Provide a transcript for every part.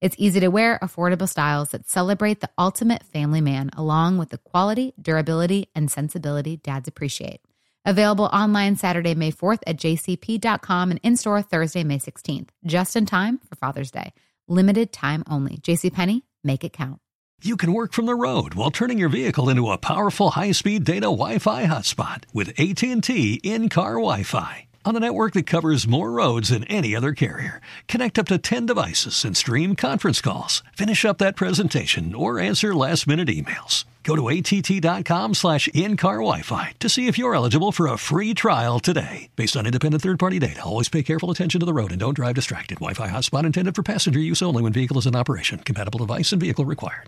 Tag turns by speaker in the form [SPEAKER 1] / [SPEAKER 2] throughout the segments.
[SPEAKER 1] It's easy to wear, affordable styles that celebrate the ultimate family man, along with the quality, durability, and sensibility dads appreciate. Available online Saturday, May 4th at jcp.com and in store Thursday, May 16th, just in time for Father's Day. Limited time only. JCPenney, make it count.
[SPEAKER 2] You can work from the road while turning your vehicle into a powerful high-speed data Wi-Fi hotspot with AT&T in-car Wi-Fi on a network that covers more roads than any other carrier. Connect up to 10 devices and stream conference calls. Finish up that presentation or answer last-minute emails. Go to att.com slash in-car Wi-Fi to see if you're eligible for a free trial today. Based on independent third-party data, always pay careful attention to the road and don't drive distracted. Wi-Fi hotspot intended for passenger use only when vehicle is in operation. Compatible device and vehicle required.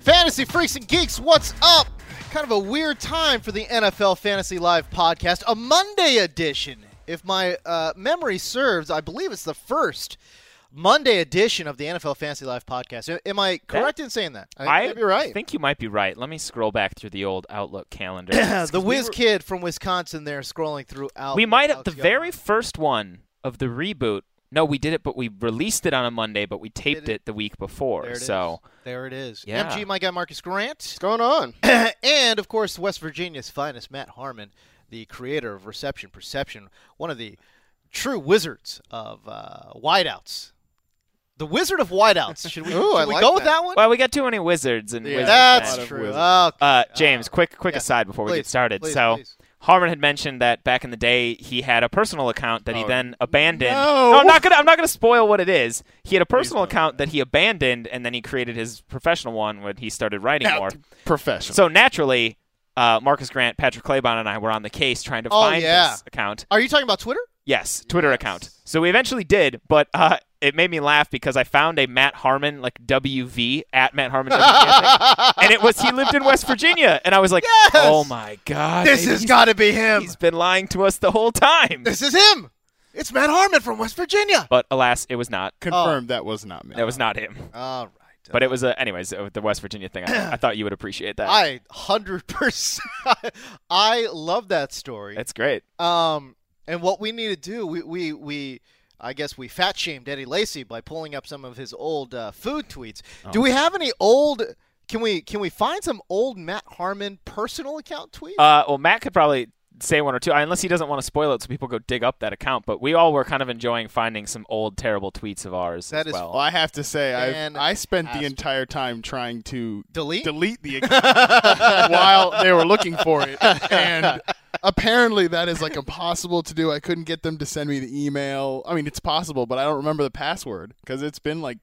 [SPEAKER 3] Fantasy freaks and geeks, what's up? Kind of a weird time for the NFL Fantasy Live podcast, a Monday edition. If my uh, memory serves, I believe it's the first Monday edition of the NFL Fantasy Live podcast. A- Am I correct in saying that? I
[SPEAKER 4] I
[SPEAKER 3] think you're right.
[SPEAKER 4] think you might be right. Let me scroll back through the old Outlook calendar.
[SPEAKER 3] the
[SPEAKER 4] 'Cause we
[SPEAKER 3] whiz
[SPEAKER 4] were-
[SPEAKER 3] kid from Wisconsin there scrolling through Al.
[SPEAKER 4] We might have the
[SPEAKER 3] Alex Young.
[SPEAKER 4] very first one of the reboot. No, we did it, but we released it on a Monday, but we taped
[SPEAKER 3] Did it-
[SPEAKER 4] it the week
[SPEAKER 3] There
[SPEAKER 4] before.
[SPEAKER 3] it is.
[SPEAKER 4] So
[SPEAKER 3] There it is.
[SPEAKER 4] Yeah.
[SPEAKER 3] MG, my guy Marcus Grant.
[SPEAKER 5] What's going on?
[SPEAKER 3] and, of course, West Virginia's finest Matt Harmon, the creator of Reception Perception, one of the true wizards of uh, wideouts. The wizard of wideouts. Should we,
[SPEAKER 5] Ooh, I
[SPEAKER 3] should we
[SPEAKER 5] like
[SPEAKER 3] go with
[SPEAKER 5] that.
[SPEAKER 3] that one?
[SPEAKER 4] Well, we got too many wizards and
[SPEAKER 5] Yeah.
[SPEAKER 4] wizards.
[SPEAKER 3] That's
[SPEAKER 5] Lot of
[SPEAKER 3] true.
[SPEAKER 5] wizards.
[SPEAKER 3] Okay.
[SPEAKER 4] Uh, James,
[SPEAKER 3] Uh,
[SPEAKER 4] quick, quick
[SPEAKER 3] yes.
[SPEAKER 4] aside before we get
[SPEAKER 3] Please,
[SPEAKER 4] started.
[SPEAKER 3] please,
[SPEAKER 4] so,
[SPEAKER 3] please.
[SPEAKER 4] Harmon had mentioned that back in the day he had a personal account that he
[SPEAKER 5] Oh,
[SPEAKER 4] then abandoned.
[SPEAKER 5] no.
[SPEAKER 4] I'm not gonna. I'm not gonna spoil what it is. He had a personal account that he abandoned, and then he created his professional one when he started writing more.
[SPEAKER 5] Professional.
[SPEAKER 4] So naturally, uh, Marcus Grant, Patrick Claybon, and I were on the case trying to
[SPEAKER 3] Oh,
[SPEAKER 4] find
[SPEAKER 3] yeah.
[SPEAKER 4] this account.
[SPEAKER 3] Are you talking about Twitter?
[SPEAKER 4] Yes, Twitter account. So we eventually did, but uh, it made me laugh because I found a Matt Harmon like WV at Matt Harmon, WV, I think. and it was he lived in West Virginia, and I was like,
[SPEAKER 3] Yes!
[SPEAKER 4] oh my god,
[SPEAKER 3] This
[SPEAKER 4] maybe
[SPEAKER 3] has
[SPEAKER 4] he's-
[SPEAKER 3] got to be him.
[SPEAKER 4] He's been lying to us the whole time.
[SPEAKER 3] This is him. It's Matt Harmon from West Virginia.
[SPEAKER 4] But alas, it was not.
[SPEAKER 3] Confirmed
[SPEAKER 5] Confirmed that was not me.
[SPEAKER 4] That was not him.
[SPEAKER 3] All right.
[SPEAKER 4] But it was, uh, anyways, uh, the West Virginia thing. I, I thought you would appreciate that.
[SPEAKER 3] I hundred percent. I love that story.
[SPEAKER 4] That's great.
[SPEAKER 3] Um, and what we need to do, we we we. I guess we fat shamed Eddie Lacy by pulling up some of his old uh, food tweets.
[SPEAKER 4] Oh.
[SPEAKER 3] Do we have any old? Can we can we find some old Matt Harmon personal account tweets?
[SPEAKER 4] Uh, well, Matt could probably say one or two, unless he doesn't want to spoil it, so people go dig up that account. But we all were kind of enjoying finding some old terrible tweets of ours
[SPEAKER 3] That
[SPEAKER 4] as
[SPEAKER 3] is
[SPEAKER 4] well.
[SPEAKER 5] Well, Oh, I have to say, I I spent the
[SPEAKER 3] Fantastic.
[SPEAKER 5] entire time trying to
[SPEAKER 3] Delete?
[SPEAKER 5] delete the account while they were looking for it, and apparently that is like impossible to do. I couldn't get them to send me the email. I mean, it's possible, but I don't remember the password because it's been like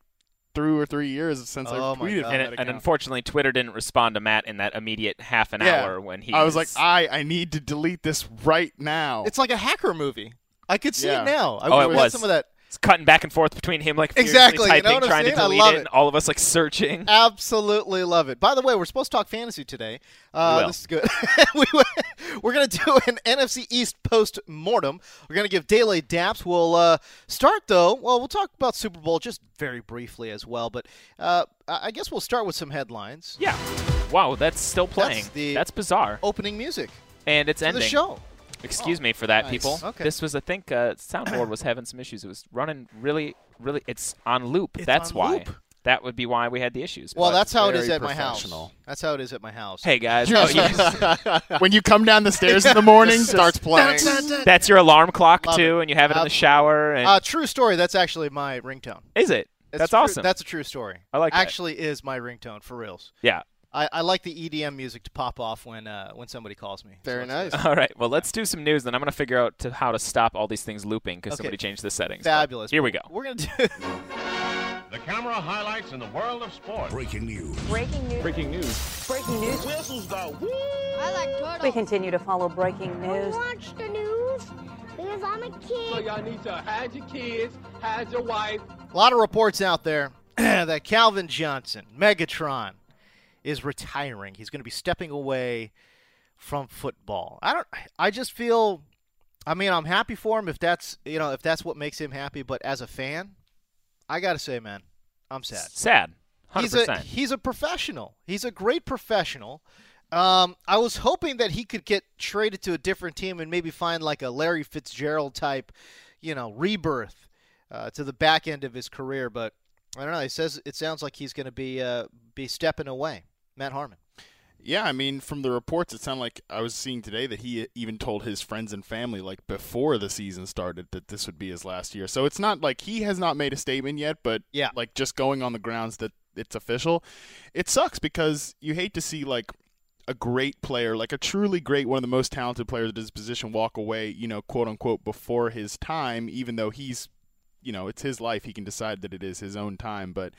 [SPEAKER 5] two or three years since
[SPEAKER 3] Oh
[SPEAKER 5] I've
[SPEAKER 3] my
[SPEAKER 5] tweeted
[SPEAKER 3] God.
[SPEAKER 5] from
[SPEAKER 4] and,
[SPEAKER 5] that
[SPEAKER 4] and
[SPEAKER 5] account.
[SPEAKER 4] unfortunately, Twitter didn't respond to Matt in that immediate half an hour when he
[SPEAKER 5] I was like,
[SPEAKER 4] was-
[SPEAKER 5] I I need to delete this right now.
[SPEAKER 3] it's like a hacker movie. I could see
[SPEAKER 5] Yeah.
[SPEAKER 3] it now. I
[SPEAKER 4] Oh,
[SPEAKER 3] wish
[SPEAKER 4] it
[SPEAKER 3] we had
[SPEAKER 4] was.
[SPEAKER 3] some of that.
[SPEAKER 4] cutting back and forth between him like furiously
[SPEAKER 3] Exactly, you know
[SPEAKER 4] typing,
[SPEAKER 3] what I'm
[SPEAKER 4] trying
[SPEAKER 3] saying?
[SPEAKER 4] to
[SPEAKER 3] I
[SPEAKER 4] delete
[SPEAKER 3] love
[SPEAKER 4] it,
[SPEAKER 3] it.
[SPEAKER 4] and all of us like searching.
[SPEAKER 3] Absolutely love it. By the way, we're supposed to talk fantasy today. Uh,
[SPEAKER 4] We will.
[SPEAKER 3] This is good. we, we're going to do an NFC East post mortem. We're going to give daily daps. We'll uh, start though. Well, we'll talk about Super Bowl just very briefly as well. But uh, I I guess we'll start with some headlines.
[SPEAKER 4] Yeah. Wow, that's still playing. That's,
[SPEAKER 3] the-
[SPEAKER 4] bizarre.
[SPEAKER 3] Opening music
[SPEAKER 4] and it's
[SPEAKER 3] to
[SPEAKER 4] ending.
[SPEAKER 3] the show.
[SPEAKER 4] Excuse me for that,
[SPEAKER 3] Oh, nice.
[SPEAKER 4] people.
[SPEAKER 3] Okay.
[SPEAKER 4] This was, I think, uh, soundboard was having some issues. It was running really, really. It's on loop.
[SPEAKER 3] It's
[SPEAKER 4] That's
[SPEAKER 3] on
[SPEAKER 4] why.
[SPEAKER 3] loop.
[SPEAKER 4] that would be why we had the issues.
[SPEAKER 3] Well,
[SPEAKER 4] But-
[SPEAKER 3] that's how it is
[SPEAKER 5] very
[SPEAKER 3] at my house.
[SPEAKER 5] professional.
[SPEAKER 3] That's how it is at my house.
[SPEAKER 4] Uh, hey guys,
[SPEAKER 5] Yes.
[SPEAKER 4] oh, yes.
[SPEAKER 5] when you come down the stairs in the morning,
[SPEAKER 3] Just-
[SPEAKER 5] starts playing.
[SPEAKER 4] that's your alarm clock
[SPEAKER 3] Love
[SPEAKER 4] too,
[SPEAKER 3] it.
[SPEAKER 4] and you have it in
[SPEAKER 3] Love
[SPEAKER 4] the
[SPEAKER 3] it.
[SPEAKER 4] shower. And
[SPEAKER 3] Uh, true story. That's actually my ringtone.
[SPEAKER 4] is it?
[SPEAKER 3] It's
[SPEAKER 4] That's
[SPEAKER 3] true-
[SPEAKER 4] awesome.
[SPEAKER 3] That's a true story.
[SPEAKER 4] I like that.
[SPEAKER 3] Actually, is my ringtone for reals.
[SPEAKER 4] yeah.
[SPEAKER 3] I, I like the EDM music to pop off when uh, when somebody calls me. So
[SPEAKER 5] Very
[SPEAKER 3] it's
[SPEAKER 5] nice.
[SPEAKER 4] All right. Well, let's do some news. Then I'm going to figure out to how to stop all these things looping because
[SPEAKER 3] Okay.
[SPEAKER 4] somebody changed the settings. But
[SPEAKER 3] Fabulous.
[SPEAKER 4] Here we go.
[SPEAKER 3] We're gonna do.
[SPEAKER 6] The camera highlights in the world of sport.
[SPEAKER 2] Breaking news.
[SPEAKER 7] Breaking news.
[SPEAKER 8] Breaking news.
[SPEAKER 7] Breaking news.
[SPEAKER 6] Whistles go woo.
[SPEAKER 9] I like turtles.
[SPEAKER 7] We continue to follow breaking
[SPEAKER 9] I
[SPEAKER 7] news.
[SPEAKER 9] watch the news because I'm a kid.
[SPEAKER 3] A lot of reports out there that Calvin Johnson, Megatron, is retiring. He's going to be stepping away from football. I don't. I just feel. I mean, I'm happy for him if that's you know if that's what makes him happy. But as a fan, I gotta say, man, I'm sad.
[SPEAKER 4] Sad. Hundred
[SPEAKER 3] He's a
[SPEAKER 4] percent.
[SPEAKER 3] he's a professional. He's a great professional. Um, I was hoping that he could get traded to a different team and maybe find like a Larry Fitzgerald type, you know, rebirth uh, to the back end of his career. But I don't know. He says it sounds like he's going to be uh, be stepping away. Matt Harmon.
[SPEAKER 5] Yeah, I mean, from the reports, it sounded like I was seeing today that he even told his friends and family, like before the season started, that this would be his last year. So it's not like he has not made a statement yet, but
[SPEAKER 3] Yeah.
[SPEAKER 5] like just going on the grounds that it's official, it sucks because you hate to see like a great player, like a truly great, one of the most talented players at his position, walk away, you know, quote unquote, before his time, even though he's, you know, it's his life. He can decide that it is his own time, but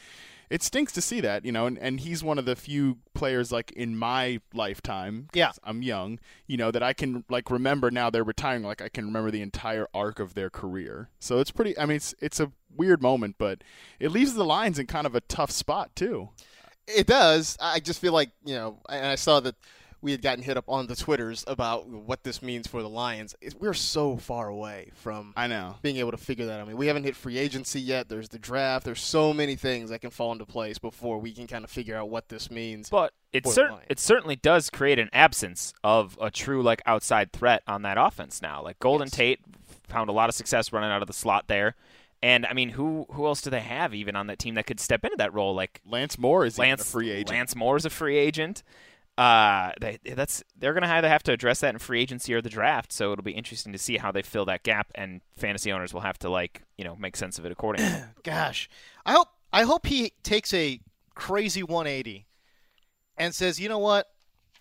[SPEAKER 5] it stinks to see that, you know, and, and he's one of the few players like in my lifetime. 'cause
[SPEAKER 3] Yeah.
[SPEAKER 5] I'm young, you know, that I can like remember now they're retiring, like I can remember the entire arc of their career. So it's pretty I mean it's it's a weird moment, but it leaves the Lions in kind of a tough spot too.
[SPEAKER 10] It does. I just feel like you know, and I saw that we had gotten hit up on the twitters about what this means for the Lions. It's- We're so far away from
[SPEAKER 5] I know.
[SPEAKER 10] being able to figure that. out. I mean, we haven't hit free agency yet. There's the draft. There's so many things that can fall into place before we can kind of figure out what this means.
[SPEAKER 4] But it
[SPEAKER 10] Boy,
[SPEAKER 4] cer-
[SPEAKER 10] why?
[SPEAKER 4] it certainly does create an absence of a true like outside threat on that offense now. Like Golden Tate found a lot of success running out of the slot there. And I mean, who who else do they have even on that team that could step into that role? Like
[SPEAKER 5] Lance Moore is even
[SPEAKER 4] Lance
[SPEAKER 5] a free agent.
[SPEAKER 4] Lance Moore's a free agent. Uh, they, that's they're gonna either have to address that in free agency or the draft. So it'll be interesting to see how they fill that gap, and fantasy owners will have to like you know make sense of it accordingly.
[SPEAKER 3] Gosh, I hope I hope he takes a crazy 180 and says, you know what,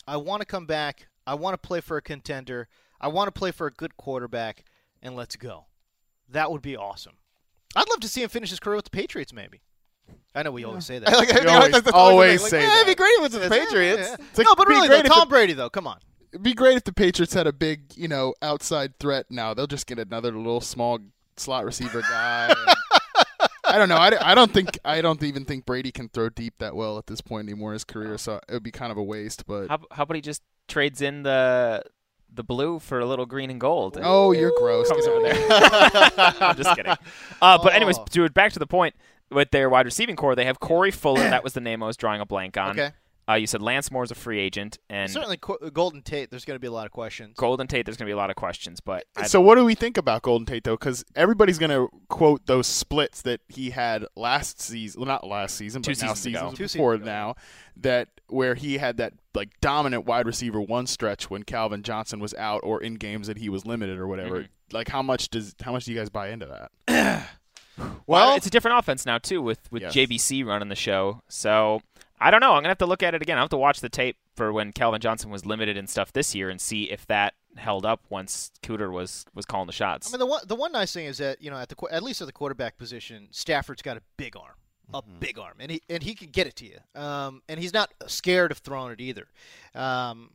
[SPEAKER 3] I want to come back. I want to play for a contender. I want to play for a good quarterback, and let's go. That would be awesome. I'd love to see him finish his career with the Patriots, maybe. I know we always say that.
[SPEAKER 10] like, I think
[SPEAKER 5] always-
[SPEAKER 10] that's the
[SPEAKER 5] always
[SPEAKER 10] thing.
[SPEAKER 5] say
[SPEAKER 10] yeah, it'd be
[SPEAKER 5] that.
[SPEAKER 10] great if it's the
[SPEAKER 3] Yeah, yeah,
[SPEAKER 10] Patriots.
[SPEAKER 3] yeah.
[SPEAKER 5] like,
[SPEAKER 3] No, but
[SPEAKER 5] be
[SPEAKER 3] really,
[SPEAKER 5] great
[SPEAKER 3] though,
[SPEAKER 5] if
[SPEAKER 3] Tom Brady, though, come on.
[SPEAKER 5] It'd be great if the Patriots had a big, you know, outside threat. Now they'll just get another little small slot receiver guy. I don't know. I, d- I don't think I don't even think Brady can throw deep that well at this point anymore in his career. So it would be kind of a waste. But
[SPEAKER 4] how, how about he just trades in the the blue for a little green and gold? and-
[SPEAKER 5] oh, you're gross.
[SPEAKER 4] comes
[SPEAKER 5] Get
[SPEAKER 4] over
[SPEAKER 5] out of
[SPEAKER 4] there. I'm just kidding. Uh, but anyways,
[SPEAKER 3] Oh.
[SPEAKER 4] dude, back to the point with their wide receiving core, they have Corey Fuller. that was the name I was drawing a blank on.
[SPEAKER 3] Okay.
[SPEAKER 4] Uh, you said Lance Moore's a free agent, and
[SPEAKER 3] Certainly, Qu- Golden Tate, there's going to be a lot of questions.
[SPEAKER 4] Golden Tate. There's going to be a lot of questions, but I,
[SPEAKER 5] So what do we think about Golden Tate though? Because everybody's gonna quote those splits that he had last season, well, not last season, but
[SPEAKER 4] Two
[SPEAKER 5] now
[SPEAKER 4] seasons ago.
[SPEAKER 5] seasons
[SPEAKER 3] Two
[SPEAKER 5] before
[SPEAKER 3] seasons ago,
[SPEAKER 5] now, that where he had that like dominant wide receiver one stretch when Calvin Johnson was out or in games that he was limited or whatever.
[SPEAKER 4] Mm-hmm.
[SPEAKER 5] Like how much does how much do you guys buy into that?
[SPEAKER 4] well, it's a different offense now too with with
[SPEAKER 5] Yes.
[SPEAKER 4] JBC running the show. So I don't know. I'm gonna have to look at it again. I will have to watch the tape for when Calvin Johnson was limited and stuff this year and see if that held up once Cooter was was calling the shots.
[SPEAKER 3] I mean, the one the one nice thing is that you know at the qu- at least at the quarterback position, Stafford's got a big arm, a big arm, and he and he can get it to you. Um, and he's not scared of throwing it either. Um,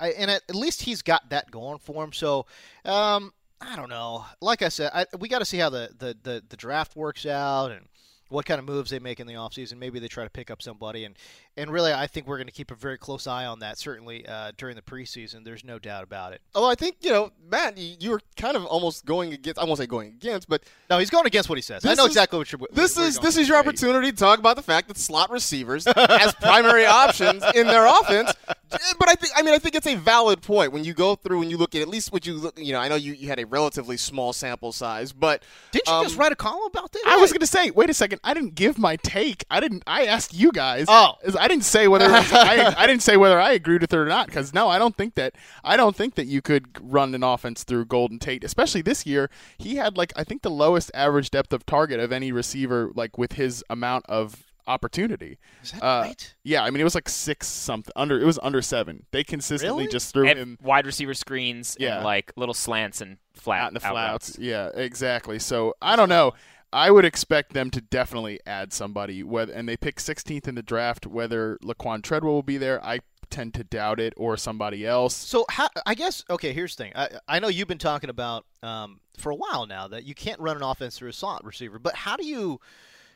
[SPEAKER 3] I, I, and at at least he's got that going for him. So, um, I don't know. Like I said, I, we got to see how the, the the the draft works out and. What kind of moves they make in the offseason. Maybe they try to pick up somebody and And really, I think we're going to keep a very close eye on that, certainly uh, during the preseason. There's no doubt about it.
[SPEAKER 10] Although I think you know, Matt, you, you were kind of almost going against. I won't say going against, but
[SPEAKER 3] No, he's going against what he says. I
[SPEAKER 10] This
[SPEAKER 3] know
[SPEAKER 10] is-
[SPEAKER 3] exactly what you're.
[SPEAKER 10] this
[SPEAKER 3] where you're
[SPEAKER 10] is
[SPEAKER 3] going.
[SPEAKER 10] this is your opportunity to talk about the fact that slot receivers as primary options in their offense. Eh, But I think I mean I think it's a valid point when you go through and you look at at least what you look. You know, I know you, you had a relatively small sample size, but
[SPEAKER 3] Didn't you just
[SPEAKER 10] um,
[SPEAKER 3] write a column about this?
[SPEAKER 5] I was gonna say, wait a second, I didn't give my take. I didn't. I asked you guys.
[SPEAKER 3] Oh.
[SPEAKER 5] Is- I didn't say whether I, I didn't say whether I agreed with it or not. Because no, I don't think that I don't think that you could run an offense through Golden Tate, especially this year. He had like I think the lowest average depth of target of any receiver, like with his amount of opportunity. Is that
[SPEAKER 3] right?
[SPEAKER 5] Yeah, I mean it was like six something under. It was under seven. They consistently
[SPEAKER 3] Really?
[SPEAKER 5] just threw
[SPEAKER 4] And
[SPEAKER 5] him
[SPEAKER 4] wide receiver screens
[SPEAKER 5] Yeah.
[SPEAKER 4] and like little slants and flat
[SPEAKER 5] out in the
[SPEAKER 4] out
[SPEAKER 5] flats.
[SPEAKER 4] routes.
[SPEAKER 5] Yeah, exactly. So I don't know. I would expect them to definitely add somebody. Whether and they pick 16th in the draft, whether Laquan Treadwell will be there, I tend to doubt it, or somebody else.
[SPEAKER 3] So how, I guess okay. Here's the thing. I, I know you've been talking about um, for a while now that you can't run an offense through a slot receiver, but how do you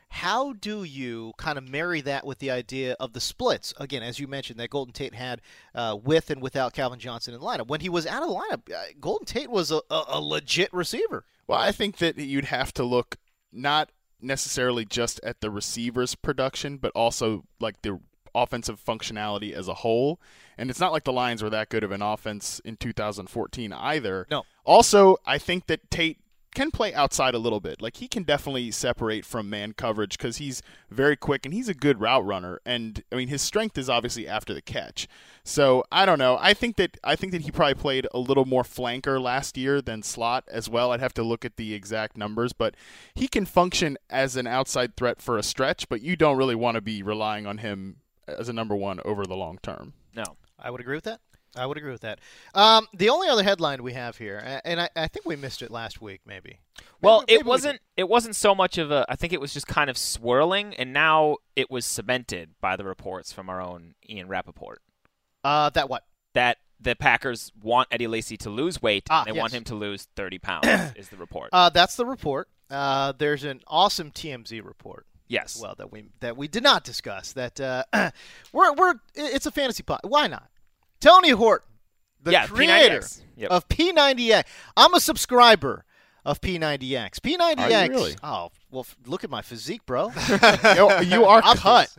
[SPEAKER 3] how do you kind of marry that with the idea of the splits again, as you mentioned that Golden Tate had uh, with and without Calvin Johnson in the lineup when he was out of the lineup? Uh, Golden Tate was a, a, a legit receiver.
[SPEAKER 5] Well, I think that you'd have to look not necessarily just at the receivers' production, but also like the offensive functionality as a whole. And it's not like the Lions were that good of an offense in 2014 either.
[SPEAKER 3] No.
[SPEAKER 5] Also, I think that Tate can play outside a little bit. Like he can definitely separate from man coverage because he's very quick and he's a good route runner. And I mean, his strength is obviously after the catch. So I don't know. I think that I think that he probably played a little more flanker last year than slot as well. I'd have to look at the exact numbers, but he can function as an outside threat for a stretch. But you don't really want to be relying on him as a number one over the long term.
[SPEAKER 4] No.
[SPEAKER 3] I would agree with that. I would agree with that. Um, the only other headline we have here, a- and I, I think we missed it last week, maybe.
[SPEAKER 4] Well,
[SPEAKER 3] Maybe- maybe we
[SPEAKER 4] it wasn't it wasn't so much of a I think it was just kind of swirling and now it was cemented by the reports from our own Ian Rappaport
[SPEAKER 3] Uh, that what?
[SPEAKER 4] that the Packers want Eddie Lacy to lose weight
[SPEAKER 3] Ah,
[SPEAKER 4] and they want
[SPEAKER 3] yes.
[SPEAKER 4] him to lose 30 pounds is the report.
[SPEAKER 3] Uh, that's the report. Uh, there's an awesome TMZ report.
[SPEAKER 4] yes.
[SPEAKER 3] Well, that we that we did not discuss. That uh, we're we're it's a fantasy pot. Why not? Tony Horton, the
[SPEAKER 4] Yeah,
[SPEAKER 3] creator
[SPEAKER 4] P90X. Yep.
[SPEAKER 3] of P90X. I'm a subscriber of P90X. P90X.
[SPEAKER 5] Are you really?
[SPEAKER 3] Oh well, f- look at my physique, bro.
[SPEAKER 5] Yo, you are
[SPEAKER 3] I'm
[SPEAKER 5] cut.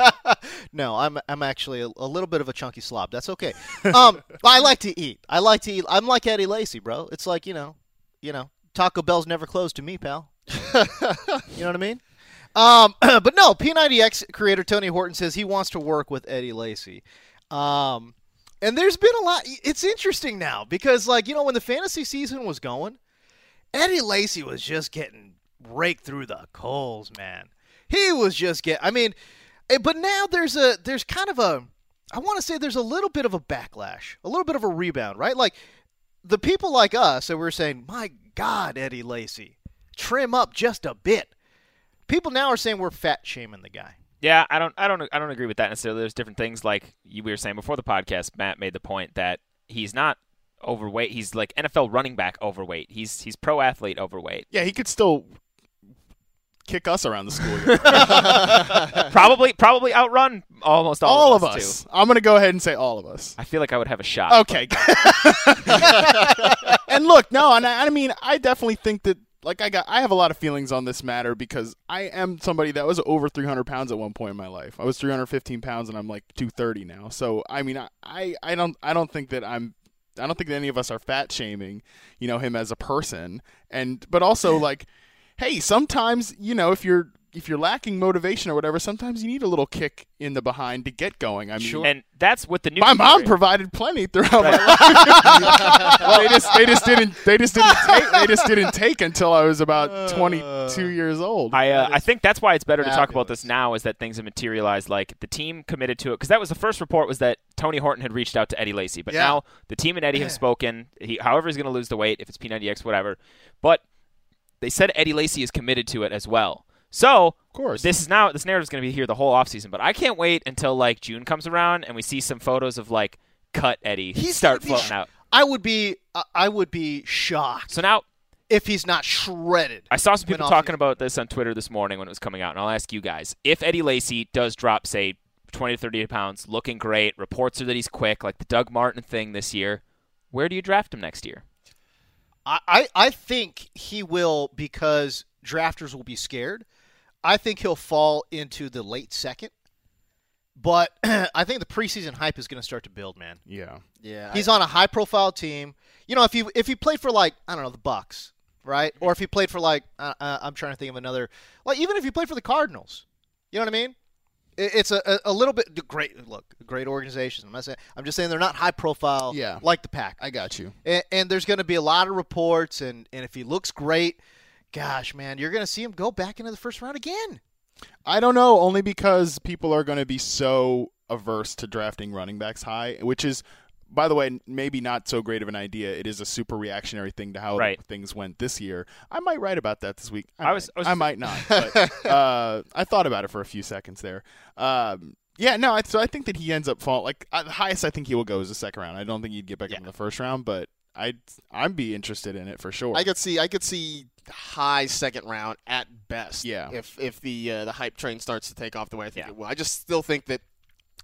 [SPEAKER 3] no, I'm I'm actually a, a little bit of a chunky slob. That's okay. Um, I like to eat. I like to eat. I'm like Eddie Lacy, bro. It's like you know, you know, Taco Bell's never closed to me, pal. you know what I mean? Um, but no, P90X creator Tony Horton says he wants to work with Eddie Lacy. Um, and there's been a lot. It's interesting now because, like, you know, when the fantasy season was going, Eddie Lacy was just getting raked through the coals, man. He was just get. I mean, eh, but now there's a there's kind of a I want to say there's a little bit of a backlash, a little bit of a rebound, right? Like the people like us that were saying, "My God, Eddie Lacy, trim up just a bit." People now are saying we're fat shaming the guy.
[SPEAKER 4] Yeah, I don't, I don't, I don't agree with that necessarily. There's different things like you, we were saying before the podcast. Matt made the point that he's not overweight. He's like NFL running back overweight. He's he's pro athlete overweight.
[SPEAKER 5] Yeah, he could still kick us around the schoolyard.
[SPEAKER 3] Uh.
[SPEAKER 4] probably probably outrun almost all,
[SPEAKER 5] all
[SPEAKER 4] of
[SPEAKER 5] of
[SPEAKER 4] too.
[SPEAKER 5] us. I'm gonna go ahead and say all of us.
[SPEAKER 4] I feel like I would have a shot.
[SPEAKER 5] Okay. and look, no, and I, I mean, I definitely think that, like, I got, I have a lot of feelings on this matter because I am somebody that was over 300 pounds at one point in my life. I was 315 pounds, and I'm like 230 now. So, I mean, I, I, I don't, I don't think that I'm. I don't think that any of us are fat shaming, you know, him as a person, and but also like, hey, sometimes you know if you're if you're lacking motivation or whatever, sometimes you need a little kick in the behind to get going. I mean,
[SPEAKER 4] And that's what the new
[SPEAKER 5] my mom
[SPEAKER 4] generation-
[SPEAKER 5] provided plenty throughout my life. they just they just didn't they just didn't take, they just didn't take until I was about 22 years old.
[SPEAKER 4] I, uh, I think that's why it's better to talk about
[SPEAKER 5] fabulous.
[SPEAKER 4] this now is that things have materialized. Like the team committed to it because that was the first report was that Tony Horton had reached out to Eddie Lacy, but
[SPEAKER 3] Yeah.
[SPEAKER 4] now the team and Eddie have spoken. He, however, he's going to lose the weight if it's P90X, whatever. But they said Eddie Lacy is committed to it as well. So of
[SPEAKER 5] course.
[SPEAKER 4] this is now this narrative is going to be here the whole offseason. But I can't wait until like June comes around and we see some photos of like cut Eddie
[SPEAKER 3] gonna
[SPEAKER 4] start
[SPEAKER 3] be
[SPEAKER 4] floating
[SPEAKER 3] sh-
[SPEAKER 4] out.
[SPEAKER 3] I would be I- I would be shocked
[SPEAKER 4] So now
[SPEAKER 3] if he's not shredded.
[SPEAKER 4] I saw some
[SPEAKER 3] when
[SPEAKER 4] people
[SPEAKER 3] off
[SPEAKER 4] talking
[SPEAKER 3] season.
[SPEAKER 4] about this on Twitter this morning when it was coming out, and I'll ask you guys if Eddie Lacy does drop, say, 20 to 30 pounds, looking great. Reports are that he's quick, like the Doug Martin thing this year. Where do you draft him next year?
[SPEAKER 3] I, I, I think he will because drafters will be scared. I think he'll fall into the late second. But I think the preseason hype is going to start to build, man.
[SPEAKER 5] Yeah.
[SPEAKER 10] Yeah.
[SPEAKER 3] He's on a high profile team. You know, if he if he played for like I don't know the Bucks, right? Or if he played for like uh, uh, I'm trying to think of another. Like even if he played for the Cardinals, you know what I mean? It, it's a, a a little bit great. Look, great organization. I'm not saying. I'm just saying they're not high profile.
[SPEAKER 5] Yeah.
[SPEAKER 3] Like the Pack.
[SPEAKER 5] I got you.
[SPEAKER 3] And, and there's going to be a lot of reports, and and if he looks great, gosh, man, you're going to see him go back into the first round again.
[SPEAKER 5] I don't know, only because people are going to be so averse to drafting running backs high, which is, by the way, maybe not so great of an idea. It is a super reactionary thing to how
[SPEAKER 4] Right.
[SPEAKER 5] things went this year. I might write about that this week. I,
[SPEAKER 4] I
[SPEAKER 5] was,
[SPEAKER 4] was- I was-
[SPEAKER 5] might. I might not. But, uh, I thought about it for a few seconds there. Um, yeah, no. I, so I think that he ends up falling. Like uh, the highest I think he will go is the second round. I don't think he'd get back up in the first round, but I'd I'd be interested in it for sure.
[SPEAKER 10] I could see I could see high second round at best.
[SPEAKER 5] Yeah.
[SPEAKER 10] If if the uh, the hype train starts to take off the way I think
[SPEAKER 4] Yeah.
[SPEAKER 10] it will, I just still think that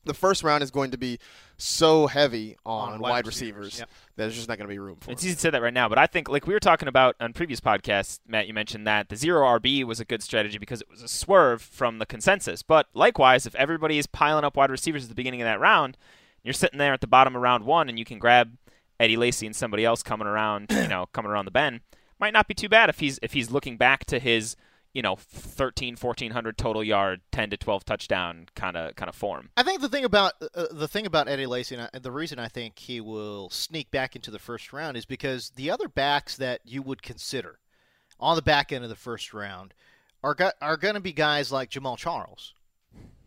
[SPEAKER 10] the first round is going to be so heavy on, wide, receivers,
[SPEAKER 3] receivers, yep.
[SPEAKER 10] that there's just not going to be room for.
[SPEAKER 4] It's
[SPEAKER 10] it.
[SPEAKER 4] easy to say that right now, but I think like we were talking about on previous podcasts, Matt, you mentioned that the zero RB was a good strategy because it was a swerve from the consensus. But likewise, if everybody is piling up wide receivers at the beginning of that round, you're sitting there at the bottom of round one, and you can grab Eddie Lacy and somebody else coming around, you know, coming around the bend. Might not be too bad if he's if he's looking back to his you know 13 1400 total yard 10 to 12 touchdown kind of kind of form
[SPEAKER 3] I think the thing about uh, the thing about Eddie Lacy, and I- the reason I think he will sneak back into the first round is because the other backs that you would consider on the back end of the first round are go- are going to be guys like Jamal Charles,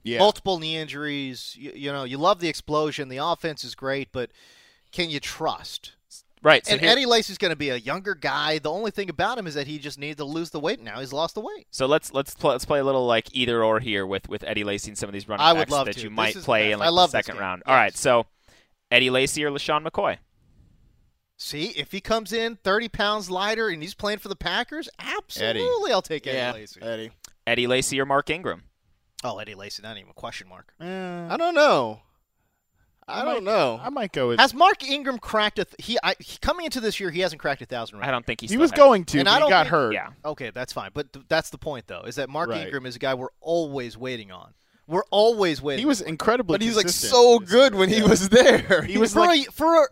[SPEAKER 5] yeah.
[SPEAKER 3] multiple knee injuries. You, you know, you love the explosion, the offense is great, but can you trust?
[SPEAKER 4] right so
[SPEAKER 3] and
[SPEAKER 4] here-
[SPEAKER 3] Eddie Lacy's going to be a younger guy. The only thing about him is that he just needed to lose the weight. Now he's lost the weight.
[SPEAKER 4] So let's let's pl- let's play a little like either or here with with Eddie Lacy and some of these running
[SPEAKER 3] I would
[SPEAKER 4] backs
[SPEAKER 3] love
[SPEAKER 4] that
[SPEAKER 3] to.
[SPEAKER 4] you
[SPEAKER 3] This
[SPEAKER 4] might
[SPEAKER 3] is the
[SPEAKER 4] play
[SPEAKER 3] best.
[SPEAKER 4] in
[SPEAKER 3] I
[SPEAKER 4] like
[SPEAKER 3] love
[SPEAKER 4] the
[SPEAKER 3] this
[SPEAKER 4] second
[SPEAKER 3] game.
[SPEAKER 4] round.
[SPEAKER 3] Yes.
[SPEAKER 4] All right, so Eddie Lacy or LaShawn McCoy.
[SPEAKER 3] See, if he comes in 30 pounds lighter and he's playing for the Packers, absolutely I'll take Eddie
[SPEAKER 10] yeah,
[SPEAKER 3] Lacy.
[SPEAKER 5] Uh,
[SPEAKER 10] Eddie.
[SPEAKER 4] Eddie Lacy or Mark Ingram.
[SPEAKER 3] Oh, Eddie Lacy, not even a question mark.
[SPEAKER 10] I don't know. I,
[SPEAKER 5] might-
[SPEAKER 10] don't know.
[SPEAKER 5] Eh, I might go with.
[SPEAKER 3] Has Mark Ingram cracked a th- he, I, he coming into this year? He hasn't cracked a thousand.
[SPEAKER 4] I don't think he
[SPEAKER 5] He
[SPEAKER 4] still
[SPEAKER 5] was
[SPEAKER 4] has-
[SPEAKER 5] going to,
[SPEAKER 3] And
[SPEAKER 5] but
[SPEAKER 3] I
[SPEAKER 5] he
[SPEAKER 3] don't
[SPEAKER 5] got
[SPEAKER 3] think-
[SPEAKER 5] hurt.
[SPEAKER 4] Yeah,
[SPEAKER 3] Okay, that's fine. But th- that's the point, though, is that Mark
[SPEAKER 5] Right.
[SPEAKER 3] Ingram is a guy we're always waiting on. We're always waiting.
[SPEAKER 5] He was incredibly.
[SPEAKER 10] but he's like
[SPEAKER 5] consistent
[SPEAKER 10] so
[SPEAKER 5] this
[SPEAKER 10] good
[SPEAKER 5] year.
[SPEAKER 10] when he
[SPEAKER 5] Yeah.
[SPEAKER 10] was there.
[SPEAKER 5] He was
[SPEAKER 3] for
[SPEAKER 5] like
[SPEAKER 3] a, for a,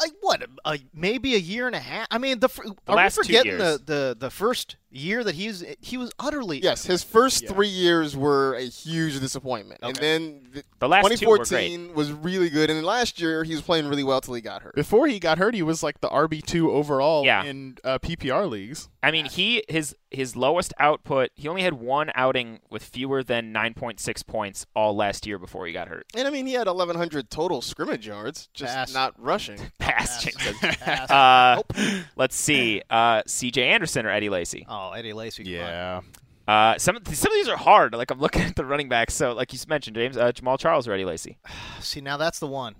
[SPEAKER 3] like what a, a- maybe a year and a half. I mean, the, fr- are
[SPEAKER 4] last two
[SPEAKER 3] we forgetting
[SPEAKER 4] years.
[SPEAKER 3] the, the the first year that he's he was utterly
[SPEAKER 10] Yes, his first
[SPEAKER 5] Yeah.
[SPEAKER 10] three years were a huge disappointment, and
[SPEAKER 3] Okay.
[SPEAKER 10] then the,
[SPEAKER 4] The last two were great.
[SPEAKER 10] 2014 was really good, and then last year he was playing really well till he got hurt.
[SPEAKER 5] before he got hurt. He was like the RB two overall
[SPEAKER 4] Yeah.
[SPEAKER 5] in uh, PPR leagues.
[SPEAKER 4] I mean he his his lowest output. He only had one outing with fewer than nine point six points all last year before he got hurt.
[SPEAKER 10] And I mean, he had 1,100 total scrimmage yards, just
[SPEAKER 3] Pass.
[SPEAKER 10] not rushing.
[SPEAKER 4] Pass. Jake says.
[SPEAKER 3] Pass.
[SPEAKER 4] Uh, Let's see. Uh, C.J. Anderson or Eddie Lacy.
[SPEAKER 3] Oh, Eddie Lacy. come on.
[SPEAKER 4] Uh, some of th- some of these are hard. Like I'm looking at the running backs. So like you mentioned, James uh, Jamal Charles or Eddie Lacy.
[SPEAKER 3] See, now that's the one.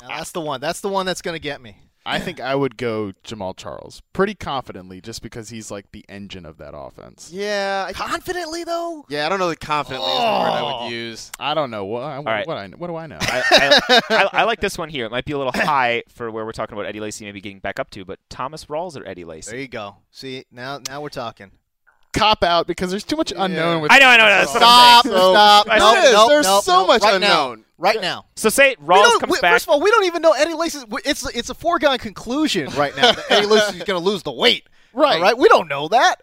[SPEAKER 3] Now that's the one. That's the one that's going to get me.
[SPEAKER 5] I think I would go Jamal Charles pretty confidently, just because he's like the engine of that offense.
[SPEAKER 10] Yeah, I,
[SPEAKER 3] Confidently, though.
[SPEAKER 10] yeah, I don't know that confidently is the word I would use.
[SPEAKER 5] I don't know what I, what,
[SPEAKER 4] right.
[SPEAKER 5] I what do I know.
[SPEAKER 4] I, I, I, I like this one here. It might be a little high for where we're talking about Eddie Lacy maybe getting back up to, but Thomas Rawls or Eddie
[SPEAKER 3] There
[SPEAKER 4] Lacy.
[SPEAKER 3] you go. See, now now we're talking.
[SPEAKER 5] Cop out because there's too much unknown with.
[SPEAKER 4] I know, I know, I know. That's what I'm
[SPEAKER 3] Stop.
[SPEAKER 4] saying.
[SPEAKER 10] So-
[SPEAKER 3] stop.
[SPEAKER 4] There
[SPEAKER 3] No,
[SPEAKER 4] it is.
[SPEAKER 3] no,
[SPEAKER 10] There's
[SPEAKER 3] no,
[SPEAKER 10] so
[SPEAKER 3] no.
[SPEAKER 10] much
[SPEAKER 3] right
[SPEAKER 10] unknown.
[SPEAKER 3] Now. Right now.
[SPEAKER 4] So say
[SPEAKER 3] We
[SPEAKER 4] Rawls
[SPEAKER 3] don't-
[SPEAKER 4] comes
[SPEAKER 3] we-
[SPEAKER 4] back.
[SPEAKER 3] First of all, we don't even know Eddie Lacy's. It's it's a foregone conclusion right now that Eddie Lacy's going to lose the weight.
[SPEAKER 5] Right.
[SPEAKER 3] All right. We don't know that.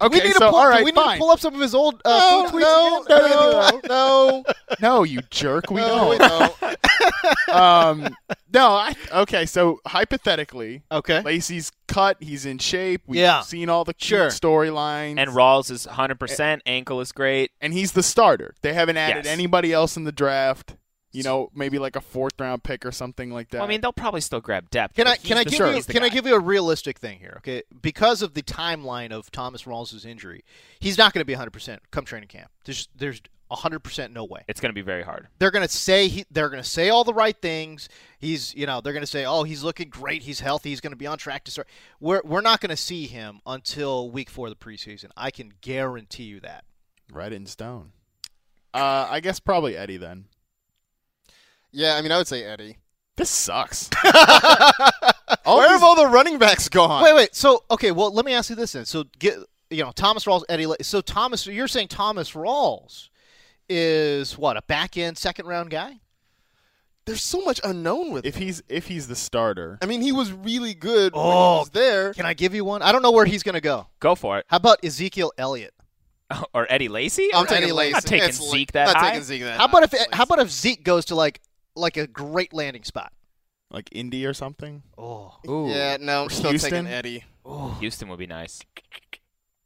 [SPEAKER 3] Do
[SPEAKER 5] Okay,
[SPEAKER 3] we need
[SPEAKER 5] so,
[SPEAKER 3] to pull,
[SPEAKER 5] all
[SPEAKER 3] do
[SPEAKER 5] right,
[SPEAKER 3] we need
[SPEAKER 5] fine.
[SPEAKER 3] to pull up some of his old uh,
[SPEAKER 10] No,
[SPEAKER 3] food tweets
[SPEAKER 10] Oh, no,
[SPEAKER 3] again?
[SPEAKER 10] no, no,
[SPEAKER 5] No, you jerk. We
[SPEAKER 10] no, we
[SPEAKER 5] don't.
[SPEAKER 10] don't.
[SPEAKER 5] um, no. I, okay, so hypothetically,
[SPEAKER 3] Okay.
[SPEAKER 5] Lacey's cut. He's in shape. We've
[SPEAKER 3] Yeah.
[SPEAKER 5] seen all the cute
[SPEAKER 3] Sure.
[SPEAKER 5] storylines.
[SPEAKER 4] and Rawls is 100%. Ankle is great.
[SPEAKER 5] and he's the starter. They haven't added
[SPEAKER 4] Yes.
[SPEAKER 5] anybody else in the draft. You know, maybe like a fourth round pick or something like that.
[SPEAKER 4] Well, I mean, they'll probably still grab depth.
[SPEAKER 3] Can
[SPEAKER 4] but
[SPEAKER 3] I
[SPEAKER 4] he's
[SPEAKER 3] can I
[SPEAKER 4] the-
[SPEAKER 3] give
[SPEAKER 5] sure.
[SPEAKER 3] you
[SPEAKER 4] he's the
[SPEAKER 3] can I
[SPEAKER 4] guy.
[SPEAKER 3] give you a realistic thing here? Okay, because of the timeline of Thomas Rawls' injury, he's not going to be 100 percent come training camp. There's there's 100 percent no way.
[SPEAKER 4] It's going to be very hard.
[SPEAKER 3] They're going to say he, they're going to say all the right things. He's you know they're going to say oh he's looking great, he's healthy, he's going to be on track to start. We're we're not going to see him until week four of the preseason. I can guarantee you that.
[SPEAKER 5] right in stone. Uh, I guess probably Eddie then.
[SPEAKER 10] Yeah, I mean, I would say Eddie.
[SPEAKER 5] This sucks.
[SPEAKER 10] Where have all the running backs gone?
[SPEAKER 3] Wait, wait. So okay, well, let me ask you this then. So get you know Thomas Rawls, Eddie. Le- so Thomas, you're saying Thomas Rawls is what a back end second round guy?
[SPEAKER 10] There's so much unknown with
[SPEAKER 5] if
[SPEAKER 10] him.
[SPEAKER 5] he's if he's the starter,
[SPEAKER 10] I mean, he was really good when he
[SPEAKER 3] Oh.
[SPEAKER 10] was there.
[SPEAKER 3] Can I give you one? I don't know where he's going to go.
[SPEAKER 4] Go for it.
[SPEAKER 3] How about Ezekiel Elliott?
[SPEAKER 4] or Eddie Lacy?
[SPEAKER 10] I'm
[SPEAKER 4] Or
[SPEAKER 10] taking
[SPEAKER 4] Eddie
[SPEAKER 10] Lacy.
[SPEAKER 4] Not taking
[SPEAKER 10] It's like-
[SPEAKER 4] Zeke that
[SPEAKER 10] not
[SPEAKER 4] high.
[SPEAKER 10] taking Zeke that
[SPEAKER 3] How about if
[SPEAKER 10] high.
[SPEAKER 3] how about if Zeke goes to like like a great landing spot?
[SPEAKER 5] like Indy or something.
[SPEAKER 3] Oh,
[SPEAKER 4] Ooh,
[SPEAKER 10] Yeah, no, I'm still
[SPEAKER 5] Houston?
[SPEAKER 10] taking Eddie.
[SPEAKER 4] Houston would be nice.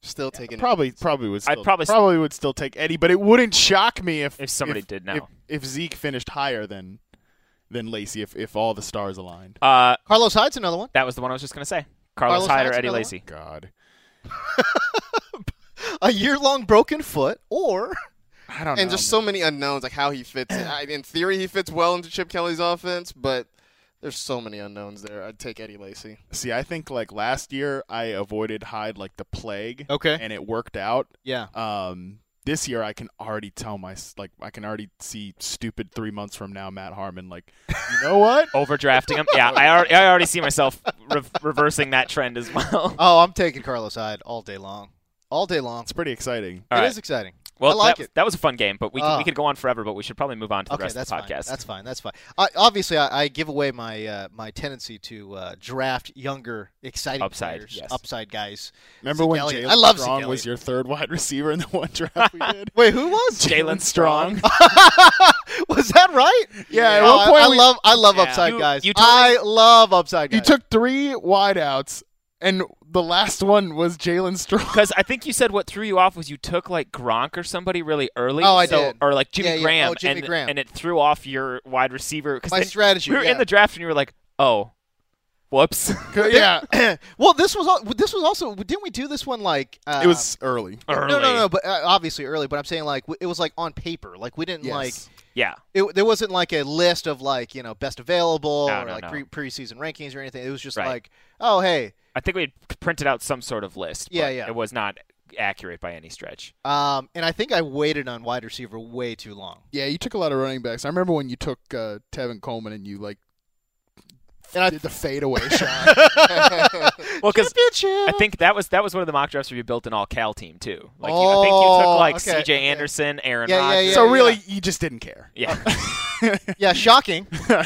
[SPEAKER 10] Still taking
[SPEAKER 5] Probably probably would.
[SPEAKER 4] I'd
[SPEAKER 5] Still,
[SPEAKER 4] probably s-
[SPEAKER 5] probably would still take Eddie, but it wouldn't shock me if
[SPEAKER 4] If somebody did now.
[SPEAKER 5] If, if Zeke finished higher than than Lacey, if if all the stars aligned.
[SPEAKER 4] Uh,
[SPEAKER 3] Carlos Hyde's another one.
[SPEAKER 4] that was the one I was just gonna say. Carlos,
[SPEAKER 3] Carlos
[SPEAKER 4] Hyde or
[SPEAKER 3] Hyde's
[SPEAKER 4] Eddie
[SPEAKER 3] another
[SPEAKER 4] Lacy.
[SPEAKER 5] God,
[SPEAKER 3] A year long broken foot, or
[SPEAKER 5] I don't know.
[SPEAKER 10] And just so many unknowns, like how he fits. in. I, in theory, he fits well into Chip Kelly's offense, but there's so many unknowns there. I'd take Eddie Lacy.
[SPEAKER 5] See, I think like last year I avoided Hyde like the plague.
[SPEAKER 3] Okay.
[SPEAKER 5] And it worked out.
[SPEAKER 3] yeah,
[SPEAKER 5] Um, this year I can already tell my like I can already see stupid three months from now Matt Harmon like, you know what?
[SPEAKER 4] Overdrafting him. Yeah, I already, I already see myself re- reversing that trend as well.
[SPEAKER 3] oh, I'm taking Carlos Hyde all day long, all day long. It
[SPEAKER 5] It's pretty exciting.
[SPEAKER 3] is
[SPEAKER 4] All right.
[SPEAKER 3] exciting.
[SPEAKER 4] Well,
[SPEAKER 3] I like
[SPEAKER 4] that,
[SPEAKER 3] it.
[SPEAKER 4] that was a fun game, but we, could
[SPEAKER 3] Ah.
[SPEAKER 4] we could go on forever. But we should probably move on to the
[SPEAKER 3] okay,
[SPEAKER 4] rest
[SPEAKER 3] that's
[SPEAKER 4] of the
[SPEAKER 3] fine.
[SPEAKER 4] podcast.
[SPEAKER 3] That's fine. That's fine. I, obviously, I, I give away my uh, my tendency to uh, draft younger, exciting
[SPEAKER 4] Upside,
[SPEAKER 3] players,
[SPEAKER 4] yes.
[SPEAKER 3] upside guys.
[SPEAKER 5] Remember
[SPEAKER 3] Zeke
[SPEAKER 5] when
[SPEAKER 3] Elliott.
[SPEAKER 5] Jalen
[SPEAKER 3] I love Zeke
[SPEAKER 5] Strong was
[SPEAKER 3] Elliott.
[SPEAKER 5] your third wide receiver in the one draft we did?
[SPEAKER 3] Wait, who was?
[SPEAKER 4] Jalen Strong.
[SPEAKER 3] was that right?
[SPEAKER 5] Yeah, at
[SPEAKER 3] Oh,
[SPEAKER 5] one
[SPEAKER 3] I-
[SPEAKER 5] point
[SPEAKER 3] I,
[SPEAKER 5] we-
[SPEAKER 3] love I love
[SPEAKER 4] Yeah.
[SPEAKER 3] upside
[SPEAKER 4] You-
[SPEAKER 3] guys.
[SPEAKER 4] you told
[SPEAKER 3] I love upside guys.
[SPEAKER 5] You took three wideouts, and the last one was Jalen Strong.
[SPEAKER 4] Because I think you said what threw you off was you took like Gronk or somebody really early.
[SPEAKER 3] Oh, I
[SPEAKER 4] so-
[SPEAKER 3] did.
[SPEAKER 4] Or like Jimmy
[SPEAKER 3] Yeah, yeah.
[SPEAKER 4] Graham.
[SPEAKER 3] Oh, Jimmy
[SPEAKER 4] and,
[SPEAKER 3] Graham.
[SPEAKER 4] And it threw off your wide receiver. 'cause
[SPEAKER 3] my
[SPEAKER 4] then
[SPEAKER 3] strategy.
[SPEAKER 4] We were in the draft and you were like, oh, whoops.
[SPEAKER 5] yeah,
[SPEAKER 3] yeah. well, this was al- this was also didn't we do this one like uh,
[SPEAKER 5] it was early.
[SPEAKER 4] early.
[SPEAKER 3] No, no, no. But uh, obviously early. But I'm saying like w- it was like on paper. Like we didn't
[SPEAKER 5] Yes.
[SPEAKER 3] like
[SPEAKER 4] Yeah.
[SPEAKER 3] it, there wasn't like a list of like you know best available
[SPEAKER 4] No,
[SPEAKER 3] or
[SPEAKER 4] no,
[SPEAKER 3] like
[SPEAKER 4] no.
[SPEAKER 3] pre- preseason rankings or anything. It was just
[SPEAKER 4] Right.
[SPEAKER 3] like oh hey
[SPEAKER 4] I think we had printed out some sort of list.
[SPEAKER 3] Yeah,
[SPEAKER 4] but
[SPEAKER 3] yeah.
[SPEAKER 4] It was not accurate by any stretch.
[SPEAKER 3] um and I think I waited on wide receiver way too long.
[SPEAKER 5] Yeah, you took a lot of running backs. I remember when you took uh, Tevin Coleman and you like
[SPEAKER 3] And I-
[SPEAKER 5] did the fadeaway shot.
[SPEAKER 4] Well, because I
[SPEAKER 3] Championship.
[SPEAKER 4] think that was that was one of the mock drafts where you built an all Cal team too. Like you, I think you took
[SPEAKER 3] Oh,
[SPEAKER 4] like
[SPEAKER 3] okay,
[SPEAKER 4] C.J.
[SPEAKER 3] okay.
[SPEAKER 4] Anderson, Aaron
[SPEAKER 3] Yeah, yeah,
[SPEAKER 4] Rodgers.
[SPEAKER 5] so
[SPEAKER 3] yeah.
[SPEAKER 5] really, you just didn't care.
[SPEAKER 4] Yeah.
[SPEAKER 3] yeah, shocking,
[SPEAKER 4] Uh,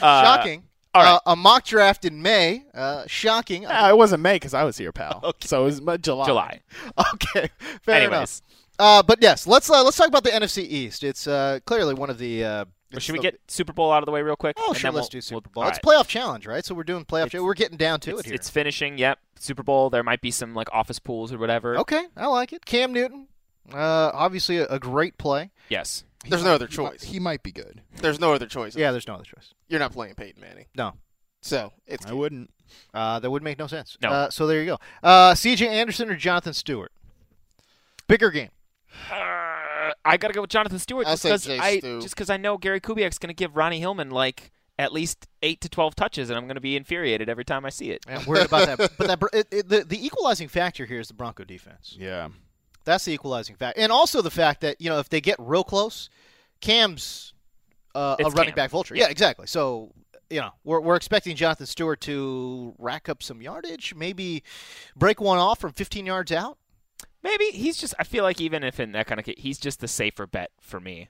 [SPEAKER 3] shocking.
[SPEAKER 4] all right.
[SPEAKER 3] Uh, a mock draft in May. Uh, shocking.
[SPEAKER 5] Ah, it wasn't May because I was here, pal. So it was mu- July.
[SPEAKER 4] July.
[SPEAKER 3] okay, fair enough.
[SPEAKER 4] Anyways,
[SPEAKER 3] Uh, but yes, let's uh, let's talk about the NFC East. It's uh, clearly one of the. Uh,
[SPEAKER 4] well, should we get Super Bowl out of the way real quick?
[SPEAKER 3] Oh,
[SPEAKER 4] And
[SPEAKER 3] sure.
[SPEAKER 4] then
[SPEAKER 3] Let's
[SPEAKER 4] we'll-
[SPEAKER 3] do Super
[SPEAKER 4] we'll-
[SPEAKER 3] Bowl.
[SPEAKER 4] all
[SPEAKER 3] It's
[SPEAKER 4] right.
[SPEAKER 3] playoff challenge, right? So we're doing playoff.
[SPEAKER 4] It's-
[SPEAKER 3] challenge. We're getting down to
[SPEAKER 4] it's,
[SPEAKER 3] it here.
[SPEAKER 4] it's finishing. Yep. Super Bowl. There might be some like office pools or whatever.
[SPEAKER 3] okay, I like it. Cam Newton, uh, obviously a, a great play.
[SPEAKER 4] Yes.
[SPEAKER 10] There's no other
[SPEAKER 5] He might,
[SPEAKER 10] choice.
[SPEAKER 5] he might be good.
[SPEAKER 10] There's no other choice.
[SPEAKER 3] Yeah, there's no other choice.
[SPEAKER 10] You're not playing Peyton Manning.
[SPEAKER 3] No,
[SPEAKER 10] So it's
[SPEAKER 5] I wouldn't.
[SPEAKER 3] uh, that would make no sense.
[SPEAKER 4] No.
[SPEAKER 3] Uh, so there you go. Uh, C.J. Anderson or Jonathan Stewart? Bigger game.
[SPEAKER 4] Uh, I gotta go with Jonathan Stewart
[SPEAKER 10] I'll
[SPEAKER 4] just
[SPEAKER 10] say
[SPEAKER 4] because
[SPEAKER 10] Jay
[SPEAKER 4] I
[SPEAKER 10] Stu.
[SPEAKER 4] just because I know Gary Kubiak's gonna give Ronnie Hillman like at least eight to twelve touches, and I'm gonna be infuriated every time I see it.
[SPEAKER 3] I'm worried about that. But that br- it, it, the, the equalizing factor here is the Bronco defense.
[SPEAKER 5] Yeah.
[SPEAKER 3] That's the equalizing factor, and also the fact that you know if they get real close, Cam's uh, a
[SPEAKER 4] It's
[SPEAKER 3] running
[SPEAKER 4] Cam.
[SPEAKER 3] back vulture. Yeah, exactly. So you know we're we're expecting Jonathan Stewart to rack up some yardage, maybe break one off from 15 yards out.
[SPEAKER 4] Maybe he's just. I feel like even if in that kind of, he's just the safer bet for me.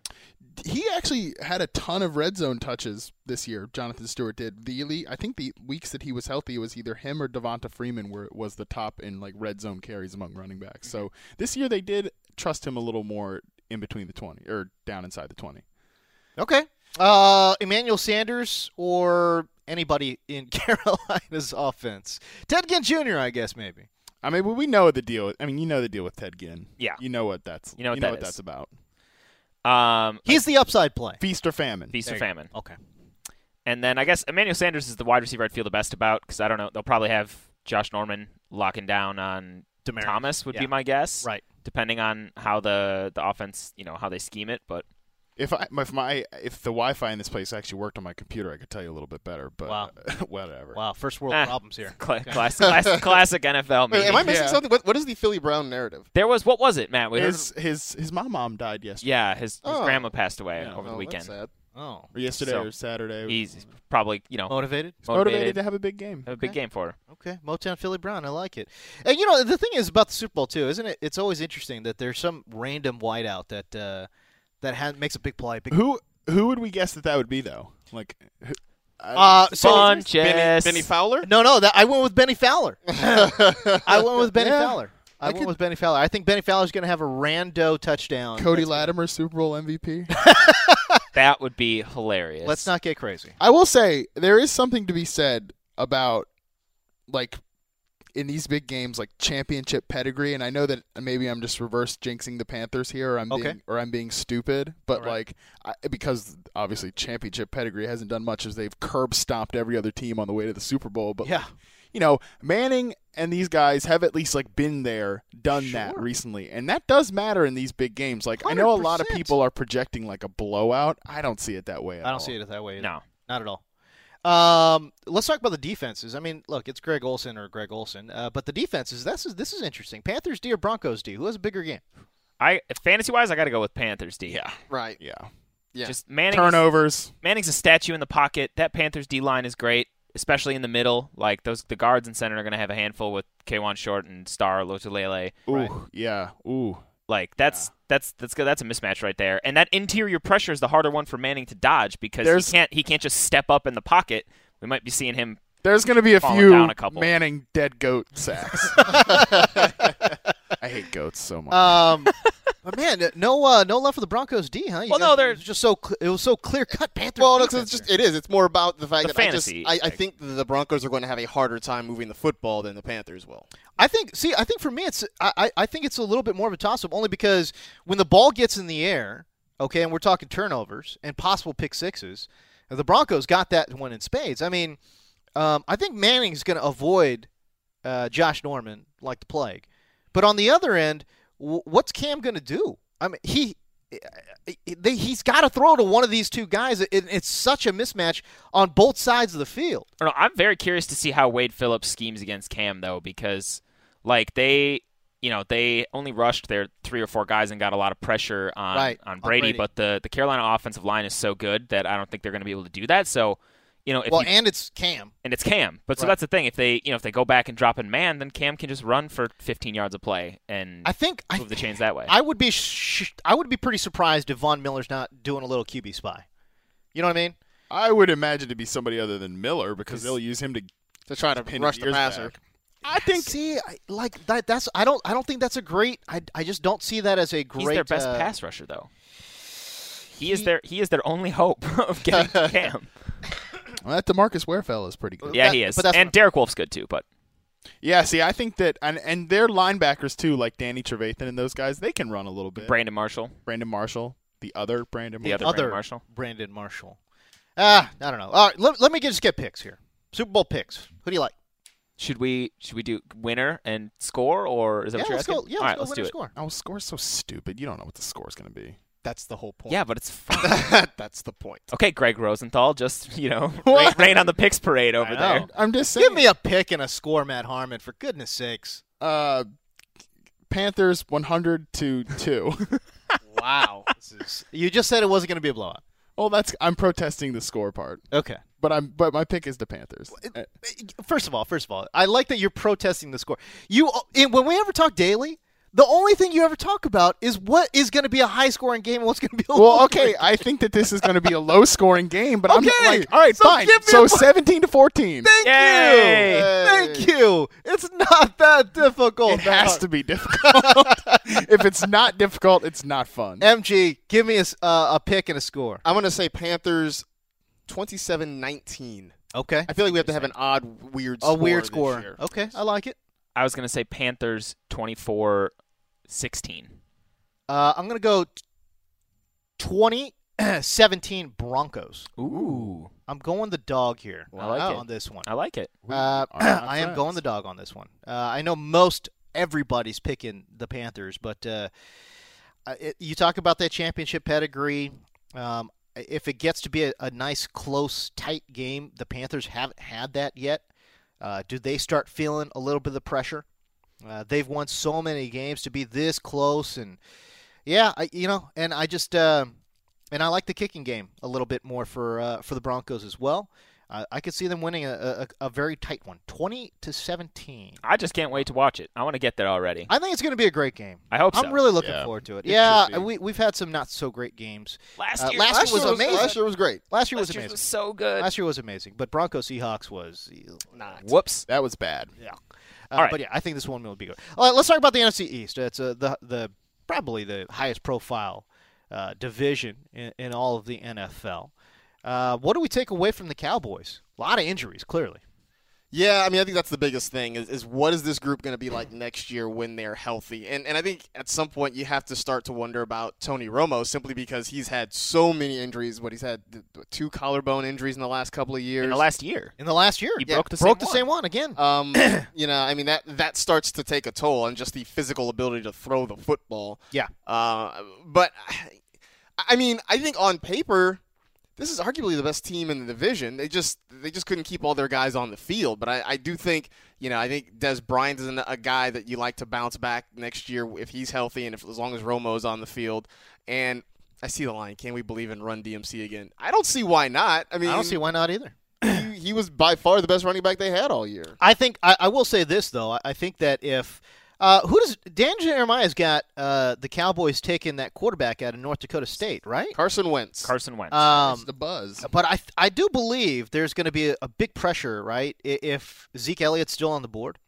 [SPEAKER 5] He actually had a ton of red zone touches this year. Jonathan Stewart did. The elite, I think the weeks that he was healthy it was either him or Devonta Freeman were was the top in like red zone carries among running backs. So this year they did trust him a little more in between the 20 or down inside the 20.
[SPEAKER 3] Okay. Uh, Emmanuel Sanders or anybody in Carolina's offense, Ted Ginn Jr. I guess maybe.
[SPEAKER 5] I mean, well, we know the deal. I mean, you know the deal with Ted Ginn.
[SPEAKER 4] Yeah.
[SPEAKER 5] You know what that's
[SPEAKER 4] You know what that is.
[SPEAKER 5] that's about.
[SPEAKER 4] Um,
[SPEAKER 3] He's the upside play.
[SPEAKER 5] Feast or famine.
[SPEAKER 4] feast or
[SPEAKER 3] There you go.
[SPEAKER 4] famine.
[SPEAKER 3] Okay.
[SPEAKER 4] And then I guess Emmanuel Sanders is the wide receiver I'd feel the best about because I don't know. They'll probably have Josh Norman locking down on
[SPEAKER 3] Demaryius,
[SPEAKER 4] Thomas would
[SPEAKER 3] yeah.
[SPEAKER 4] be my guess.
[SPEAKER 3] Right.
[SPEAKER 4] Depending on how the the offense, you know, how they scheme it, but
[SPEAKER 5] If I if my if the Wi-Fi in this place actually worked on my computer, I could tell you a little bit better. But
[SPEAKER 3] Wow.
[SPEAKER 5] whatever.
[SPEAKER 3] Wow, first world
[SPEAKER 4] Ah.
[SPEAKER 3] problems here.
[SPEAKER 4] Cla- classic, classic, classic NFL
[SPEAKER 10] Wait,
[SPEAKER 4] meeting.
[SPEAKER 10] am I missing
[SPEAKER 5] Yeah.
[SPEAKER 10] something? What, what is the Philly Brown narrative?
[SPEAKER 4] there was what was it, Matt? We heard-
[SPEAKER 5] His his his mom mom died yesterday.
[SPEAKER 4] yeah, his, his
[SPEAKER 10] Oh.
[SPEAKER 4] grandma passed away
[SPEAKER 5] Yeah,
[SPEAKER 4] over the
[SPEAKER 10] Oh, that's
[SPEAKER 4] weekend.
[SPEAKER 10] sad.
[SPEAKER 3] Oh,
[SPEAKER 5] Or yesterday
[SPEAKER 4] So-
[SPEAKER 5] or Saturday.
[SPEAKER 4] He's probably you know
[SPEAKER 3] motivated.
[SPEAKER 5] He's
[SPEAKER 4] motivated.
[SPEAKER 5] motivated to have a big game.
[SPEAKER 4] have a big game for her.
[SPEAKER 3] Okay, Motown Philly Brown, I like it. And you know the thing is about the Super Bowl too, isn't it? It's always interesting that there's some random whiteout that uh, that ha- makes a big play. Big
[SPEAKER 5] Who who would we guess that that would be though? Like, who- I-
[SPEAKER 3] Uh, so
[SPEAKER 4] Funches.
[SPEAKER 10] Benny, Benny Fowler?
[SPEAKER 3] no, no, that I went with Benny Fowler. I went with Benny
[SPEAKER 5] Yeah.
[SPEAKER 3] Fowler. I,
[SPEAKER 5] I
[SPEAKER 3] went
[SPEAKER 5] could-
[SPEAKER 3] with Benny Fowler. I think Benny Fowler's going to have a rando touchdown.
[SPEAKER 5] Cody Latimer, Super Bowl MVP.
[SPEAKER 4] That would be hilarious.
[SPEAKER 3] Let's not get crazy.
[SPEAKER 5] I will say there is something to be said about like in these big games like championship pedigree and I know that maybe I'm just reverse jinxing the Panthers here or I'm
[SPEAKER 3] Okay.
[SPEAKER 5] being or I'm being stupid but
[SPEAKER 3] All right.
[SPEAKER 5] like I, because obviously championship pedigree hasn't done much as they've curb stomped every other team on the way to the Super Bowl but
[SPEAKER 3] Yeah.
[SPEAKER 5] you know Manning and these guys have at least like been there done that
[SPEAKER 3] Sure.
[SPEAKER 5] recently and that does matter in these big games like I know a lot of
[SPEAKER 3] 100%.
[SPEAKER 5] people are projecting like a blowout I don't see it that way at
[SPEAKER 3] I
[SPEAKER 5] all.
[SPEAKER 3] don't see it that way. either.
[SPEAKER 4] No.
[SPEAKER 3] not at all. Um, let's talk about the defenses. I mean, look, it's Greg Olson or Greg Olson, uh, but the defenses. This is this is interesting. Panthers D or Broncos D? Who has a bigger game?
[SPEAKER 4] I fantasy wise, I got to go with Panthers D. Yeah,
[SPEAKER 10] Right.
[SPEAKER 5] yeah
[SPEAKER 10] Yeah.
[SPEAKER 4] just Manning.
[SPEAKER 5] turnovers
[SPEAKER 4] Manning's a statue in the pocket. That Panthers D line is great, especially in the middle. Like those, the guards and center are going to have a handful with Kwan Short and Star Lotulele.
[SPEAKER 5] Ooh,
[SPEAKER 3] Right.
[SPEAKER 5] yeah. Ooh.
[SPEAKER 4] Like that's that's that's good. That's a mismatch right there. And that interior pressure is the harder one for Manning to dodge because
[SPEAKER 5] There's-
[SPEAKER 4] he can't he can't just step up in the pocket. We might be seeing him.
[SPEAKER 5] There's going to be a
[SPEAKER 4] Falling
[SPEAKER 5] few
[SPEAKER 4] down a couple.
[SPEAKER 5] Manning dead goat sacks. I hate goats so much.
[SPEAKER 3] Um, but man, no, uh, no love for the Broncos D, huh? You
[SPEAKER 4] Well, no,
[SPEAKER 3] guys-
[SPEAKER 4] they're-
[SPEAKER 3] it was just so cl- it was so clear cut. Panthers.
[SPEAKER 10] Well, no, 'cause
[SPEAKER 3] defense
[SPEAKER 10] it's just
[SPEAKER 3] here.
[SPEAKER 10] it is. It's more about the fact
[SPEAKER 4] The
[SPEAKER 10] that
[SPEAKER 4] fantasy
[SPEAKER 10] I just I, I
[SPEAKER 4] thing.
[SPEAKER 10] think the Broncos are going to have a harder time moving the football than the Panthers will.
[SPEAKER 3] I think. See, I think for me, it's I, I, I think it's a little bit more of a toss up, only because when the ball gets in the air, okay, and we're talking turnovers and possible pick sixes, the Broncos got that one in spades. I mean, um, I think Manning's going to avoid uh, Josh Norman like the plague, but on the other end, w- what's Cam going to do? I mean, he. eh, They, he's got to throw to one of these two guys. It, it's such a mismatch on both sides of the field.
[SPEAKER 4] I don't know, I'm very curious to see how Wade Phillips schemes against Cam though, because like they. You know they only rushed their three or four guys and got a lot of pressure on
[SPEAKER 3] Right,
[SPEAKER 4] on,
[SPEAKER 3] on
[SPEAKER 4] Brady,
[SPEAKER 3] Brady.
[SPEAKER 4] but the, the Carolina offensive line is so good that I don't think they're going to be able to do that. So, you know, if
[SPEAKER 3] well,
[SPEAKER 4] you
[SPEAKER 3] and it's Cam.
[SPEAKER 4] and it's Cam. But so
[SPEAKER 3] Right.
[SPEAKER 4] that's the thing. If they, you know, if they go back and drop in man, then Cam can just run for 15 yards of play and
[SPEAKER 3] I think I,
[SPEAKER 4] move the chains that way.
[SPEAKER 3] I would be sh- I would be pretty surprised if Von Miller's not doing a little QB spy. You know what I mean?
[SPEAKER 5] I would imagine to be somebody other than Miller because they'll use him to to try to
[SPEAKER 10] rush the passer.
[SPEAKER 3] I think see I, like that that's I don't I don't think that's a great I, I just don't see that as a great
[SPEAKER 4] He's their best
[SPEAKER 3] uh,
[SPEAKER 4] pass rusher, though. He is their he is their only hope of getting Cam.
[SPEAKER 5] Well, that Demarcus Ware fella is pretty good.
[SPEAKER 4] Yeah,
[SPEAKER 3] That-
[SPEAKER 4] he is.
[SPEAKER 3] but that's
[SPEAKER 4] and
[SPEAKER 3] what-
[SPEAKER 4] Derek Wolf's good too. But
[SPEAKER 5] Yeah, see, I think that and and their linebackers too, like Danny Trevathan and those guys, they can run a little bit.
[SPEAKER 4] Brandon Marshall,
[SPEAKER 5] Brandon Marshall, the other Brandon.
[SPEAKER 4] the other,
[SPEAKER 5] Marshall.
[SPEAKER 3] other
[SPEAKER 4] Brandon Marshall.
[SPEAKER 3] Brandon Marshall. Ah, I don't know. All right, let, let me get, just get picks here. Super Bowl picks. Who do you like?
[SPEAKER 4] Should we should we do winner and score or is that
[SPEAKER 3] yeah,
[SPEAKER 4] what you're
[SPEAKER 3] let's
[SPEAKER 4] asking?
[SPEAKER 3] go. Yeah,
[SPEAKER 4] All
[SPEAKER 3] let's
[SPEAKER 4] right,
[SPEAKER 3] go
[SPEAKER 4] let's
[SPEAKER 3] win
[SPEAKER 4] do
[SPEAKER 3] or
[SPEAKER 4] it.
[SPEAKER 3] score.
[SPEAKER 5] Oh, score's so stupid. You don't know what the score's going to be.
[SPEAKER 10] That's the whole point.
[SPEAKER 4] Yeah, but it's fun.
[SPEAKER 10] that's the point.
[SPEAKER 4] okay. Greg Rosenthal, just you know, rain, rain on the picks parade over there.
[SPEAKER 5] I'm just saying.
[SPEAKER 3] Give me a pick and a score, Matt Harmon, for goodness sakes.
[SPEAKER 5] uh, Panthers 100 to two.
[SPEAKER 3] Wow. this is, you just said it wasn't going to be a blowout.
[SPEAKER 5] well, that's I'm protesting the score part.
[SPEAKER 3] Okay.
[SPEAKER 5] But I'm but my pick is the Panthers. Uh,
[SPEAKER 3] First of all, first of all, I like that you're protesting the score. You and when we ever talk daily, the only thing you ever talk about is what is going to be a high scoring game and what's going to be a low
[SPEAKER 5] Well, okay,
[SPEAKER 3] scoring-
[SPEAKER 5] I think that this is going to be a low scoring game, but
[SPEAKER 3] Okay,
[SPEAKER 5] I'm like, all right,
[SPEAKER 3] so
[SPEAKER 5] fine.
[SPEAKER 3] give me
[SPEAKER 5] So
[SPEAKER 3] a-
[SPEAKER 5] 17 to 14.
[SPEAKER 3] Thank
[SPEAKER 4] Yay!
[SPEAKER 3] you. Thank you. It's not that difficult. Uh,
[SPEAKER 5] It has to be difficult. if it's not difficult, it's not fun.
[SPEAKER 3] MG, give me a, s- uh, a pick and a score.
[SPEAKER 10] I'm going to say Panthers 27-19.
[SPEAKER 3] Okay.
[SPEAKER 10] I feel like we have to have an odd, weird
[SPEAKER 3] A
[SPEAKER 10] score
[SPEAKER 3] weird
[SPEAKER 10] this
[SPEAKER 3] score.
[SPEAKER 10] year.
[SPEAKER 3] Okay, I like it.
[SPEAKER 4] I was gonna say Panthers 24-16.
[SPEAKER 3] Uh, I'm going to go t- 20 17 Broncos.
[SPEAKER 4] Ooh,
[SPEAKER 3] I'm going the dog here uh,
[SPEAKER 4] I like
[SPEAKER 3] on
[SPEAKER 4] it.
[SPEAKER 3] this one.
[SPEAKER 4] I like it.
[SPEAKER 3] Uh,
[SPEAKER 5] are not
[SPEAKER 3] I am
[SPEAKER 5] friends.
[SPEAKER 3] going the dog on this one. Uh, I know most everybody's picking the Panthers, but uh, I- it, you talk about that championship pedigree. Um, if it gets to be a, a nice, close, tight game, the Panthers haven't had that yet. Uh, do they start feeling a little bit of the pressure? Uh, they've won so many games to be this close, and yeah, I, you know, and I just uh, and I like the kicking game a little bit more for uh, for the Broncos as well. Uh, I could see them winning a, a, a very tight one, twenty to seventeen.
[SPEAKER 4] I just can't wait to watch it. I want to get there already.
[SPEAKER 3] I think it's going to be a great game.
[SPEAKER 4] I hope so.
[SPEAKER 3] I'm really looking
[SPEAKER 10] Yeah.
[SPEAKER 3] forward to it.
[SPEAKER 10] It should
[SPEAKER 3] yeah,
[SPEAKER 10] be.
[SPEAKER 3] we we've had some not so great games.
[SPEAKER 4] last
[SPEAKER 3] uh,
[SPEAKER 4] year,
[SPEAKER 3] last
[SPEAKER 4] last
[SPEAKER 3] year was
[SPEAKER 4] year
[SPEAKER 3] amazing.
[SPEAKER 10] Last year was great.
[SPEAKER 3] Last year was
[SPEAKER 4] last year
[SPEAKER 3] amazing.
[SPEAKER 4] was so good.
[SPEAKER 3] Last year was amazing, but Broncos Seahawks was not.
[SPEAKER 4] Whoops.
[SPEAKER 5] That was bad.
[SPEAKER 3] Yeah. Uh,
[SPEAKER 4] All right.
[SPEAKER 3] But yeah, I think this one will be good. All right, let's talk about the NFC East. It's uh, the the probably the highest profile uh, division in, in all of the NFL. Uh, what do we take away from the Cowboys? A lot of injuries, clearly.
[SPEAKER 10] Yeah, I mean, I think that's the biggest thing is, is what is this group going to be like next year when they're healthy? And and I think at some point you have to start to wonder about Tony Romo simply because he's had so many injuries. What he's had th- th- two collarbone injuries in the last couple of years.
[SPEAKER 4] in the last year.
[SPEAKER 3] In the last year,
[SPEAKER 4] He
[SPEAKER 3] Yeah,
[SPEAKER 4] broke the
[SPEAKER 3] broke
[SPEAKER 4] same
[SPEAKER 3] the
[SPEAKER 4] one.
[SPEAKER 3] same one again.
[SPEAKER 10] Um, you know, I mean that that starts to take a toll on just the physical ability to throw the football.
[SPEAKER 3] Yeah.
[SPEAKER 10] Uh, but I- I mean, I think on paper, this is arguably the best team in the division. They just they just couldn't keep all their guys on the field. But I, I do think you know I think Des Bryant is an, a guy that you like to bounce back next year if he's healthy and if as long as Romo's on the field. And I see the line. Can we believe in Run DMC again? I don't see why not. I mean,
[SPEAKER 3] I don't see why not either.
[SPEAKER 10] he, he was by far the best running back they had all year.
[SPEAKER 3] I think I, I will say this though. I, I think that if uh, who does Dan Jeremiah's got uh, the Cowboys taking that quarterback out of North Dakota State, right?
[SPEAKER 10] Carson Wentz.
[SPEAKER 4] Carson Wentz.
[SPEAKER 3] Um,
[SPEAKER 5] It's the buzz.
[SPEAKER 3] but I I do believe there's going to be a, a big pressure, right? i- If Zeke Elliott's still on the board,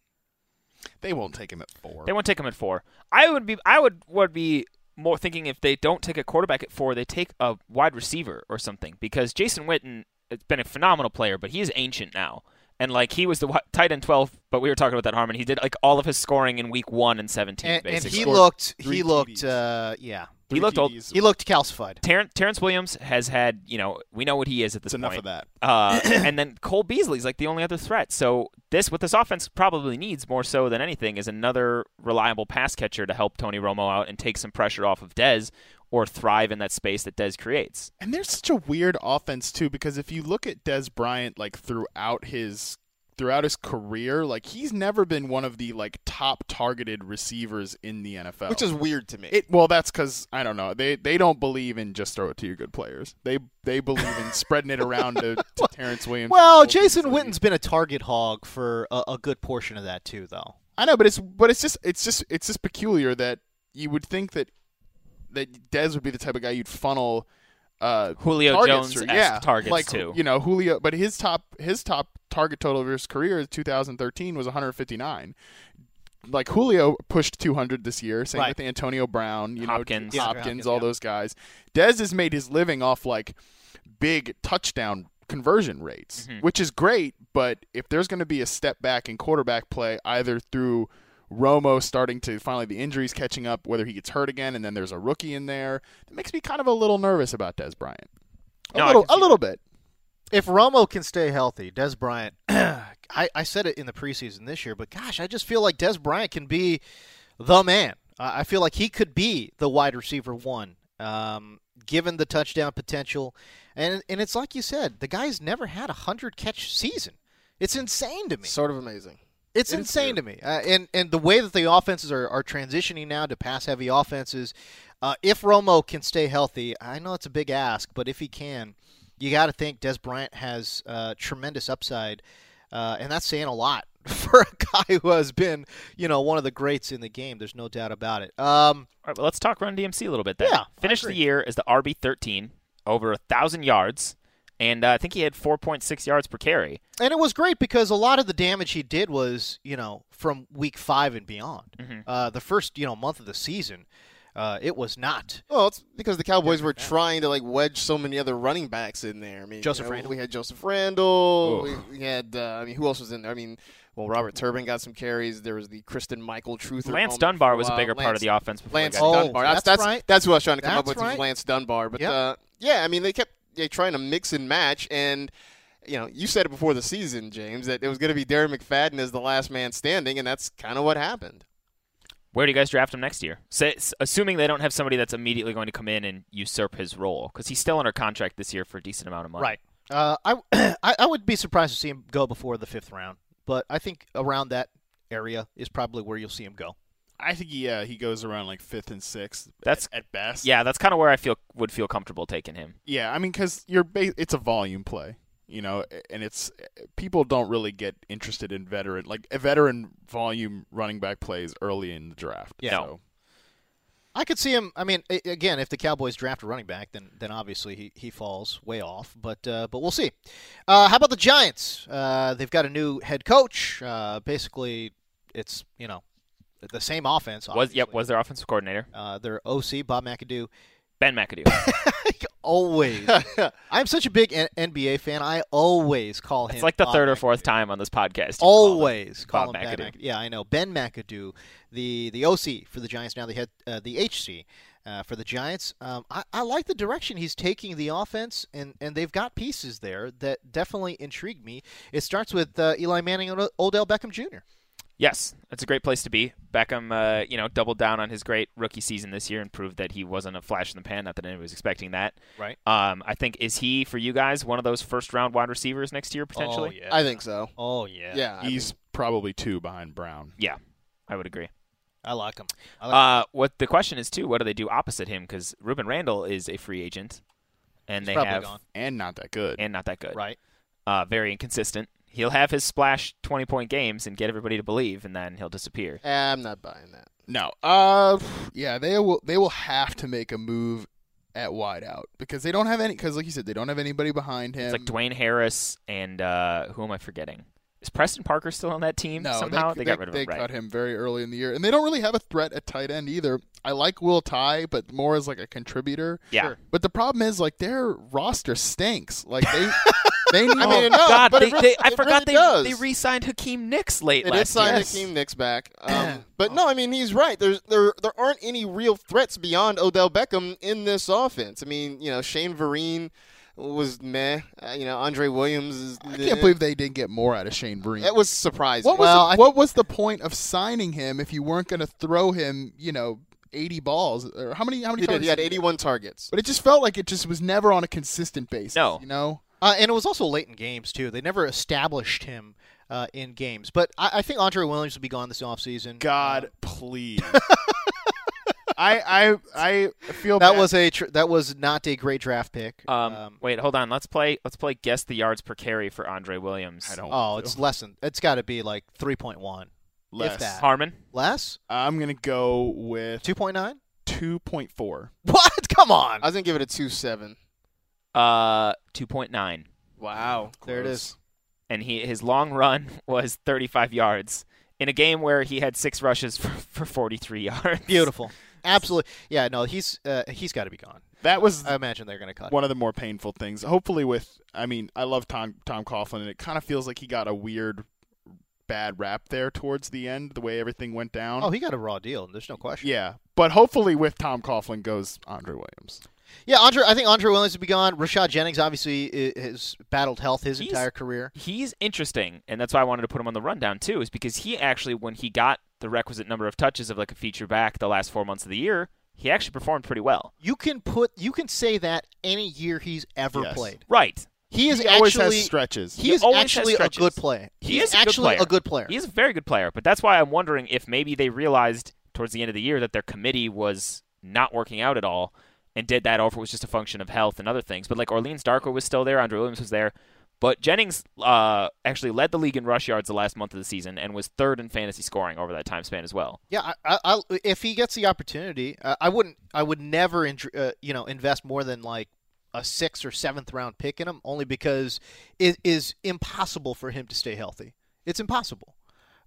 [SPEAKER 5] They won't take him at four.
[SPEAKER 4] they won't take him at four. I would be. I would would be more thinking if they don't take a quarterback at four, they take a wide receiver or something because Jason Witten has been a phenomenal player, but he is ancient now. And like he was the wi- tight end twelve, but we were talking about that Harmon. He did like all of his scoring in week one and seventeen.
[SPEAKER 3] and, and
[SPEAKER 4] basically,
[SPEAKER 3] he
[SPEAKER 5] Scored
[SPEAKER 3] looked
[SPEAKER 5] three
[SPEAKER 3] he looked
[SPEAKER 5] TDs.
[SPEAKER 3] uh, yeah
[SPEAKER 4] He looked old.
[SPEAKER 3] he looked calcified.
[SPEAKER 4] Terrence, Terrence Williams has had, you know, we know what he is at this
[SPEAKER 5] It's enough
[SPEAKER 4] point.
[SPEAKER 5] of that.
[SPEAKER 4] Uh, and then Cole Beasley's like the only other threat. So this, what this offense probably needs more so than anything, is another reliable pass catcher to help Tony Romo out and take some pressure off of Dez or thrive in that space that Dez creates.
[SPEAKER 5] And there's such a weird offense too, because if you look at Des Bryant like throughout his throughout his career, like he's never been one of the like top targeted receivers in the NFL.
[SPEAKER 10] which is weird to me.
[SPEAKER 5] it well, that's because I don't know. They they don't believe in just throw it to your good players. They they believe in spreading it around to, to Terrence Williams.
[SPEAKER 3] Well,
[SPEAKER 5] Cole
[SPEAKER 3] Jason
[SPEAKER 5] Beasley.
[SPEAKER 3] Witten's been a target hog for a, a good portion of that too, though.
[SPEAKER 5] I know, but it's but it's just it's just it's just peculiar that you would think that that Des would be the type of guy you'd funnel uh,
[SPEAKER 4] Julio
[SPEAKER 5] targets
[SPEAKER 4] Jones-esque
[SPEAKER 5] through. yeah,
[SPEAKER 4] targets
[SPEAKER 5] like,
[SPEAKER 4] too.
[SPEAKER 5] You know, Julio, but his top his top target total of his career in 2013 was 159. Like Julio pushed 200 this year, same
[SPEAKER 3] Right.
[SPEAKER 5] with Antonio Brown, you
[SPEAKER 4] Hopkins.
[SPEAKER 5] know,
[SPEAKER 4] Yeah,
[SPEAKER 5] Hopkins,
[SPEAKER 3] Hopkins,
[SPEAKER 5] all
[SPEAKER 3] yeah.
[SPEAKER 5] those guys. Des has made his living off like big touchdown conversion rates,
[SPEAKER 4] Mm-hmm.
[SPEAKER 5] which is great. But if there's going to be a step back in quarterback play, either through Romo starting to finally the injuries catching up, whether he gets hurt again, and then there's a rookie in there, that makes me kind of a little nervous about Des Bryant. A
[SPEAKER 4] No, I
[SPEAKER 5] little,
[SPEAKER 4] can
[SPEAKER 5] a
[SPEAKER 4] see
[SPEAKER 5] little bit.
[SPEAKER 3] If Romo can stay healthy, Des Bryant, I, I said it in the preseason this year, but gosh, I just feel like Des Bryant can be the man. Uh, I feel like he could be the wide receiver one, um, given the touchdown potential. And and it's like you said, the guy's never had a hundred catch season. It's insane to me.
[SPEAKER 10] sort of amazing.
[SPEAKER 3] It's
[SPEAKER 10] It is
[SPEAKER 3] insane
[SPEAKER 10] weird.
[SPEAKER 3] to me, uh, and and the way that the offenses are, are transitioning now to pass heavy offenses, uh, if Romo can stay healthy, I know it's a big ask, but if he can, you got to think Des Bryant has uh, tremendous upside, uh, and that's saying a lot for a guy who has been, you know, one of the greats in the game. There's no doubt about it. Um,
[SPEAKER 4] All right, well, let's talk Run DMC a little bit. Then
[SPEAKER 3] Yeah, I
[SPEAKER 4] finished the
[SPEAKER 3] agree.
[SPEAKER 4] year as the RB thirteen, over a thousand yards, and uh, I think he had four point six yards per carry.
[SPEAKER 3] and it was great because a lot of the damage he did was you know from week five and beyond.
[SPEAKER 10] Mm-hmm.
[SPEAKER 3] Uh, the first you know month of the season, uh, it was not.
[SPEAKER 10] Well, it's because the Cowboys were trying to like wedge so many other running backs in there. I mean,
[SPEAKER 3] Joseph
[SPEAKER 10] you know,
[SPEAKER 3] Randle.
[SPEAKER 10] We had Joseph Randall. We, we had. Uh, I mean, who else was in there? I mean, well, Robert Turbin got some carries. There was the Kristen Michael truth.
[SPEAKER 4] Lance Dunbar was a bigger part of the offense. Before he
[SPEAKER 10] Lance
[SPEAKER 4] got
[SPEAKER 3] Oh,
[SPEAKER 10] Dunbar. That's
[SPEAKER 3] that's
[SPEAKER 10] that's,
[SPEAKER 3] right.
[SPEAKER 10] that's who I was trying to come
[SPEAKER 3] That's
[SPEAKER 10] up with
[SPEAKER 3] right.
[SPEAKER 10] was Lance Dunbar. But
[SPEAKER 3] Yep.
[SPEAKER 10] uh, yeah, I mean, they kept they trying to mix and match and. You know, you said it before the season, James, that it was going to be Darren McFadden as the last man standing, and that's kind of what happened.
[SPEAKER 4] Where do you guys draft him next year? Say, s- assuming they don't have somebody that's immediately going to come in and usurp his role, because he's still under contract this year for a decent amount of money.
[SPEAKER 3] Right. Uh, I, I I would be surprised to see him go before the fifth round, but I think around that area is probably where you'll see him go.
[SPEAKER 5] I think yeah, he goes around like fifth and sixth.
[SPEAKER 4] That's-
[SPEAKER 5] at, at best.
[SPEAKER 4] Yeah, that's kind of where I feel would feel comfortable taking him.
[SPEAKER 5] yeah. I mean, because you're ba- it's a volume play, you know, and it's people don't really get interested in veteran like a veteran volume running back plays early in the draft.
[SPEAKER 3] Yeah.
[SPEAKER 5] So.
[SPEAKER 3] I could see him. I mean, a- again, if the Cowboys draft a running back, then then obviously he, he falls way off. But uh, but we'll see. Uh, how about the Giants? Uh, they've got a new head coach. Uh, basically, it's you know the same offense.
[SPEAKER 4] Was yep,
[SPEAKER 3] obviously.
[SPEAKER 4] was their offensive coordinator
[SPEAKER 3] uh, their OC Bob McAdoo
[SPEAKER 4] Ben McAdoo?
[SPEAKER 3] always. I'm such a big N- NBA fan. I always call him.
[SPEAKER 4] it's like the
[SPEAKER 3] Bob
[SPEAKER 4] third or fourth
[SPEAKER 3] McAdoo.
[SPEAKER 4] time on this podcast. you call him.
[SPEAKER 3] Always call
[SPEAKER 4] Bob
[SPEAKER 3] him Ben
[SPEAKER 4] McAdoo.
[SPEAKER 3] Mc- Yeah, I know Ben McAdoo, the the OC for the Giants. Now they had uh, the HC uh, for the Giants. Um, I, I like the direction he's taking the offense, and, and they've got pieces there that definitely intrigue me. It starts with uh, Eli Manning and Odell Beckham Jr.
[SPEAKER 4] Yes, that's a great place to be. Beckham, uh, you know, doubled down on his great rookie season this year and proved that he wasn't a flash in the pan. Not that anyone was expecting that.
[SPEAKER 3] Right.
[SPEAKER 4] Um, I think is he for you guys one of those first round wide receivers next year
[SPEAKER 3] Oh,
[SPEAKER 4] potentially?
[SPEAKER 3] yeah.
[SPEAKER 10] I think so.
[SPEAKER 3] Oh yeah.
[SPEAKER 10] Yeah. I
[SPEAKER 5] He's probably two behind Brown.
[SPEAKER 4] yeah. I would agree.
[SPEAKER 3] I like him. I like
[SPEAKER 4] Uh, what the question is too? What do they do opposite him? Because Ruben Randall is a free agent, and
[SPEAKER 3] He's
[SPEAKER 4] they
[SPEAKER 3] probably
[SPEAKER 4] have
[SPEAKER 3] gone.
[SPEAKER 5] And not that good.
[SPEAKER 4] and not that good.
[SPEAKER 3] Right.
[SPEAKER 4] Uh, very inconsistent. He'll have his splash twenty point games and get everybody to believe, and then he'll disappear.
[SPEAKER 10] I'm not buying that.
[SPEAKER 5] No. Uh, yeah, they will. They will have to make a move at wideout because they don't have any. Because like you said, they don't have anybody behind him.
[SPEAKER 4] It's like Dwayne Harris and uh, who am I forgetting? Is Preston Parker still on that team
[SPEAKER 5] No,
[SPEAKER 4] somehow?
[SPEAKER 5] they,
[SPEAKER 4] got rid of
[SPEAKER 5] they
[SPEAKER 4] him. right.
[SPEAKER 5] cut him very early in the year, and they don't really have a threat at tight end either. I like Will Ty, but more as like a contributor.
[SPEAKER 4] Yeah.
[SPEAKER 5] But the problem is like their roster stinks. Like they, they need.
[SPEAKER 10] I mean, it- no,
[SPEAKER 4] Oh, God,
[SPEAKER 10] but
[SPEAKER 4] they,
[SPEAKER 10] it re-
[SPEAKER 4] they, I
[SPEAKER 10] it
[SPEAKER 4] forgot
[SPEAKER 10] really
[SPEAKER 4] they
[SPEAKER 10] does.
[SPEAKER 4] they re-signed Hakeem Nicks late
[SPEAKER 10] They did
[SPEAKER 4] last
[SPEAKER 10] sign
[SPEAKER 4] year.
[SPEAKER 10] Hakeem Nicks back, um, but no, I mean he's right. There's there there aren't any real threats beyond Odell Beckham in this offense. I mean, you know, Shane Vereen was meh. Uh, you know, Andre Williams is.
[SPEAKER 5] I can't believe they didn't get more out of Shane Vereen.
[SPEAKER 10] that was surprising.
[SPEAKER 5] What was
[SPEAKER 3] Well,
[SPEAKER 5] the,
[SPEAKER 3] I
[SPEAKER 5] what was the point of signing him if you weren't going to throw him, you know, 80 balls or how many how many
[SPEAKER 10] he did.
[SPEAKER 5] targets
[SPEAKER 10] He had
[SPEAKER 5] did he get?
[SPEAKER 10] 81 targets.
[SPEAKER 5] But it just felt like it just was never on a consistent basis,
[SPEAKER 4] No.
[SPEAKER 5] you know.
[SPEAKER 3] Uh, and it was also late in games, too. They never established him uh, in games. But I, I think Andre Williams will be gone this offseason. Uh,
[SPEAKER 5] please. I I I feel
[SPEAKER 3] that
[SPEAKER 5] bad.
[SPEAKER 3] was a tr- that was not a great draft pick.
[SPEAKER 4] Um, wait, hold on. Let's play. Let's play. Guess the yards per carry for Andre Williams.
[SPEAKER 5] I don't.
[SPEAKER 3] oh, it's less than it's got to be like three point one.
[SPEAKER 5] less.
[SPEAKER 3] if that.
[SPEAKER 4] Harmon.
[SPEAKER 3] Less
[SPEAKER 5] I'm gonna go with
[SPEAKER 3] two point nine.
[SPEAKER 5] two point four.
[SPEAKER 3] What? Come on.
[SPEAKER 10] I was gonna give it a two seven.
[SPEAKER 4] Uh, two point nine,
[SPEAKER 10] Wow.
[SPEAKER 3] there it is.
[SPEAKER 4] and he his long run was thirty five yards in a game where he had six rushes for, for forty three yards.
[SPEAKER 3] Beautiful. Absolutely. Yeah. No, he's uh, he's got to be gone.
[SPEAKER 5] That was
[SPEAKER 3] I imagine they're going to cut. him.
[SPEAKER 5] one of the more painful things. Hopefully, with I mean, I love Tom Tom Coughlin, and it kind of feels like he got a weird bad rap there towards the end, the way everything went down.
[SPEAKER 3] Oh, he got a raw deal. There's no question.
[SPEAKER 5] yeah, but hopefully with Tom Coughlin goes Andre Williams.
[SPEAKER 3] Yeah. Andre. I think Andre Williams will be gone. Rashad Jennings obviously i- has battled health his
[SPEAKER 4] He's-
[SPEAKER 3] entire career.
[SPEAKER 4] He's interesting, and that's why I wanted to put him on the rundown too, is because he actually, when he got the requisite number of touches of like a feature back the last four months of the year, he actually performed pretty well.
[SPEAKER 3] You can put you can say that any year he's ever
[SPEAKER 5] Yes.
[SPEAKER 3] played.
[SPEAKER 4] Right.
[SPEAKER 3] He is
[SPEAKER 5] He always
[SPEAKER 3] actually
[SPEAKER 5] has stretches.
[SPEAKER 3] he
[SPEAKER 4] He
[SPEAKER 3] is
[SPEAKER 4] always has
[SPEAKER 3] actually a
[SPEAKER 4] stretches.
[SPEAKER 3] good player.
[SPEAKER 4] He
[SPEAKER 3] He's
[SPEAKER 4] is a good
[SPEAKER 3] actually
[SPEAKER 4] player.
[SPEAKER 3] a good player.
[SPEAKER 4] He's a very good player, but that's why I'm wondering if maybe they realized towards the end of the year that their committee was not working out at all and did that, or if it was just a function of health and other things. But like Orleans Darko was still there, Andre Williams was there. But Jennings uh, actually led the league in rush yards the last month of the season and was third in fantasy scoring over that time span as well.
[SPEAKER 3] Yeah, I, I, I'll- if he gets the opportunity, uh, I wouldn't. I would never, in, uh, you know, invest more than like a sixth or seventh round pick in him, only because it is impossible for him to stay healthy. It's impossible.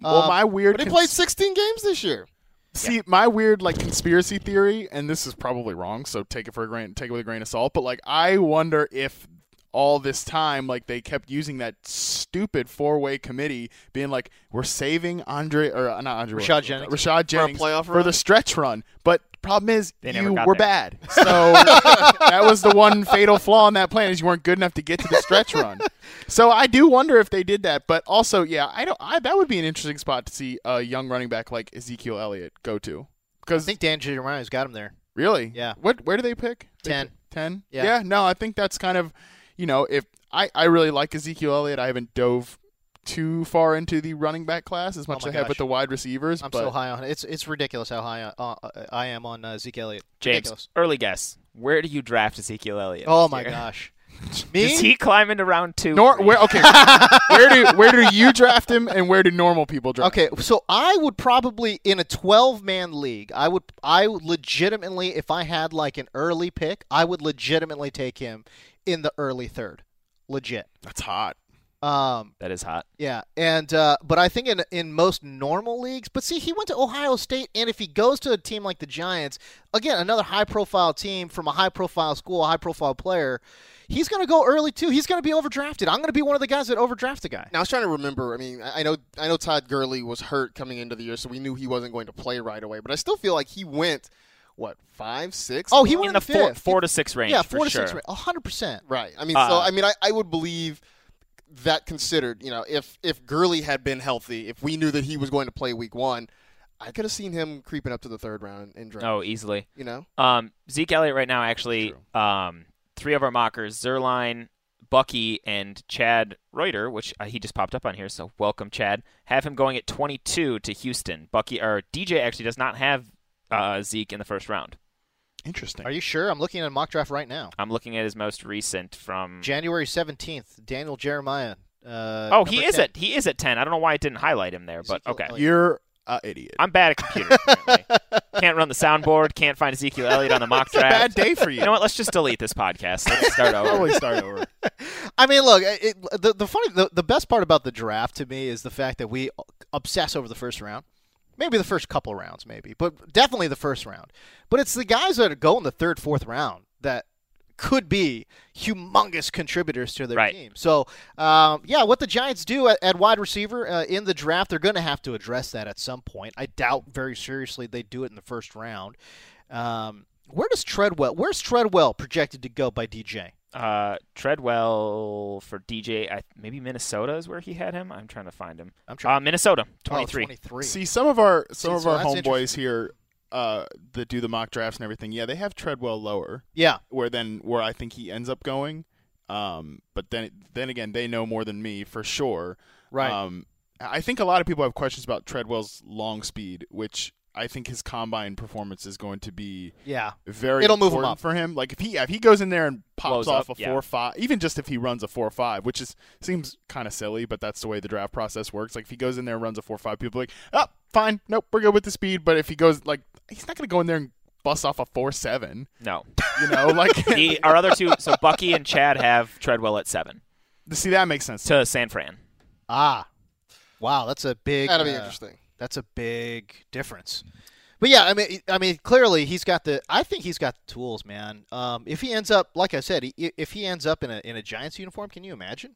[SPEAKER 5] Well,
[SPEAKER 3] Um,
[SPEAKER 5] my weird
[SPEAKER 10] But he
[SPEAKER 5] cons-
[SPEAKER 10] played 16 games this year.
[SPEAKER 5] See, my weird like conspiracy theory, and this is probably wrong, so take it for a grain, take it with a grain of salt. But like, I wonder if all this time, like they kept using that stupid four-way committee, being like, "We're saving Andre or uh, not Andre
[SPEAKER 3] Rashad
[SPEAKER 5] Wilson,
[SPEAKER 3] Jennings.
[SPEAKER 5] Rashad Jennings
[SPEAKER 10] playoff
[SPEAKER 5] for the
[SPEAKER 10] run?
[SPEAKER 5] stretch run." But Problem is,
[SPEAKER 4] They never
[SPEAKER 5] you
[SPEAKER 4] got
[SPEAKER 5] were
[SPEAKER 4] there.
[SPEAKER 5] bad. So that was the one fatal flaw in that plan is you weren't good enough to get to the stretch run. So I do wonder if they did that, but also, yeah, I don't. I that would be an interesting spot to see a young running back like Ezekiel Elliott go to.
[SPEAKER 3] I
[SPEAKER 5] Because
[SPEAKER 3] think Dan Jeremiah's got him there.
[SPEAKER 5] Really?
[SPEAKER 3] Yeah.
[SPEAKER 5] What? Where do they pick? They
[SPEAKER 3] Ten.
[SPEAKER 5] pick Ten.
[SPEAKER 3] Yeah.
[SPEAKER 5] No, I think that's kind of, you know, if I I really like Ezekiel Elliott, I haven't dove too far into the running back class as much
[SPEAKER 3] Oh my
[SPEAKER 5] as I have
[SPEAKER 3] gosh.
[SPEAKER 5] with the wide receivers.
[SPEAKER 3] I'm
[SPEAKER 5] but
[SPEAKER 3] so high on it. It's it's ridiculous how high uh, uh, I am on uh, Zeke Elliott.
[SPEAKER 4] James,
[SPEAKER 3] Ridiculous.
[SPEAKER 4] early guess. Where do you draft Ezekiel Elliott?
[SPEAKER 3] Oh
[SPEAKER 4] this
[SPEAKER 3] my
[SPEAKER 4] year?
[SPEAKER 3] gosh.
[SPEAKER 4] Does he climb into round two?
[SPEAKER 5] Nor where okay, where do where do you draft him and where do normal people draft?
[SPEAKER 3] Okay, so I would probably in a 12-man league, I would I would legitimately if I had like an early pick, I would legitimately take him in the early third. Legit.
[SPEAKER 5] That's hot.
[SPEAKER 3] Um
[SPEAKER 4] That is hot.
[SPEAKER 3] yeah, and uh, but I think in in most normal leagues, but see, he went to Ohio State, and if he goes to a team like the Giants, again another high profile team from a high profile school, a high profile player, he's going to go early too. He's going to be overdrafted. I'm going to be one of the guys that overdraft a guy.
[SPEAKER 10] Now I was trying to remember. I mean, I I know I know Todd Gurley was hurt coming into the year, so we knew he wasn't going to play right away. But I still feel like he went what five, six.
[SPEAKER 3] Oh, he went
[SPEAKER 4] In the
[SPEAKER 3] fifth.
[SPEAKER 4] four, four to six range.
[SPEAKER 3] yeah,
[SPEAKER 4] for
[SPEAKER 3] four to
[SPEAKER 4] sure.
[SPEAKER 3] six, hundred percent.
[SPEAKER 10] right. I mean, so
[SPEAKER 4] Uh,
[SPEAKER 10] I mean, I, I would believe that considered. You know, if if Gurley had been healthy, if we knew that he was going to play week one, I could have seen him creeping up to the third round and draft.
[SPEAKER 4] Oh, easily.
[SPEAKER 10] You know,
[SPEAKER 4] Um, Zeke Elliott right now actually. Um, three of our mockers: Zerline, Bucky, and Chad Reuter, which uh, he just popped up on here. So welcome, Chad. Have him going at 22 to Houston. Bucky or DJ actually does not have uh, Zeke in the first round.
[SPEAKER 5] Interesting.
[SPEAKER 3] Are you sure? I'm looking at a mock draft right now.
[SPEAKER 4] I'm looking at his most recent from.
[SPEAKER 3] January 17th, Daniel Jeremiah. Uh,
[SPEAKER 4] oh, he
[SPEAKER 3] number
[SPEAKER 4] is
[SPEAKER 3] 10.
[SPEAKER 4] at he is at 10. I don't know why it didn't highlight him there, but
[SPEAKER 3] Ezekiel
[SPEAKER 4] okay.
[SPEAKER 3] Elliott.
[SPEAKER 5] You're an idiot.
[SPEAKER 4] I'm bad at computers. apparently. Can't run the soundboard. Can't find Ezekiel Elliott on the mock
[SPEAKER 5] It's a
[SPEAKER 4] draft.
[SPEAKER 5] bad day for you.
[SPEAKER 4] You know what? Let's just delete this podcast. Let's start over.
[SPEAKER 5] Probably start over.
[SPEAKER 3] I mean, look, it, the, the funny, the, the best part about the draft to me is the fact that we obsess over the first round. Maybe the first couple rounds, maybe, but definitely the first round. But it's the guys that go in the third, fourth round that could be humongous contributors to their
[SPEAKER 4] Right.
[SPEAKER 3] team. So, um, yeah, what the Giants do at, at wide receiver uh, in the draft, they're going to have to address that at some point. I doubt very seriously they do it in the first round. Um, where does Treadwell? Where's Treadwell projected to go by DJ?
[SPEAKER 4] Uh, Treadwell for DJ. I, maybe Minnesota is where he had him. I'm trying to find him.
[SPEAKER 3] I'm trying.
[SPEAKER 4] Uh, Minnesota,
[SPEAKER 3] Oh,
[SPEAKER 4] 23.
[SPEAKER 3] 23.
[SPEAKER 5] See some of our some
[SPEAKER 3] See,
[SPEAKER 5] of
[SPEAKER 3] so
[SPEAKER 5] our
[SPEAKER 3] that's
[SPEAKER 5] homeboys here uh, that do the mock drafts and everything. Yeah, they have Treadwell lower,
[SPEAKER 3] Yeah.
[SPEAKER 5] where then where I think he ends up going. Um, but then then again, they know more than me for sure.
[SPEAKER 3] Right.
[SPEAKER 5] Um, I think a lot of people have questions about Treadwell's long speed, which I think his combine performance is going to be
[SPEAKER 3] Yeah.
[SPEAKER 5] very
[SPEAKER 3] It'll move him
[SPEAKER 5] important
[SPEAKER 3] up.
[SPEAKER 5] for him. Like if he if he goes in there and pops
[SPEAKER 4] Blows
[SPEAKER 5] off
[SPEAKER 4] up,
[SPEAKER 5] a
[SPEAKER 4] yeah.
[SPEAKER 5] four five, even just if he runs a four five, which is seems kind of silly, but that's the way the draft process works. Like if he goes in there and runs a four five, people are like, oh, fine, nope, we're good with the speed. But if he goes like, he's not going to go in there and bust off a four seven,
[SPEAKER 4] No.
[SPEAKER 5] you know, like
[SPEAKER 4] He, our other two, so Bucky and Chad have Treadwell at 7
[SPEAKER 5] see that makes sense.
[SPEAKER 4] to San Fran.
[SPEAKER 3] Ah. Wow, that's a big
[SPEAKER 10] that'll be
[SPEAKER 3] uh,
[SPEAKER 10] interesting.
[SPEAKER 3] That's a big difference. But yeah, I mean I mean clearly he's got the I think he's got the tools, man. Um, if he ends up like I said, he, if he ends up in a in a Giants uniform, can you imagine?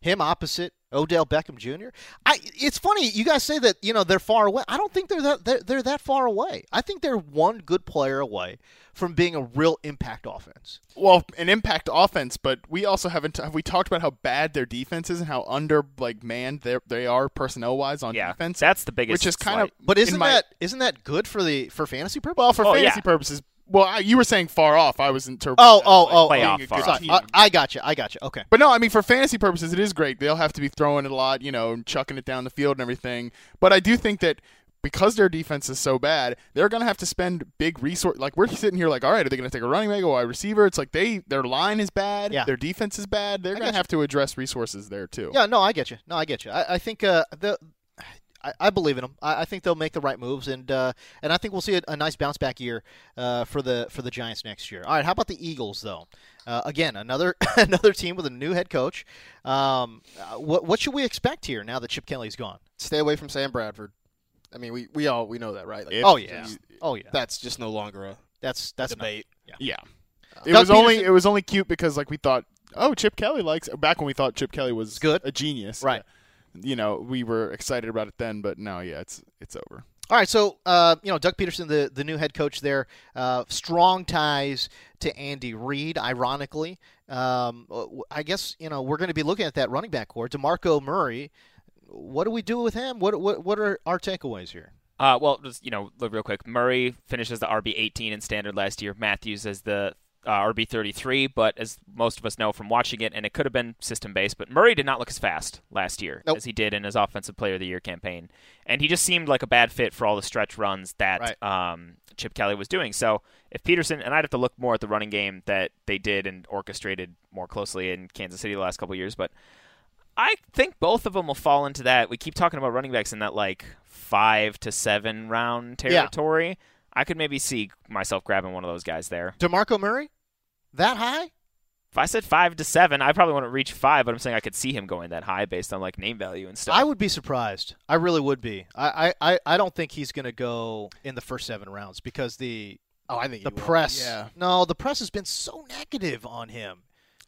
[SPEAKER 3] Him opposite Odell Beckham Jr. I it's funny you guys say that, you know, they're far away. I don't think they're that they're, they're that far away. I think they're one good player away from being a real impact offense.
[SPEAKER 5] Well, an impact offense, but we also haven't have we talked about how bad their defense is and how under like manned they they are personnel wise on
[SPEAKER 4] Yeah.
[SPEAKER 5] defense.
[SPEAKER 4] That's the biggest.
[SPEAKER 5] which is kind of
[SPEAKER 4] slight.
[SPEAKER 3] But
[SPEAKER 5] in
[SPEAKER 3] isn't
[SPEAKER 5] my-
[SPEAKER 3] that isn't that good for the for fantasy purposes?
[SPEAKER 5] Well, for
[SPEAKER 4] Oh,
[SPEAKER 5] fantasy
[SPEAKER 4] yeah.
[SPEAKER 5] purposes, well, I, you were saying far off. I was interpreting.
[SPEAKER 3] Oh,
[SPEAKER 5] that as,
[SPEAKER 3] oh,
[SPEAKER 5] like,
[SPEAKER 3] oh,
[SPEAKER 4] Playoff
[SPEAKER 5] being a good
[SPEAKER 4] far off.
[SPEAKER 3] Sorry,
[SPEAKER 5] team.
[SPEAKER 3] I, I got you. I got you. Okay.
[SPEAKER 5] but no, I mean for fantasy purposes, it is great. They'll have to be throwing it a lot, you know, and chucking it down the field and everything. But I do think that because their defense is so bad, they're going to have to spend big resource. Like we're sitting here, like, all right, are they going to take a running back or wide receiver? It's like they their line is bad,
[SPEAKER 3] Yeah.
[SPEAKER 5] their defense is bad. They're
[SPEAKER 3] I
[SPEAKER 5] going
[SPEAKER 3] got
[SPEAKER 5] to have to address resources there too.
[SPEAKER 3] Yeah. No, I get you. No, I get you. I, I think uh, the. I, I believe in them. I, I think they'll make the right moves, and uh, and I think we'll see a, a nice bounce back year uh, for the for the Giants next year. All right, how about the Eagles though? Uh, again, another another team with a new head coach. Um, uh, what what should we expect here now that Chip Kelly's gone?
[SPEAKER 10] Stay away from Sam Bradford. I mean, we, we all we know that, right? Like,
[SPEAKER 5] If-
[SPEAKER 3] oh yeah, oh yeah.
[SPEAKER 10] that's just no longer a
[SPEAKER 3] that's that's not-
[SPEAKER 10] debate.
[SPEAKER 5] Yeah. It
[SPEAKER 3] Doug
[SPEAKER 5] was only
[SPEAKER 3] Peterson-
[SPEAKER 5] it was only cute because like we thought, oh, Chip Kelly likes back when we thought Chip Kelly was
[SPEAKER 3] Good.
[SPEAKER 5] a genius.
[SPEAKER 3] Right.
[SPEAKER 5] You know, we were excited about it then, but now yeah, it's it's over.
[SPEAKER 3] All right, so uh, you know Doug Peterson, the the new head coach there, uh, strong ties to Andy Reid. Ironically, um, w- I guess you know we're going to be looking at that running back core, Demarco Murray. What do we do with him? What what what are our takeaways here?
[SPEAKER 4] Uh, well, just you know, look real quick. Murray finishes the RB 18 in standard last year. Matthews as the uh, RB 33, but as most of us know from watching it, and it could have been system based, but Murray did not look as fast last year
[SPEAKER 3] Nope.
[SPEAKER 4] as he did in his Offensive Player of the Year campaign, and he just seemed like a bad fit for all the stretch runs that um, Chip Kelly was doing. So if Peterson and I'd have to look more at the running game that they did and orchestrated more closely in Kansas City the last couple of years, but I think both of them will fall into that. We keep talking about running backs in that like five to seven round
[SPEAKER 3] Yeah.
[SPEAKER 4] territory. I could maybe see myself grabbing one of those guys there.
[SPEAKER 3] Demarco Murray, that high?
[SPEAKER 4] If I said five to seven, I probably wouldn't reach five, but I'm saying I could see him going that high based on like name value and stuff.
[SPEAKER 3] I would be surprised. I really would be. I I, I- I don't think he's going to go in the first seven rounds because the
[SPEAKER 5] Oh, I think
[SPEAKER 3] the press.
[SPEAKER 5] Yeah.
[SPEAKER 3] No, the press has been so negative on him.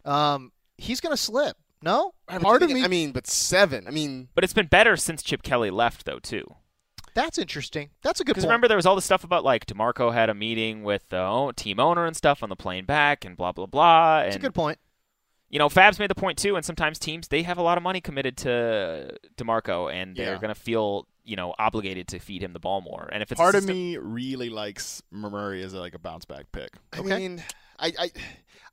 [SPEAKER 3] Um, he's going to slip. No,
[SPEAKER 10] Part of me. I mean, but seven. I mean,
[SPEAKER 4] but it's been better since Chip Kelly left though too.
[SPEAKER 3] that's interesting. That's a good
[SPEAKER 4] Because
[SPEAKER 3] point.
[SPEAKER 4] remember there was all the stuff about like Demarco had a meeting with the o- team owner and stuff on the plane back and blah blah blah.
[SPEAKER 3] that's a
[SPEAKER 4] and-
[SPEAKER 3] good point.
[SPEAKER 4] you know, Fab's made the point too, and sometimes teams they have a lot of money committed to Demarco, and they're
[SPEAKER 5] Yeah.
[SPEAKER 4] going to feel you know obligated to feed him the ball more. And if it's a
[SPEAKER 5] Part of
[SPEAKER 4] system-
[SPEAKER 5] me really likes Murray as like a bounce back pick.
[SPEAKER 10] I
[SPEAKER 3] Okay.
[SPEAKER 10] mean, I, I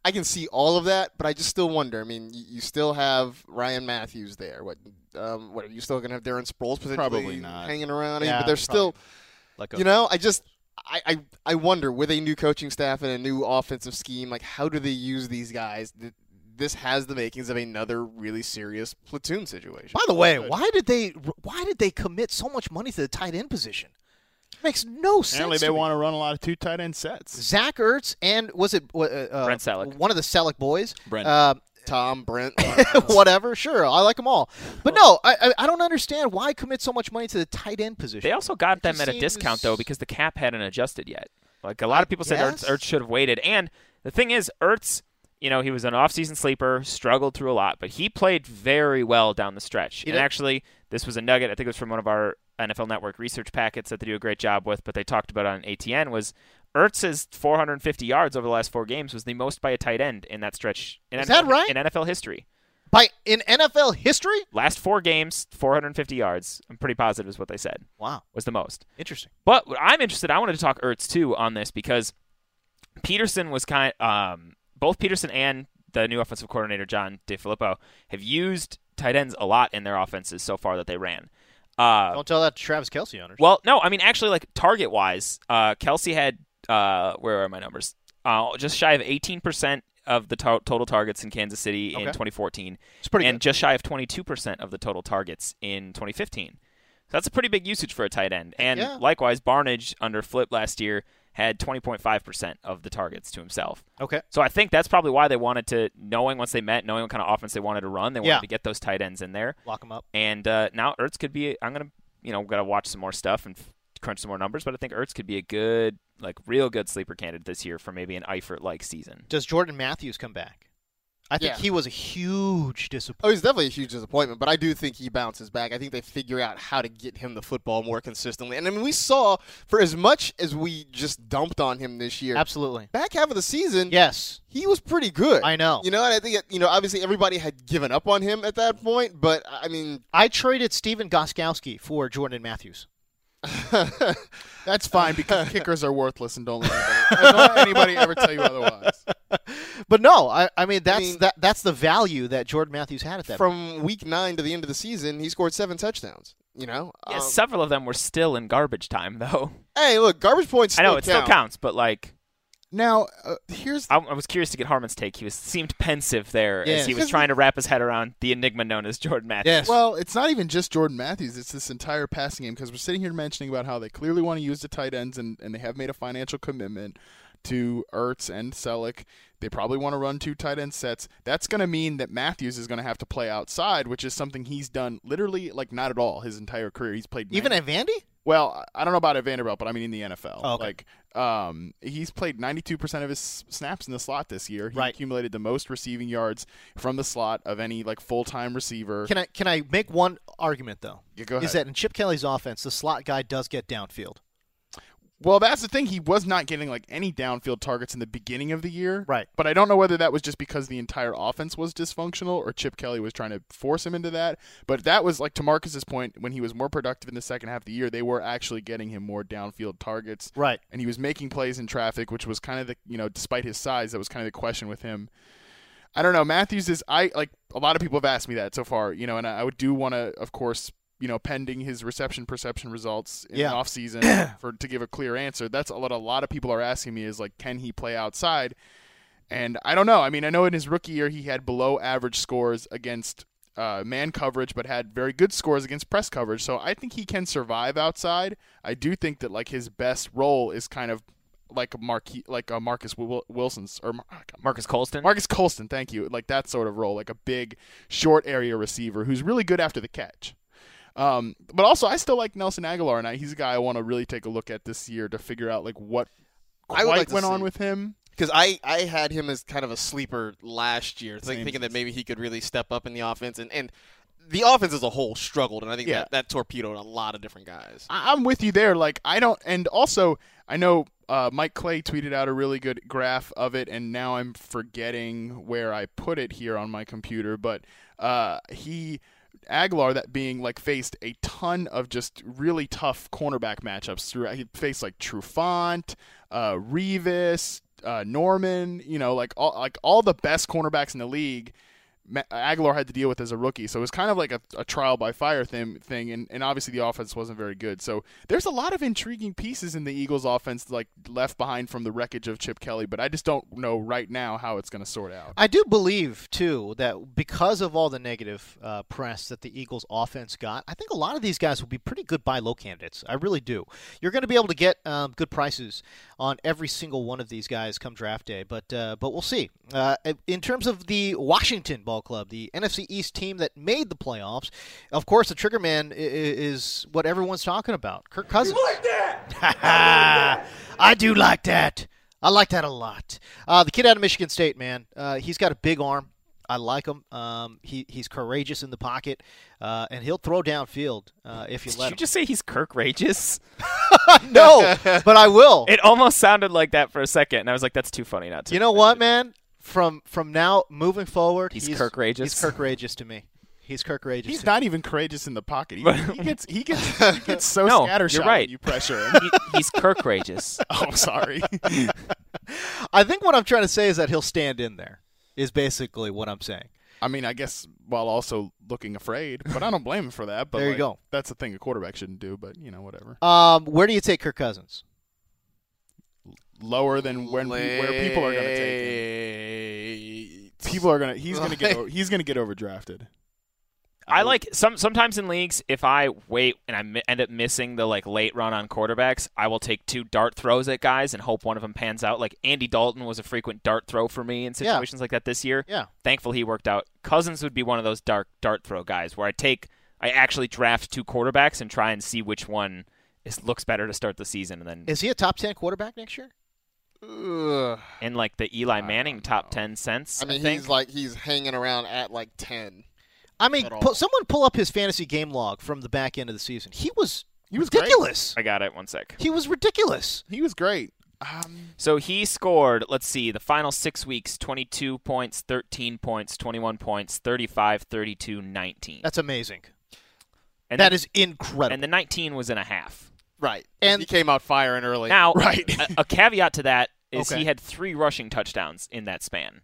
[SPEAKER 10] I can see all of that, but I just still wonder. I mean, you, you still have Ryan Matthews there. What um, what are you still going to have Darren Sproles potentially
[SPEAKER 5] Probably not.
[SPEAKER 10] hanging around? I mean,
[SPEAKER 3] Yeah,
[SPEAKER 10] but they're still,
[SPEAKER 3] Like
[SPEAKER 10] you know, I just I, I I wonder with a new coaching staff and a new offensive scheme, like how do they use these guys? Th- This has the makings of another really serious platoon situation.
[SPEAKER 3] By the way, why did they why did they commit so much money to the tight end position? makes no sense.
[SPEAKER 5] Apparently,
[SPEAKER 3] to
[SPEAKER 5] they
[SPEAKER 3] me.
[SPEAKER 5] want to run a lot of two tight end sets.
[SPEAKER 3] Zach Ertz and was it uh, uh,
[SPEAKER 4] Brent Selleck.
[SPEAKER 3] one of the Selleck boys?
[SPEAKER 2] Brent.
[SPEAKER 3] Uh,
[SPEAKER 10] Tom Brent,
[SPEAKER 3] whatever. Sure, I like them all, but no, I, I I don't understand why commit so much money to the tight end position.
[SPEAKER 4] they also got them
[SPEAKER 3] just
[SPEAKER 4] at a discount though
[SPEAKER 3] seems-
[SPEAKER 4] because the cap hadn't adjusted yet. Like a lot of people said,
[SPEAKER 3] guess.
[SPEAKER 4] Ertz, Ertz should have waited. And the thing is, Ertz, you know, he was an off-season sleeper, struggled through a lot, but he played very well down the stretch. and
[SPEAKER 3] did.
[SPEAKER 4] actually, this was a nugget. I think it was from one of our NFL Network research packets that they do a great job with, but they talked about it on ATN was. Ertz's 450 yards over the last four games was the most by a tight end in that stretch. In
[SPEAKER 3] Is
[SPEAKER 4] NFL,
[SPEAKER 3] that right?
[SPEAKER 4] In NFL history,
[SPEAKER 3] By in NFL history?
[SPEAKER 4] last four games, 450 yards. I'm pretty positive is what they said
[SPEAKER 3] Wow,
[SPEAKER 4] was the most.
[SPEAKER 3] interesting.
[SPEAKER 4] But what I'm interested, I wanted to talk Ertz too on this because Peterson was kind um, both Peterson and the new offensive coordinator John DeFilippo have used tight ends a lot in their offenses so far that they ran. Uh,
[SPEAKER 3] Don't tell that to Travis Kelsey owners.
[SPEAKER 4] well, no, I mean actually, like target wise, uh, Kelsey had uh, where are my numbers? Uh, just shy of 18% of the to- total targets in Kansas City in
[SPEAKER 3] Okay.
[SPEAKER 4] 2014
[SPEAKER 3] it's pretty
[SPEAKER 4] and
[SPEAKER 3] good.
[SPEAKER 4] just shy of 22% of the total targets in 2015. So that's a pretty big usage for a tight end. And
[SPEAKER 3] Yeah.
[SPEAKER 4] likewise, Barnage under Flip last year had 20.5% of the targets to himself.
[SPEAKER 3] Okay.
[SPEAKER 4] So I think that's probably why they wanted to, knowing once they met, knowing what kind of offense they wanted to run, they wanted
[SPEAKER 3] Yeah.
[SPEAKER 4] to get those tight ends in there.
[SPEAKER 3] Lock him up.
[SPEAKER 4] And uh, now Ertz could be, I'm going to, you know, got to watch some more stuff and f- crunch some more numbers, but I think Ertz could be a good, like, real good sleeper candidate this year for maybe an Eifert like season.
[SPEAKER 3] Does Jordan Matthews come back? I think
[SPEAKER 10] Yeah.
[SPEAKER 3] he was a huge disappointment.
[SPEAKER 10] Oh, he's definitely a huge disappointment, but I do think he bounces back. I think they figure out how to get him the football more consistently. And I mean, we saw for as much as we just dumped on him this year,
[SPEAKER 3] Absolutely.
[SPEAKER 10] back half of the season,
[SPEAKER 3] Yes.
[SPEAKER 10] he was pretty good.
[SPEAKER 3] I know.
[SPEAKER 10] You know, and I think you know, obviously everybody had given up on him at that point, but I mean,
[SPEAKER 3] I traded Steven Goskowski for Jordan Matthews.
[SPEAKER 5] That's fine because kickers are worthless and don't let anybody, don't let anybody ever tell you otherwise.
[SPEAKER 3] But no, I, I mean that's
[SPEAKER 10] mean-
[SPEAKER 3] that that's the value that Jordan Matthews had at that.
[SPEAKER 10] from week nine to the end of the season, he scored seven touchdowns. You know,
[SPEAKER 4] Yeah,
[SPEAKER 10] Um,
[SPEAKER 4] several of them were still in garbage time, though.
[SPEAKER 10] hey, look, garbage points.
[SPEAKER 4] I
[SPEAKER 10] Still
[SPEAKER 4] know it
[SPEAKER 10] count.
[SPEAKER 4] still counts, but like,
[SPEAKER 5] Now, uh, here's
[SPEAKER 4] I, I was curious to get Harmon's take. He was seemed pensive there
[SPEAKER 3] Yeah.
[SPEAKER 4] as he was trying to wrap his head around the enigma known as Jordan Matthews.
[SPEAKER 3] Yes.
[SPEAKER 5] well, it's not even just Jordan Matthews; it's this entire passing game because we're sitting here mentioning about how they clearly want to use the tight ends and, and they have made a financial commitment. to Ertz and Selleck. They probably want to run two tight end sets. That's going to mean that Matthews is going to have to play outside, which is something he's done literally like not at all his entire career. He's played
[SPEAKER 3] Even
[SPEAKER 5] 90
[SPEAKER 3] at Vandy?
[SPEAKER 5] well, I don't know about at Vanderbilt, but I mean in the NFL.
[SPEAKER 3] Oh, okay.
[SPEAKER 5] Like, um, he's played 92% of his s- snaps in the slot this year. He
[SPEAKER 3] Right.
[SPEAKER 5] accumulated the most receiving yards from the slot of any like full-time receiver.
[SPEAKER 3] Can I can I make one argument though?
[SPEAKER 5] Yeah, go
[SPEAKER 3] Is
[SPEAKER 5] ahead.
[SPEAKER 3] that in Chip Kelly's offense, the slot guy does get downfield.
[SPEAKER 5] well, that's the thing. He was not getting like any downfield targets in the beginning of the year.
[SPEAKER 3] Right.
[SPEAKER 5] But I don't know whether that was just because the entire offense was dysfunctional or Chip Kelly was trying to force him into that. But that was like to Marcus's point when he was more productive in the second half of the year, they were actually getting him more downfield targets.
[SPEAKER 3] Right.
[SPEAKER 5] and he was making plays in traffic, which was kind of the you know, despite his size, that was kind of the question with him. I don't know. Matthews is I like a lot of people have asked me that so far, you know, and I, I would do want to, of course, you know, pending his reception perception results in
[SPEAKER 3] Yeah.
[SPEAKER 5] the offseason for to give a clear answer. That's what a lot of people are asking me is like, can he play outside? And I don't know. I mean, I know in his rookie year he had below average scores against uh, man coverage, but had very good scores against press coverage. So I think he can survive outside. I do think that like his best role is kind of like Marquis, like a Marcus Wil- Wilson's or Mar- oh,
[SPEAKER 4] Marcus Colston.
[SPEAKER 5] Marcus Colston. Thank you. Like that sort of role, like a big short area receiver who's really good after the catch. Um, but also, I still like Nelson Aguilar, and I, he's a guy I want to really take a look at this year to figure out like what
[SPEAKER 10] I
[SPEAKER 5] quite
[SPEAKER 10] would like to
[SPEAKER 5] went
[SPEAKER 10] see-
[SPEAKER 5] on with him.
[SPEAKER 10] Because I, I had him as kind of a sleeper last year, like
[SPEAKER 5] Same.
[SPEAKER 10] thinking that maybe he could really step up in the offense. And, and the offense as a whole struggled, and I think
[SPEAKER 5] Yeah.
[SPEAKER 10] that, that torpedoed a lot of different guys.
[SPEAKER 5] I- I'm with you there. Like I don't, and also I know uh, Mike Clay tweeted out a really good graph of it, and now I'm forgetting where I put it here on my computer, but uh, he. Aguilar, that being like faced a ton of just really tough cornerback matchups throughout. He faced like Trufant, uh, Revis, uh, Norman. You know, like all like all the best cornerbacks in the league. Ma- Aguilar had to deal with as a rookie. So it was kind of like a, a trial by fire thing, thing and, and obviously the offense wasn't very good. So there's a lot of intriguing pieces in the Eagles' offense like left behind from the wreckage of Chip Kelly, but I just don't know right now how it's going to sort out.
[SPEAKER 3] I do believe too that because of all the negative uh, press that the Eagles' offense got, I think a lot of these guys will be pretty good buy low candidates. I really do. You're going to be able to get um, good prices on every single one of these guys come draft day, but uh, but we'll see. Uh, in terms of the Washington Ball Club, the NFC East team that made the playoffs, of course, the trigger man i- i- is what everyone's talking about. Kirk Cousins. I do like that. I like that a lot. Uh, the kid out of Michigan State, man, uh, he's got a big arm. I like him. Um, he he's courageous in the pocket, uh, and he'll throw downfield uh, if you
[SPEAKER 4] Did
[SPEAKER 3] let
[SPEAKER 4] you
[SPEAKER 3] him.
[SPEAKER 4] just say he's Kirk Rageous?
[SPEAKER 3] no, but I will.
[SPEAKER 4] It almost sounded like that for a second, and I was like, "That's too funny not to."
[SPEAKER 3] you know what, man? From from now moving forward,
[SPEAKER 4] He's Kirk Rageous.
[SPEAKER 3] He's Kirk Rageous to me. He's Kirk Rageous.
[SPEAKER 5] He's
[SPEAKER 3] to
[SPEAKER 5] not even courageous in the pocket. He, he gets he gets he gets so
[SPEAKER 4] No, you're
[SPEAKER 5] scattershot
[SPEAKER 4] right.
[SPEAKER 5] when you pressure him.
[SPEAKER 4] He- he's Kirk Rageous.
[SPEAKER 5] oh, sorry.
[SPEAKER 3] me. I think what I'm trying to say is that he'll stand in there. Is basically what I'm saying.
[SPEAKER 5] I mean, I guess while also looking afraid, but I don't blame him for that. But
[SPEAKER 3] There you
[SPEAKER 5] like,
[SPEAKER 3] go.
[SPEAKER 5] That's the thing a quarterback shouldn't do. But you know, whatever.
[SPEAKER 3] Um, where do you take Kirk Cousins?
[SPEAKER 5] Lower than when pe- where people are going to take him. People are gonna. He's gonna get.
[SPEAKER 10] Like-
[SPEAKER 5] o- He's gonna get overdrafted.
[SPEAKER 4] I like some sometimes in leagues if I wait and I mi- end up missing the like late run on quarterbacks, I will take two dart throws at guys and hope one of them pans out. Like Andy Dalton was a frequent dart throw for me in
[SPEAKER 3] Yeah.
[SPEAKER 4] situations like that this year.
[SPEAKER 3] Yeah.
[SPEAKER 4] Thankful he worked out. Cousins would be one of those dark dart throw guys where I take I actually draft two quarterbacks and try and see which one is, looks better to start the season and then
[SPEAKER 3] Is he a top ten quarterback next year?
[SPEAKER 10] Ugh.
[SPEAKER 4] in like the Eli Manning top 10 cents.
[SPEAKER 10] I mean,
[SPEAKER 4] think.
[SPEAKER 10] he's like he's hanging around at like ten.
[SPEAKER 3] I mean,
[SPEAKER 10] at all.
[SPEAKER 3] pull, someone pull up his fantasy game log from the back end of the season. He was
[SPEAKER 5] He was great.
[SPEAKER 3] ridiculous.
[SPEAKER 4] I got it. One sec.
[SPEAKER 3] He was ridiculous.
[SPEAKER 5] He was great. Um,
[SPEAKER 4] So he scored, let's see, the final six weeks 22 points, 13 points, 21 points, 35, 32, 19.
[SPEAKER 3] That's amazing.
[SPEAKER 4] and
[SPEAKER 3] that
[SPEAKER 4] the,
[SPEAKER 3] is incredible.
[SPEAKER 4] And the 19 was in a half.
[SPEAKER 10] Right.
[SPEAKER 3] And-
[SPEAKER 10] he came out firing early.
[SPEAKER 4] Now,
[SPEAKER 5] Right.
[SPEAKER 4] a, a caveat to that is
[SPEAKER 3] Okay.
[SPEAKER 4] he had three rushing touchdowns in that span.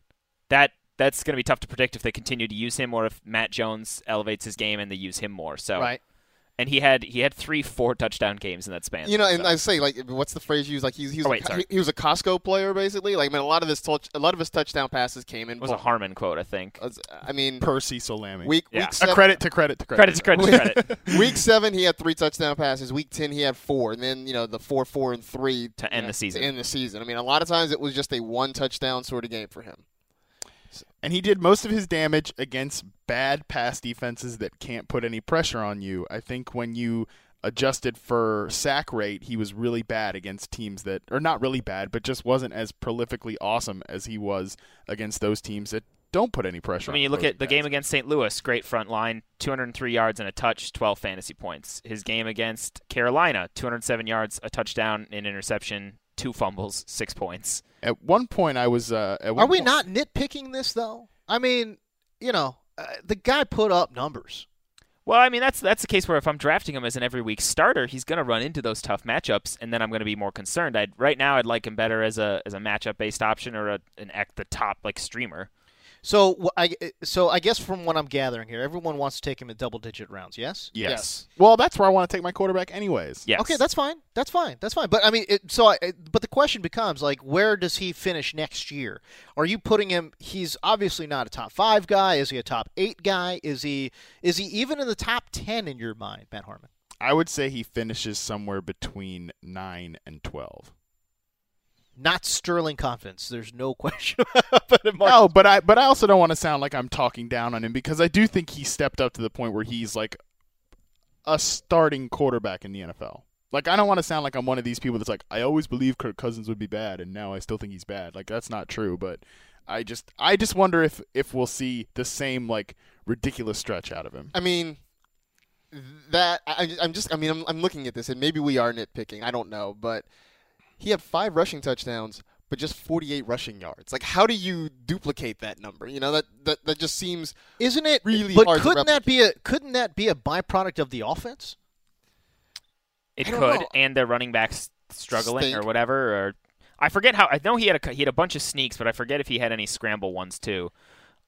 [SPEAKER 4] That That's going to be tough to predict if they continue to use him or if Matt Jones elevates his game and they use him more. So
[SPEAKER 3] right.
[SPEAKER 4] and he had he had three four touchdown games in that span.
[SPEAKER 10] You know, and
[SPEAKER 4] So-
[SPEAKER 10] I say like, what's the phrase you use? Like he's he was,
[SPEAKER 4] Oh,
[SPEAKER 10] a
[SPEAKER 4] wait,
[SPEAKER 10] co-
[SPEAKER 4] sorry.
[SPEAKER 10] he was a Costco player basically. Like, I mean, a lot of his touch, a lot of his touchdown passes came in.
[SPEAKER 4] It was a Harmon quote, I think.
[SPEAKER 10] was- I mean,
[SPEAKER 5] Percy Solami.
[SPEAKER 10] week
[SPEAKER 4] Yeah.
[SPEAKER 10] week
[SPEAKER 4] A
[SPEAKER 5] a
[SPEAKER 10] seven,
[SPEAKER 5] credit to credit to credit.
[SPEAKER 4] Credit to credit to credit
[SPEAKER 10] week seven he had three touchdown passes. Week ten he had four, and then you know the four, four, and three
[SPEAKER 4] To
[SPEAKER 10] you
[SPEAKER 4] end
[SPEAKER 10] know,
[SPEAKER 4] the season.
[SPEAKER 10] To end the season. I mean, a lot of times it was just a one touchdown sort of game for him.
[SPEAKER 5] And he did most of his damage against bad pass defenses that can't put any pressure on you. I think when you adjusted for sack rate, he was really bad against teams that or not really bad, but just wasn't as prolifically awesome as he was against those teams that don't put any pressure
[SPEAKER 4] I
[SPEAKER 5] on
[SPEAKER 4] mean, you look
[SPEAKER 5] those
[SPEAKER 4] at the
[SPEAKER 5] guys.
[SPEAKER 4] game against St. Louis, great front line, 203 yards and a touch, 12 fantasy points. His game against Carolina, 207 yards, a touchdown, an interception, two fumbles, six points.
[SPEAKER 5] At one point I was uh at one
[SPEAKER 3] Are we
[SPEAKER 5] point-
[SPEAKER 3] not nitpicking this though? I mean, you know, uh, the guy put up numbers.
[SPEAKER 4] Well, I mean, that's that's the case where if I'm drafting him as an every week starter, he's going to run into those tough matchups, and then I'm going to be more concerned. I'd right now I'd like him better as a as a matchup based option or a, an at the top like streamer.
[SPEAKER 3] So wh- I uh, so I guess from what I'm gathering here, everyone wants to take him in double digit rounds. Yes.
[SPEAKER 5] Yes. Well, that's where I want to take my quarterback anyways.
[SPEAKER 4] Yes.
[SPEAKER 3] Okay, that's fine. That's fine. That's fine. But I mean, it, so I, it- but the question becomes like, where does he finish next year? Are you putting him? He's obviously not a top five guy. Is he a top eight guy? Is he is he even in the top ten in your mind, Matt Harmon?
[SPEAKER 5] I would say he finishes somewhere between 9 and 12.
[SPEAKER 3] Not sterling confidence. There's no question. but it
[SPEAKER 5] No, Oh, but I but I also don't want to sound like I'm talking down on him because I do think he stepped up to the point where he's like a starting quarterback in the NFL. Like I don't want to sound like I'm one of these people that's like I always believed Kirk Cousins would be bad and now I still think he's bad. Like that's not true, but I just I just wonder if if we'll see the same like ridiculous stretch out of him.
[SPEAKER 10] I mean, that I, I'm just. I mean, I'm, I'm looking at this, and maybe we are nitpicking. I don't know, but he had five rushing touchdowns, but just 48 rushing yards. Like, how do you duplicate that number? You know, that that, that just seems.
[SPEAKER 3] isn't it
[SPEAKER 10] Really
[SPEAKER 3] But
[SPEAKER 10] hard to
[SPEAKER 3] couldn't that be a couldn't that be a byproduct of the offense?
[SPEAKER 4] It
[SPEAKER 10] I don't
[SPEAKER 4] could,
[SPEAKER 10] know.
[SPEAKER 4] and their running backs struggling
[SPEAKER 10] Stink.
[SPEAKER 4] or whatever. Or I forget how. I know he had a cou- he had a bunch of sneaks, but I forget if he had any scramble ones too.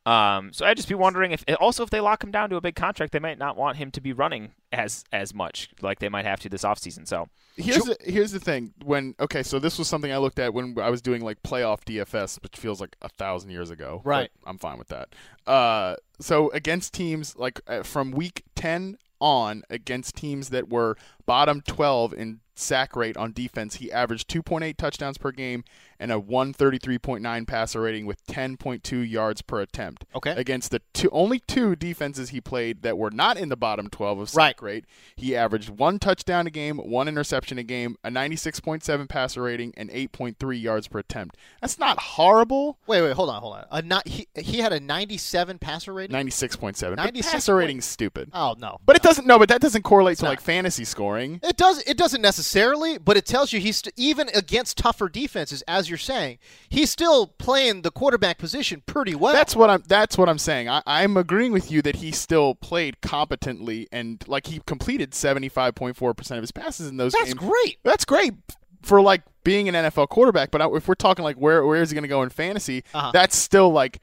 [SPEAKER 4] Um, so I'd just be wondering if also if they lock him down to a big contract, they might not want him to be running as as much like they might have to this offseason. So
[SPEAKER 5] Here's the, here's the thing. When okay, so this was something I looked at when I was doing like playoff DFS, which feels like a thousand years ago. but
[SPEAKER 3] Right.
[SPEAKER 5] I'm fine with that. Uh, so against teams like uh, from week ten on, against teams that were bottom twelve in sack rate on defense, he averaged 2.8 touchdowns per game and a 133.9 passer rating with 10.2 yards per attempt.
[SPEAKER 3] Okay.
[SPEAKER 5] Against the two only two defenses he played that were not in the bottom 12 of
[SPEAKER 3] Right.
[SPEAKER 5] sack rate, he averaged one touchdown a game, one interception a game, a 96.7 passer rating, and 8.3 yards per attempt. That's not horrible.
[SPEAKER 3] Wait, wait, hold on, hold on. A not, he, he had a 97 passer rating.
[SPEAKER 5] 96.7. But
[SPEAKER 3] 96
[SPEAKER 5] passer rating's stupid.
[SPEAKER 3] Oh no,
[SPEAKER 5] But it doesn't. No, but that doesn't correlate to
[SPEAKER 3] not.
[SPEAKER 5] like fantasy scoring.
[SPEAKER 3] It does. It doesn't necessarily, but it tells you he's st- even against tougher defenses, as you're saying, he's still playing the quarterback position pretty well.
[SPEAKER 5] That's what I'm. That's what I'm saying. I, I'm agreeing with you that he still played competently and like he completed 75.4 percent of his passes in those.
[SPEAKER 3] That's
[SPEAKER 5] games.
[SPEAKER 3] great.
[SPEAKER 5] That's great for like being an NFL quarterback. But I- if we're talking like where where is he going to go in fantasy,
[SPEAKER 3] Uh-huh.
[SPEAKER 5] that's still like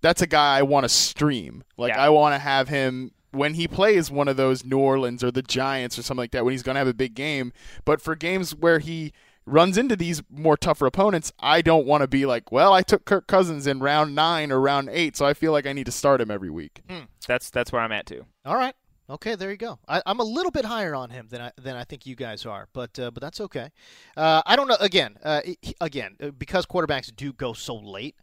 [SPEAKER 5] that's a guy I want to stream. Like
[SPEAKER 4] Yeah.
[SPEAKER 5] I want to have him when he plays one of those New Orleans or the Giants or something like that when he's going to have a big game. But for games where he runs into these more tougher opponents, I don't want to be like, well, I took Kirk Cousins in round 9 or round 8, so I feel like I need to start him every week.
[SPEAKER 4] that's that's where I'm at too.
[SPEAKER 3] all right. Okay, there you go. I, I'm a little bit higher on him than I than I think you guys are, but uh, but that's okay. Uh, I don't know. Again, uh, he- again, uh, because quarterbacks do go so late.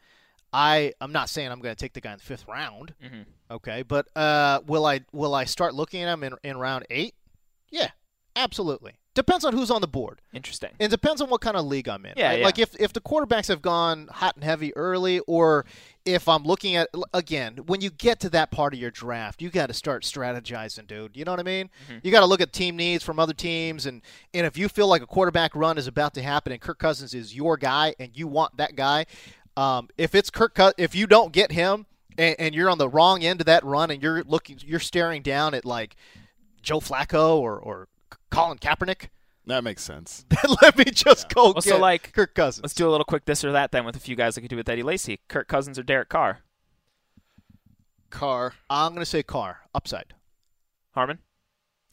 [SPEAKER 3] I I'm not saying I'm going to take the guy in the fifth round.
[SPEAKER 5] Mm-hmm.
[SPEAKER 4] Mhm.
[SPEAKER 3] Okay, but uh, will I will I start looking at him in in round eight? Yeah, absolutely. Depends on who's on the board.
[SPEAKER 4] Interesting.
[SPEAKER 3] It depends on what kind of league I'm in.
[SPEAKER 4] Yeah,
[SPEAKER 3] right?
[SPEAKER 4] yeah.
[SPEAKER 3] Like if if the quarterbacks have gone hot and heavy early, or if I'm looking at again, when you get to that part of your draft, you got to start strategizing, dude. You know what I mean?
[SPEAKER 4] Mm-hmm.
[SPEAKER 3] You got to look at team needs from other teams, and and if you feel like a quarterback run is about to happen, and Kirk Cousins is your guy, and you want that guy, um, if it's Kirk, Cous- if you don't get him, and, and you're on the wrong end of that run, and you're looking, you're staring down at like Joe Flacco or or Colin Kaepernick
[SPEAKER 5] That makes sense.
[SPEAKER 3] then let me just go
[SPEAKER 4] Well,
[SPEAKER 3] get
[SPEAKER 4] so, like,
[SPEAKER 3] Kirk Cousins.
[SPEAKER 4] Let's do a little quick this or that then with a few guys like we do with Eddie Lacy, Kirk Cousins or Derek Carr,
[SPEAKER 10] Car.
[SPEAKER 3] I'm gonna say Carr upside.
[SPEAKER 4] Harmon.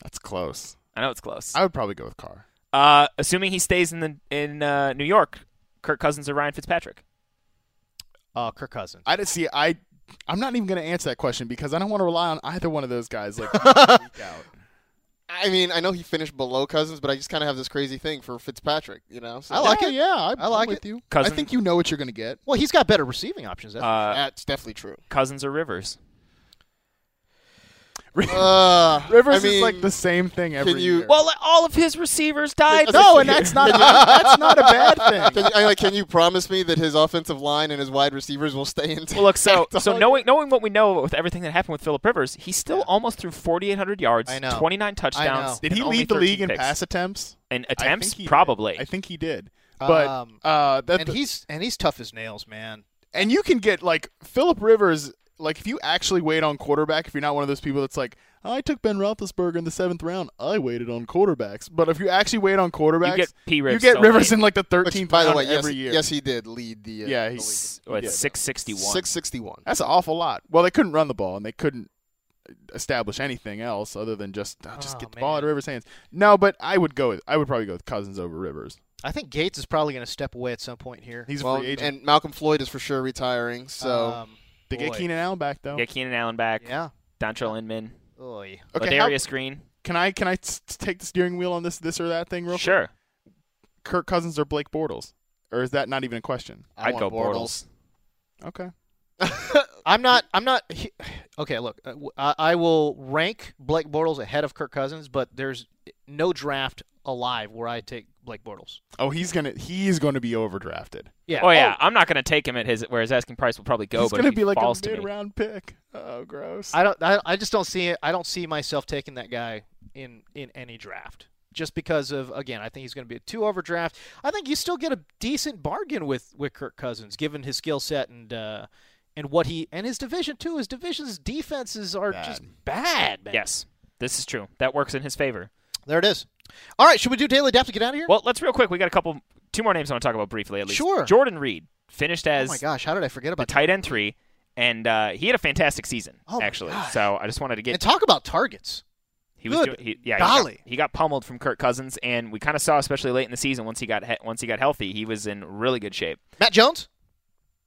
[SPEAKER 5] That's close.
[SPEAKER 4] I know it's close.
[SPEAKER 5] I would probably go with Carr.
[SPEAKER 4] Uh, assuming he stays in the in uh, New York, Kirk Cousins or Ryan Fitzpatrick.
[SPEAKER 3] Oh, Kirk Cousins.
[SPEAKER 5] I didn't see. I I'm not even going to answer that question because I don't want to rely on either one of those guys. Like,
[SPEAKER 4] Uh,
[SPEAKER 10] I mean, I know he finished below Cousins, but I just kind of have this crazy thing for Fitzpatrick. You know, so,
[SPEAKER 5] I like it. Yeah, I,
[SPEAKER 10] I like
[SPEAKER 5] am with
[SPEAKER 10] it.
[SPEAKER 5] you.
[SPEAKER 4] Cousin-
[SPEAKER 5] I think you know what you're going to get.
[SPEAKER 3] well, he's got better receiving options. That's
[SPEAKER 4] Uh,
[SPEAKER 10] That's definitely true.
[SPEAKER 4] Cousins or Rivers.
[SPEAKER 10] Uh,
[SPEAKER 5] Rivers
[SPEAKER 10] I mean,
[SPEAKER 5] is like the same thing every
[SPEAKER 10] can you-
[SPEAKER 5] year.
[SPEAKER 4] Well, all of his receivers died.
[SPEAKER 5] no, and that's not that's not a bad
[SPEAKER 10] Can
[SPEAKER 5] thing.
[SPEAKER 10] you, I- like, can you promise me that his offensive line and his wide receivers will stay intact?
[SPEAKER 4] Well, look, so
[SPEAKER 10] That's
[SPEAKER 4] so
[SPEAKER 10] all-
[SPEAKER 4] knowing knowing what we know with everything that happened with Philip Rivers, he still almost threw 4,800 yards,
[SPEAKER 3] I know.
[SPEAKER 4] 29 touchdowns.
[SPEAKER 5] Did he
[SPEAKER 4] and only
[SPEAKER 5] lead the
[SPEAKER 4] 13
[SPEAKER 5] league in
[SPEAKER 4] picks.
[SPEAKER 5] pass attempts?
[SPEAKER 4] and
[SPEAKER 5] I
[SPEAKER 4] attempts?
[SPEAKER 5] think he did.
[SPEAKER 4] Probably.
[SPEAKER 5] I think he did. But
[SPEAKER 3] Um,
[SPEAKER 5] uh, that
[SPEAKER 3] and
[SPEAKER 5] the-
[SPEAKER 3] he's and he's tough as nails, man.
[SPEAKER 5] and you can get like Philip Rivers. Like if you actually wait on quarterback, if you're not one of those people that's like, I took Ben Roethlisberger in the seventh round, I waited on quarterbacks. But if you actually wait on quarterbacks,
[SPEAKER 4] You get P. Rivers
[SPEAKER 5] you get
[SPEAKER 4] so
[SPEAKER 5] Rivers
[SPEAKER 4] late.
[SPEAKER 5] in like the
[SPEAKER 10] Which,
[SPEAKER 5] 13th
[SPEAKER 10] by the
[SPEAKER 5] round
[SPEAKER 10] way, yes,
[SPEAKER 5] every year.
[SPEAKER 10] yes, he did lead the. Uh,
[SPEAKER 5] yeah, he's
[SPEAKER 4] S- oh, it's
[SPEAKER 5] Yeah.
[SPEAKER 4] 661.
[SPEAKER 10] six sixty one.
[SPEAKER 5] That's an awful lot. Well, they couldn't run the ball and they couldn't establish anything else other than just "Oh, just
[SPEAKER 3] Oh,
[SPEAKER 5] get the ball
[SPEAKER 3] man.
[SPEAKER 5] out of Rivers' hands. No, but I would go with I would probably go with Cousins over Rivers.
[SPEAKER 3] I think Gates is probably going to step away at some point here.
[SPEAKER 5] He's a
[SPEAKER 10] Well,
[SPEAKER 5] free agent.
[SPEAKER 10] and Malcolm Floyd is for sure retiring. So
[SPEAKER 3] Um,
[SPEAKER 5] they get
[SPEAKER 3] boy.
[SPEAKER 5] Keenan Allen back though.
[SPEAKER 4] Get Keenan Allen back.
[SPEAKER 3] Yeah.
[SPEAKER 4] Dontrell Inman.
[SPEAKER 3] Oy.
[SPEAKER 5] Okay, how-
[SPEAKER 4] Ladarius Green.
[SPEAKER 5] can I can I s- s- take the steering wheel on this this or that thing real quick?
[SPEAKER 4] Sure.
[SPEAKER 5] Kirk Cousins or Blake Bortles, or is that not even a question?
[SPEAKER 10] I
[SPEAKER 4] I'd
[SPEAKER 10] want
[SPEAKER 4] go
[SPEAKER 10] Bortles.
[SPEAKER 5] Okay.
[SPEAKER 3] I'm not. I'm not. He, okay, look, uh, w- I, I will rank Blake Bortles ahead of Kirk Cousins, but there's no draft alive where I take Blake Bortles.
[SPEAKER 5] Oh, he's gonna he's gonna be overdrafted.
[SPEAKER 3] Yeah.
[SPEAKER 4] Oh yeah, I'm not going to take him at his where his asking price will probably go.
[SPEAKER 5] he's
[SPEAKER 4] but
[SPEAKER 5] gonna
[SPEAKER 4] if he
[SPEAKER 5] be like a
[SPEAKER 4] falls to me-
[SPEAKER 5] mid round pick. Oh, gross.
[SPEAKER 3] I don't. I, I just don't see it. I don't see myself taking that guy in in any draft. Just because of again, I think he's going to be a two over draft. I think you still get a decent bargain with with Kirk Cousins, given his skill set and uh, and what he and his division too. His division's defenses are just bad. Man.
[SPEAKER 4] Yes, this is true. That works in his favor.
[SPEAKER 3] there it is. All right, should we do daily depth to get out of here?
[SPEAKER 4] Well, let's real quick. We got a couple, two more names I want to talk about briefly at least.
[SPEAKER 3] Sure.
[SPEAKER 4] Jordan Reed finished
[SPEAKER 3] oh
[SPEAKER 4] as
[SPEAKER 3] my gosh, how did I forget
[SPEAKER 4] the
[SPEAKER 3] about
[SPEAKER 4] tight end three, and uh, he had a fantastic season
[SPEAKER 3] Oh my
[SPEAKER 4] actually.
[SPEAKER 3] gosh.
[SPEAKER 4] So I just wanted to
[SPEAKER 3] And
[SPEAKER 4] get
[SPEAKER 3] talk about targets.
[SPEAKER 4] he was
[SPEAKER 3] good
[SPEAKER 4] doing he, yeah He,
[SPEAKER 3] golly.
[SPEAKER 4] got, he got pummeled from Kirk Cousins, and we kind of saw especially late in the season once he got he- once he got healthy, he was in really good shape.
[SPEAKER 3] Matt Jones?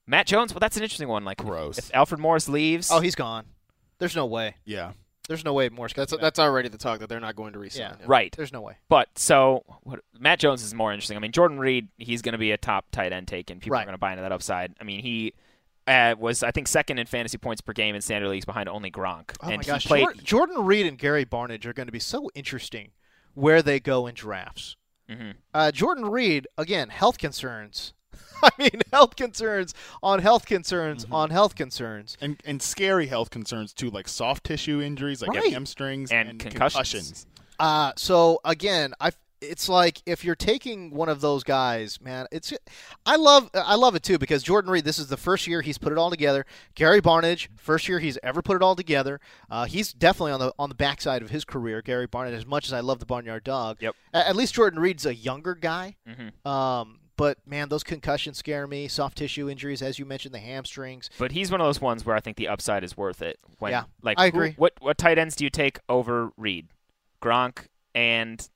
[SPEAKER 4] Matt Jones, well, that's an interesting one. Like,
[SPEAKER 5] Gross.
[SPEAKER 4] if Alfred Morris leaves,
[SPEAKER 3] Oh, he's gone. There's no way.
[SPEAKER 5] yeah.
[SPEAKER 3] There's no way Morris.
[SPEAKER 10] that's
[SPEAKER 3] That's
[SPEAKER 10] that's already the talk that they're not going to resign.
[SPEAKER 3] Yeah.
[SPEAKER 10] him.
[SPEAKER 4] right.
[SPEAKER 3] There's no way.
[SPEAKER 4] But so what, Matt Jones is more interesting. I mean, Jordan Reed, he's going to be a top tight end take, and people are
[SPEAKER 3] Right.
[SPEAKER 4] going to buy into that upside. I mean, he uh, was I think second in fantasy points per game in standard leagues behind only Gronk.
[SPEAKER 3] Oh
[SPEAKER 4] and
[SPEAKER 3] my gosh,
[SPEAKER 4] he played.
[SPEAKER 3] Jordan, Jordan Reed and Gary Barnage are going to be so interesting where they go in drafts.
[SPEAKER 4] Mhm.
[SPEAKER 3] Uh, Jordan Reed, again, health concerns. I mean, health concerns on health concerns
[SPEAKER 4] Mm-hmm.
[SPEAKER 3] on health concerns.
[SPEAKER 5] And and scary health concerns too, like soft tissue injuries, like
[SPEAKER 3] Right.
[SPEAKER 5] hamstrings
[SPEAKER 4] And concussions.
[SPEAKER 3] Uh, so again, I it's like if you're taking one of those guys, man, it's I love I love it too because Jordan Reed, this is the first year he's put it all together. Gary Barnage, first year he's ever put it all together. Uh, he's definitely on the on the backside of his career. Gary Barnage, as much as I love the Barnyard Dog,
[SPEAKER 4] Yep.
[SPEAKER 3] a- at least Jordan Reed's a younger guy.
[SPEAKER 4] Mhm.
[SPEAKER 3] Um, but man, those concussions scare me. Soft tissue injuries, as you mentioned, the hamstrings.
[SPEAKER 4] But he's one of those ones where I think the upside is worth it. When,
[SPEAKER 3] Yeah,
[SPEAKER 4] like
[SPEAKER 3] I
[SPEAKER 4] who-
[SPEAKER 3] agree.
[SPEAKER 4] what what tight ends do you take over Reed, Gronk, and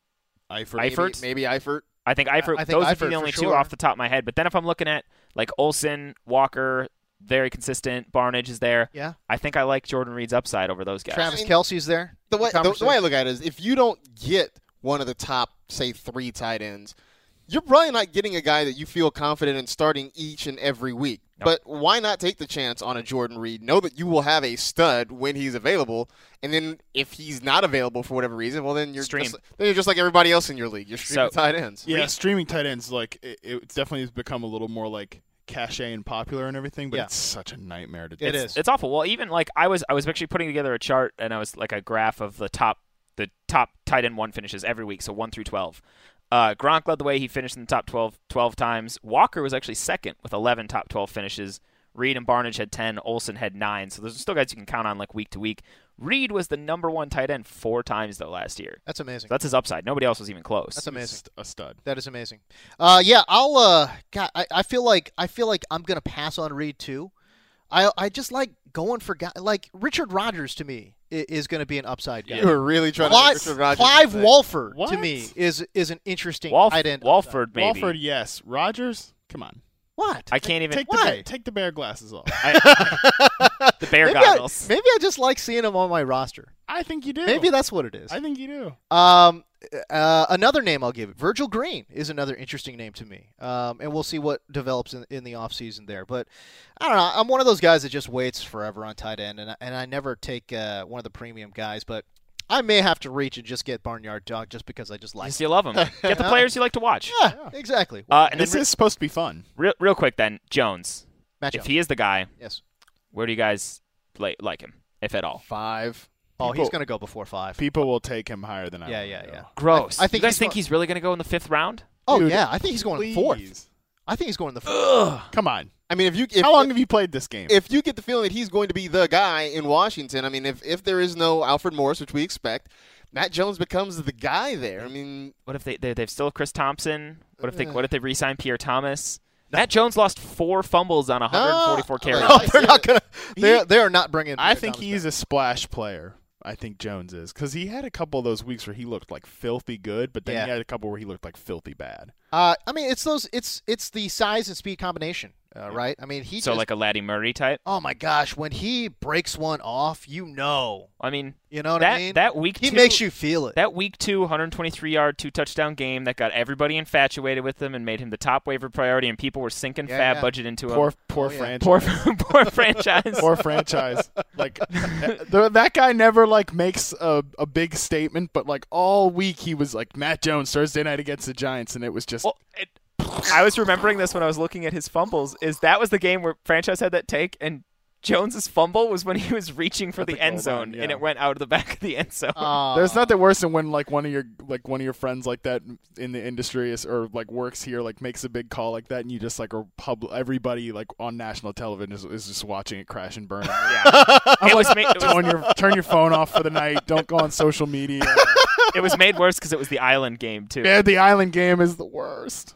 [SPEAKER 10] Eifert,
[SPEAKER 4] Eifert?
[SPEAKER 10] maybe, maybe Eifert.
[SPEAKER 4] I think Eifert.
[SPEAKER 3] I think
[SPEAKER 4] those
[SPEAKER 3] Eifert
[SPEAKER 4] are the
[SPEAKER 3] for
[SPEAKER 4] only two
[SPEAKER 3] sure.
[SPEAKER 4] off the top of my head. But then if I'm looking at like Olson, Walker, very consistent. Barnage is there.
[SPEAKER 3] Yeah,
[SPEAKER 4] I think I like Jordan Reed's upside over those guys.
[SPEAKER 3] Travis
[SPEAKER 10] mean,
[SPEAKER 3] Kelsey's there.
[SPEAKER 10] The way the, the
[SPEAKER 3] Conversation.
[SPEAKER 10] way I look at it is, if you don't get one of the top, say, three tight ends, you're probably not getting a guy that you feel confident in starting each and every week. But why not take the chance on a Jordan Reed? Know that you will have a stud when he's available, and then if he's not available for whatever reason, well, then you're
[SPEAKER 4] Stream.
[SPEAKER 10] just, then you're just like everybody else in your league. You're streaming
[SPEAKER 4] So-
[SPEAKER 10] tight ends.
[SPEAKER 5] Yeah, streaming tight ends like it, it definitely has become a little more like cachet and popular and everything, but
[SPEAKER 3] Yeah.
[SPEAKER 5] it's such a nightmare to do.
[SPEAKER 3] It is.
[SPEAKER 4] It's awful. Well, even like I was, I was actually putting together a chart, and I was like a graph of the top, the top tight end one finishes every week, so one through twelve. Uh, Gronk led the way; he finished in the top 12, 12 times. Walker was actually second with eleven top twelve finishes. Reed and Barnage had ten. Olson had nine. So those are still guys you can count on like week to week. Reed was the number one tight end four times though last year.
[SPEAKER 3] That's amazing.
[SPEAKER 4] So that's his upside. Nobody else was even close.
[SPEAKER 3] That's amazing.
[SPEAKER 5] It's a stud.
[SPEAKER 3] That is amazing. Uh, yeah, I'll. Uh, God, I, I feel like I feel like I'm gonna pass on Reed too. I I just like going for guy like Richard Rodgers to me i- is going to be an upside guy.
[SPEAKER 10] You were really trying
[SPEAKER 3] Clive,
[SPEAKER 10] to make Richard Rodgers.
[SPEAKER 3] Clive
[SPEAKER 10] upset.
[SPEAKER 3] Walford to
[SPEAKER 5] What?
[SPEAKER 3] me is is an interesting
[SPEAKER 4] Walf-
[SPEAKER 3] tight end.
[SPEAKER 4] Walford, maybe.
[SPEAKER 5] Walford, yes. Rogers, come on.
[SPEAKER 3] What?
[SPEAKER 4] I can't even.
[SPEAKER 5] Take the,
[SPEAKER 3] Why?
[SPEAKER 5] bear, take the bear glasses off.
[SPEAKER 4] I- the bear
[SPEAKER 3] maybe, I,
[SPEAKER 4] goggles.
[SPEAKER 3] maybe I just like seeing him on my roster.
[SPEAKER 5] I think you do.
[SPEAKER 3] Maybe that's what it is.
[SPEAKER 5] I think you do.
[SPEAKER 3] Um, uh, another name I'll give it. Virgil Green is another interesting name to me. Um, and we'll see what develops in, in the offseason there. But I don't know. I'm one of those guys that just waits forever on tight end, and I, and I never take uh, one of the premium guys. But I may have to reach and just get Barnyard Dog just because I just like.
[SPEAKER 4] Yes, you love them. Get the players you like to watch.
[SPEAKER 3] Yeah, exactly.
[SPEAKER 4] Uh, and
[SPEAKER 5] This
[SPEAKER 4] then,
[SPEAKER 5] is supposed to be fun.
[SPEAKER 4] re- real, real quick, then Jones.
[SPEAKER 3] Matchup.
[SPEAKER 4] If he is the guy,
[SPEAKER 3] yes.
[SPEAKER 4] where do you guys li- like him, if at all?
[SPEAKER 5] Five.
[SPEAKER 3] Oh, he's
[SPEAKER 5] People-
[SPEAKER 3] going to go before five.
[SPEAKER 5] People will take him higher than I.
[SPEAKER 3] Yeah,
[SPEAKER 5] will,
[SPEAKER 3] yeah,
[SPEAKER 5] though.
[SPEAKER 3] yeah.
[SPEAKER 4] Gross.
[SPEAKER 3] I think
[SPEAKER 4] you guys
[SPEAKER 3] he's
[SPEAKER 4] think
[SPEAKER 3] go-
[SPEAKER 4] he's really going to go in the fifth round?
[SPEAKER 3] Oh
[SPEAKER 5] Dude,
[SPEAKER 3] yeah, I think he's going fourth.
[SPEAKER 5] Please.
[SPEAKER 3] I think he's going the fourth.
[SPEAKER 5] Come on.
[SPEAKER 10] I mean, if you if,
[SPEAKER 5] How long have you played this game?
[SPEAKER 10] if you get the feeling that he's going to be the guy in Washington, I mean, if if there is no Alfred Morris, which we expect, Matt Jones becomes the guy there. I mean,
[SPEAKER 4] What if they, they they've still Chris Thompson? What if they what if they re-sign Pierre Thomas? Matt Jones lost four fumbles on 144 carries.
[SPEAKER 10] No,
[SPEAKER 3] They're not going to. They they are not bringing.
[SPEAKER 5] I think he's
[SPEAKER 3] Thomas
[SPEAKER 5] a splash player. I think Jones is because he had a couple of those weeks where he looked like filthy good, but then he
[SPEAKER 3] Yeah.
[SPEAKER 5] had a couple where he looked like filthy bad.
[SPEAKER 3] Uh, I mean, it's those. It's it's the size and speed combination, uh, right? I mean, he
[SPEAKER 4] so
[SPEAKER 3] just,
[SPEAKER 4] like a Laddie Murray type.
[SPEAKER 3] oh my gosh, when he breaks one off, you know,
[SPEAKER 4] I mean,
[SPEAKER 3] you know what
[SPEAKER 4] that
[SPEAKER 3] I mean.
[SPEAKER 4] that week
[SPEAKER 3] he
[SPEAKER 4] two,
[SPEAKER 3] makes you feel it.
[SPEAKER 4] that week two 123 yard two touchdown game that got everybody infatuated with him and made him the top waiver priority and people were sinking
[SPEAKER 3] Yeah,
[SPEAKER 4] fab
[SPEAKER 3] yeah.
[SPEAKER 4] budget into
[SPEAKER 5] Poor,
[SPEAKER 4] him.
[SPEAKER 5] poor
[SPEAKER 3] yeah.
[SPEAKER 5] franchise.
[SPEAKER 4] Poor poor franchise.
[SPEAKER 5] Poor franchise. Like th- that guy never like makes a, a big statement, but like all week he was like Matt Jones Thursday night against the Giants, and it was just
[SPEAKER 4] Well, it, I was remembering this when I was looking at his fumbles. Is that was the game where franchise had that take and Jones's fumble was when he was reaching for the,
[SPEAKER 5] the
[SPEAKER 4] end
[SPEAKER 5] goal
[SPEAKER 4] zone
[SPEAKER 5] line, yeah.
[SPEAKER 4] and it went out of the back of the end zone.
[SPEAKER 3] Aw.
[SPEAKER 5] There's nothing worse than when like one of your like one of your friends like that in the industry is, or like works here like makes a big call like that and you just like are pub everybody like on national television is, is just watching it crash and burn.
[SPEAKER 4] it, was made, it, was,
[SPEAKER 5] turn your turn your phone off for the night. Don't go on social media.
[SPEAKER 4] it was made worse because it was the island game too.
[SPEAKER 5] Man, the island game is the worst.
[SPEAKER 3] What-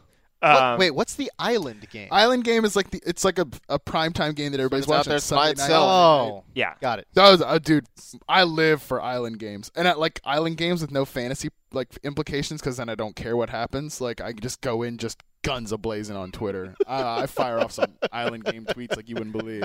[SPEAKER 4] Um,
[SPEAKER 3] wait, what's the island game?
[SPEAKER 5] Island game is like the it's like a a primetime game that everybody's
[SPEAKER 10] it's out
[SPEAKER 5] watching
[SPEAKER 10] there
[SPEAKER 5] on Sunday
[SPEAKER 10] by
[SPEAKER 5] night.
[SPEAKER 10] itself.
[SPEAKER 3] oh,
[SPEAKER 4] yeah.
[SPEAKER 3] got it.
[SPEAKER 5] That was, uh, dude. I live for island games, and I like island games with no fantasy like implications, because then I don't care what happens. Like I just go in just guns ablazing on Twitter. uh, I fire off some island game tweets like you wouldn't believe.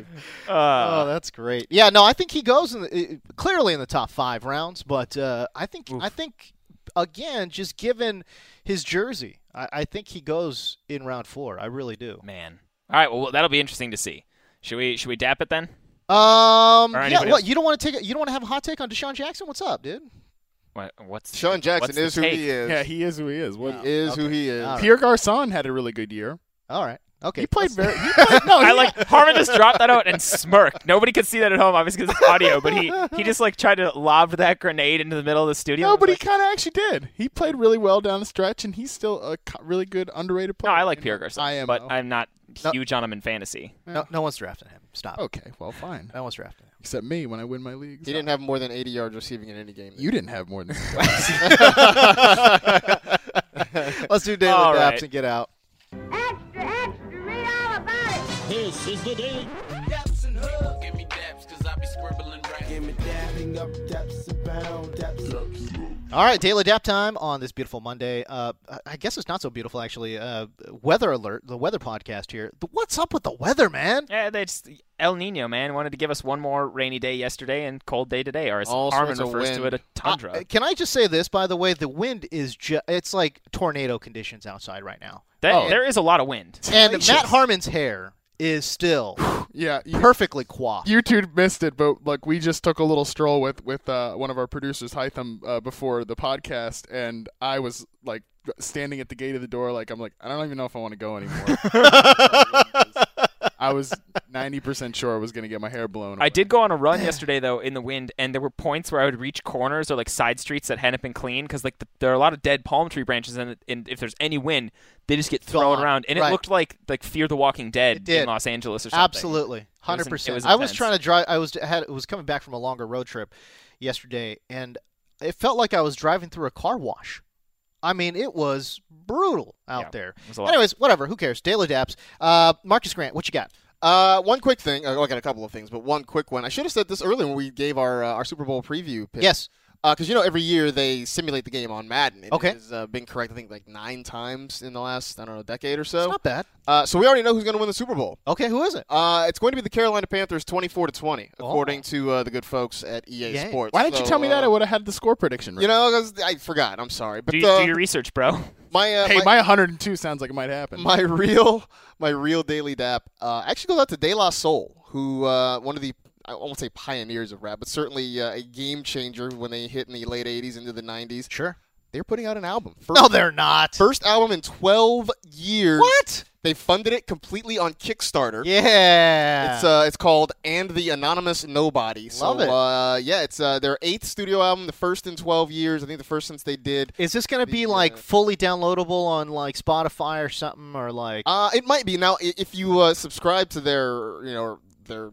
[SPEAKER 4] Uh,
[SPEAKER 3] oh, that's great. Yeah, no, I think he goes in the, i- clearly in the top five rounds, but uh, I think I think again, just given his jersey, I, I think he goes in round four. I really do.
[SPEAKER 4] man. All right. Well, that'll be interesting to see. Should we should we dap it then?
[SPEAKER 3] Um,
[SPEAKER 4] Or
[SPEAKER 3] yeah,
[SPEAKER 4] anybody
[SPEAKER 3] what
[SPEAKER 4] else?
[SPEAKER 3] you don't want to take? a- You don't want to have a hot take on Deshaun Jackson? What's up, dude?
[SPEAKER 4] What, what's
[SPEAKER 10] Sean
[SPEAKER 4] what's
[SPEAKER 10] Jackson
[SPEAKER 4] the
[SPEAKER 10] is who
[SPEAKER 4] take?
[SPEAKER 10] he is.
[SPEAKER 5] Yeah, he is who he is. What
[SPEAKER 10] He is who he is.
[SPEAKER 3] All right.
[SPEAKER 5] Pierre Garcon had a really good year.
[SPEAKER 3] All right. Okay.
[SPEAKER 5] He played
[SPEAKER 3] let's-
[SPEAKER 5] very. He played, no,
[SPEAKER 4] I
[SPEAKER 5] he-
[SPEAKER 4] like Harmon just dropped that out and smirked. Nobody could see that at home, obviously, because it's audio. But he he just like tried to lob that grenade into the middle of the studio.
[SPEAKER 5] No,
[SPEAKER 4] It was
[SPEAKER 5] but he
[SPEAKER 4] like-
[SPEAKER 5] kind of actually did. He played really well down the stretch, and he's still a co- really good underrated
[SPEAKER 4] No,
[SPEAKER 5] player.
[SPEAKER 4] I like Pierre Garcon,
[SPEAKER 5] I am.
[SPEAKER 4] but
[SPEAKER 5] though.
[SPEAKER 4] I'm not
[SPEAKER 3] No.
[SPEAKER 4] huge on him in fantasy.
[SPEAKER 3] No, no one's drafting him. Stop.
[SPEAKER 5] okay. Well, fine.
[SPEAKER 3] No one's drafting him.
[SPEAKER 5] Except me when I win my leagues.
[SPEAKER 10] He didn't have more than 80 yards receiving in any game.
[SPEAKER 5] You didn't have more than.
[SPEAKER 3] Let's do daily
[SPEAKER 4] All
[SPEAKER 3] daps
[SPEAKER 4] right.
[SPEAKER 3] and get out.
[SPEAKER 9] Extra, extra, read all about it.
[SPEAKER 3] All right, daily dap time on this beautiful Monday. Uh, I- I guess it's not so beautiful actually. Uh, weather alert, the weather podcast here. The- What's up with the weather, man?
[SPEAKER 4] Yeah, they just El Nino man wanted to give us one more rainy day yesterday and cold day today, or as
[SPEAKER 10] All
[SPEAKER 4] Harmon
[SPEAKER 10] sorts of
[SPEAKER 4] refers to it,
[SPEAKER 10] wind.
[SPEAKER 4] a tundra.
[SPEAKER 3] Uh, can I just say this, by the way? The wind is just—it's like tornado conditions outside right now.
[SPEAKER 4] That-
[SPEAKER 5] oh.
[SPEAKER 4] There is a lot of wind.
[SPEAKER 3] And Matt Harmon's hair is still
[SPEAKER 5] yeah. You,
[SPEAKER 3] perfectly coiffed.
[SPEAKER 5] you two missed it, but like we just took a little stroll with with uh, one of our producers, Hytham, uh, before the podcast, and I was like standing at the gate of the door, like I'm like I don't even know if I want to go anymore. I was 90% sure I was going to get my hair blown.
[SPEAKER 4] I
[SPEAKER 5] away.
[SPEAKER 4] did go on a run yesterday though in the wind, and there were points where I would reach corners or like side streets that hadn't been cleaned because like the, there are a lot of dead palm tree branches, and, and if there's any wind, they just get thrown
[SPEAKER 3] Gone.
[SPEAKER 4] around. And
[SPEAKER 3] Right.
[SPEAKER 4] it looked like like Fear the Walking Dead
[SPEAKER 3] It did.
[SPEAKER 4] in Los Angeles or something.
[SPEAKER 3] Absolutely,
[SPEAKER 4] was
[SPEAKER 3] hundred
[SPEAKER 4] in- it
[SPEAKER 3] percent.
[SPEAKER 4] was
[SPEAKER 3] I was
[SPEAKER 4] intense.
[SPEAKER 3] trying to drive. I was had was coming back from a longer road trip yesterday, and it felt like I was driving through a car wash. I mean, it was brutal out
[SPEAKER 4] Yeah,
[SPEAKER 3] there.
[SPEAKER 4] was a lot.
[SPEAKER 3] Anyways, whatever. Who cares? Daily daps. Uh, Marcus Grant, what you got?
[SPEAKER 10] Uh, one quick thing. uh, well, I got a couple of things, but one quick one. I should have said this earlier when we gave our uh, our Super Bowl preview. Pick.
[SPEAKER 3] Yes.
[SPEAKER 10] Because you know every year they simulate the game on Madden. It
[SPEAKER 3] Okay.
[SPEAKER 10] has uh, been correct, I think, like nine times in the last I don't know decade or so.
[SPEAKER 3] It's not bad.
[SPEAKER 10] Uh, so we already know who's going to win the Super Bowl.
[SPEAKER 3] Okay, who is it?
[SPEAKER 10] Uh, it's going to be the Carolina Panthers, twenty-four to twenty,
[SPEAKER 3] Oh.
[SPEAKER 10] according to uh, the good folks at EA
[SPEAKER 3] Yay.
[SPEAKER 10] Sports.
[SPEAKER 5] Why didn't
[SPEAKER 10] So,
[SPEAKER 5] you tell me that? I
[SPEAKER 10] uh,
[SPEAKER 5] would have had the score prediction. Right.
[SPEAKER 10] You know, 'cause I forgot. I'm sorry, but
[SPEAKER 4] Do, you,
[SPEAKER 10] uh,
[SPEAKER 4] do your research, bro.
[SPEAKER 10] my uh,
[SPEAKER 5] hey,
[SPEAKER 10] my,
[SPEAKER 5] my 102 sounds like it might happen.
[SPEAKER 10] my real my real daily dap uh, actually goes out to De La Soul, who uh, one of the I won't say pioneers of rap, but certainly uh, a game changer when they hit in the late '80s into the '90s.
[SPEAKER 3] Sure.
[SPEAKER 10] They're putting out an album. First,
[SPEAKER 3] No, they're not.
[SPEAKER 10] first album in 12 years.
[SPEAKER 3] What?
[SPEAKER 10] They funded it completely on Kickstarter.
[SPEAKER 3] Yeah.
[SPEAKER 10] It's uh, it's called "And the Anonymous Nobody."
[SPEAKER 3] Love
[SPEAKER 10] so,
[SPEAKER 3] it.
[SPEAKER 10] Uh, yeah, it's uh, their eighth studio album, the first in 12 years. I think the first since they did.
[SPEAKER 3] is this going to be
[SPEAKER 10] the,
[SPEAKER 3] like
[SPEAKER 10] uh,
[SPEAKER 3] fully downloadable on like Spotify or something or like
[SPEAKER 10] Uh, it might be now i- if you uh, subscribe to their, you know, their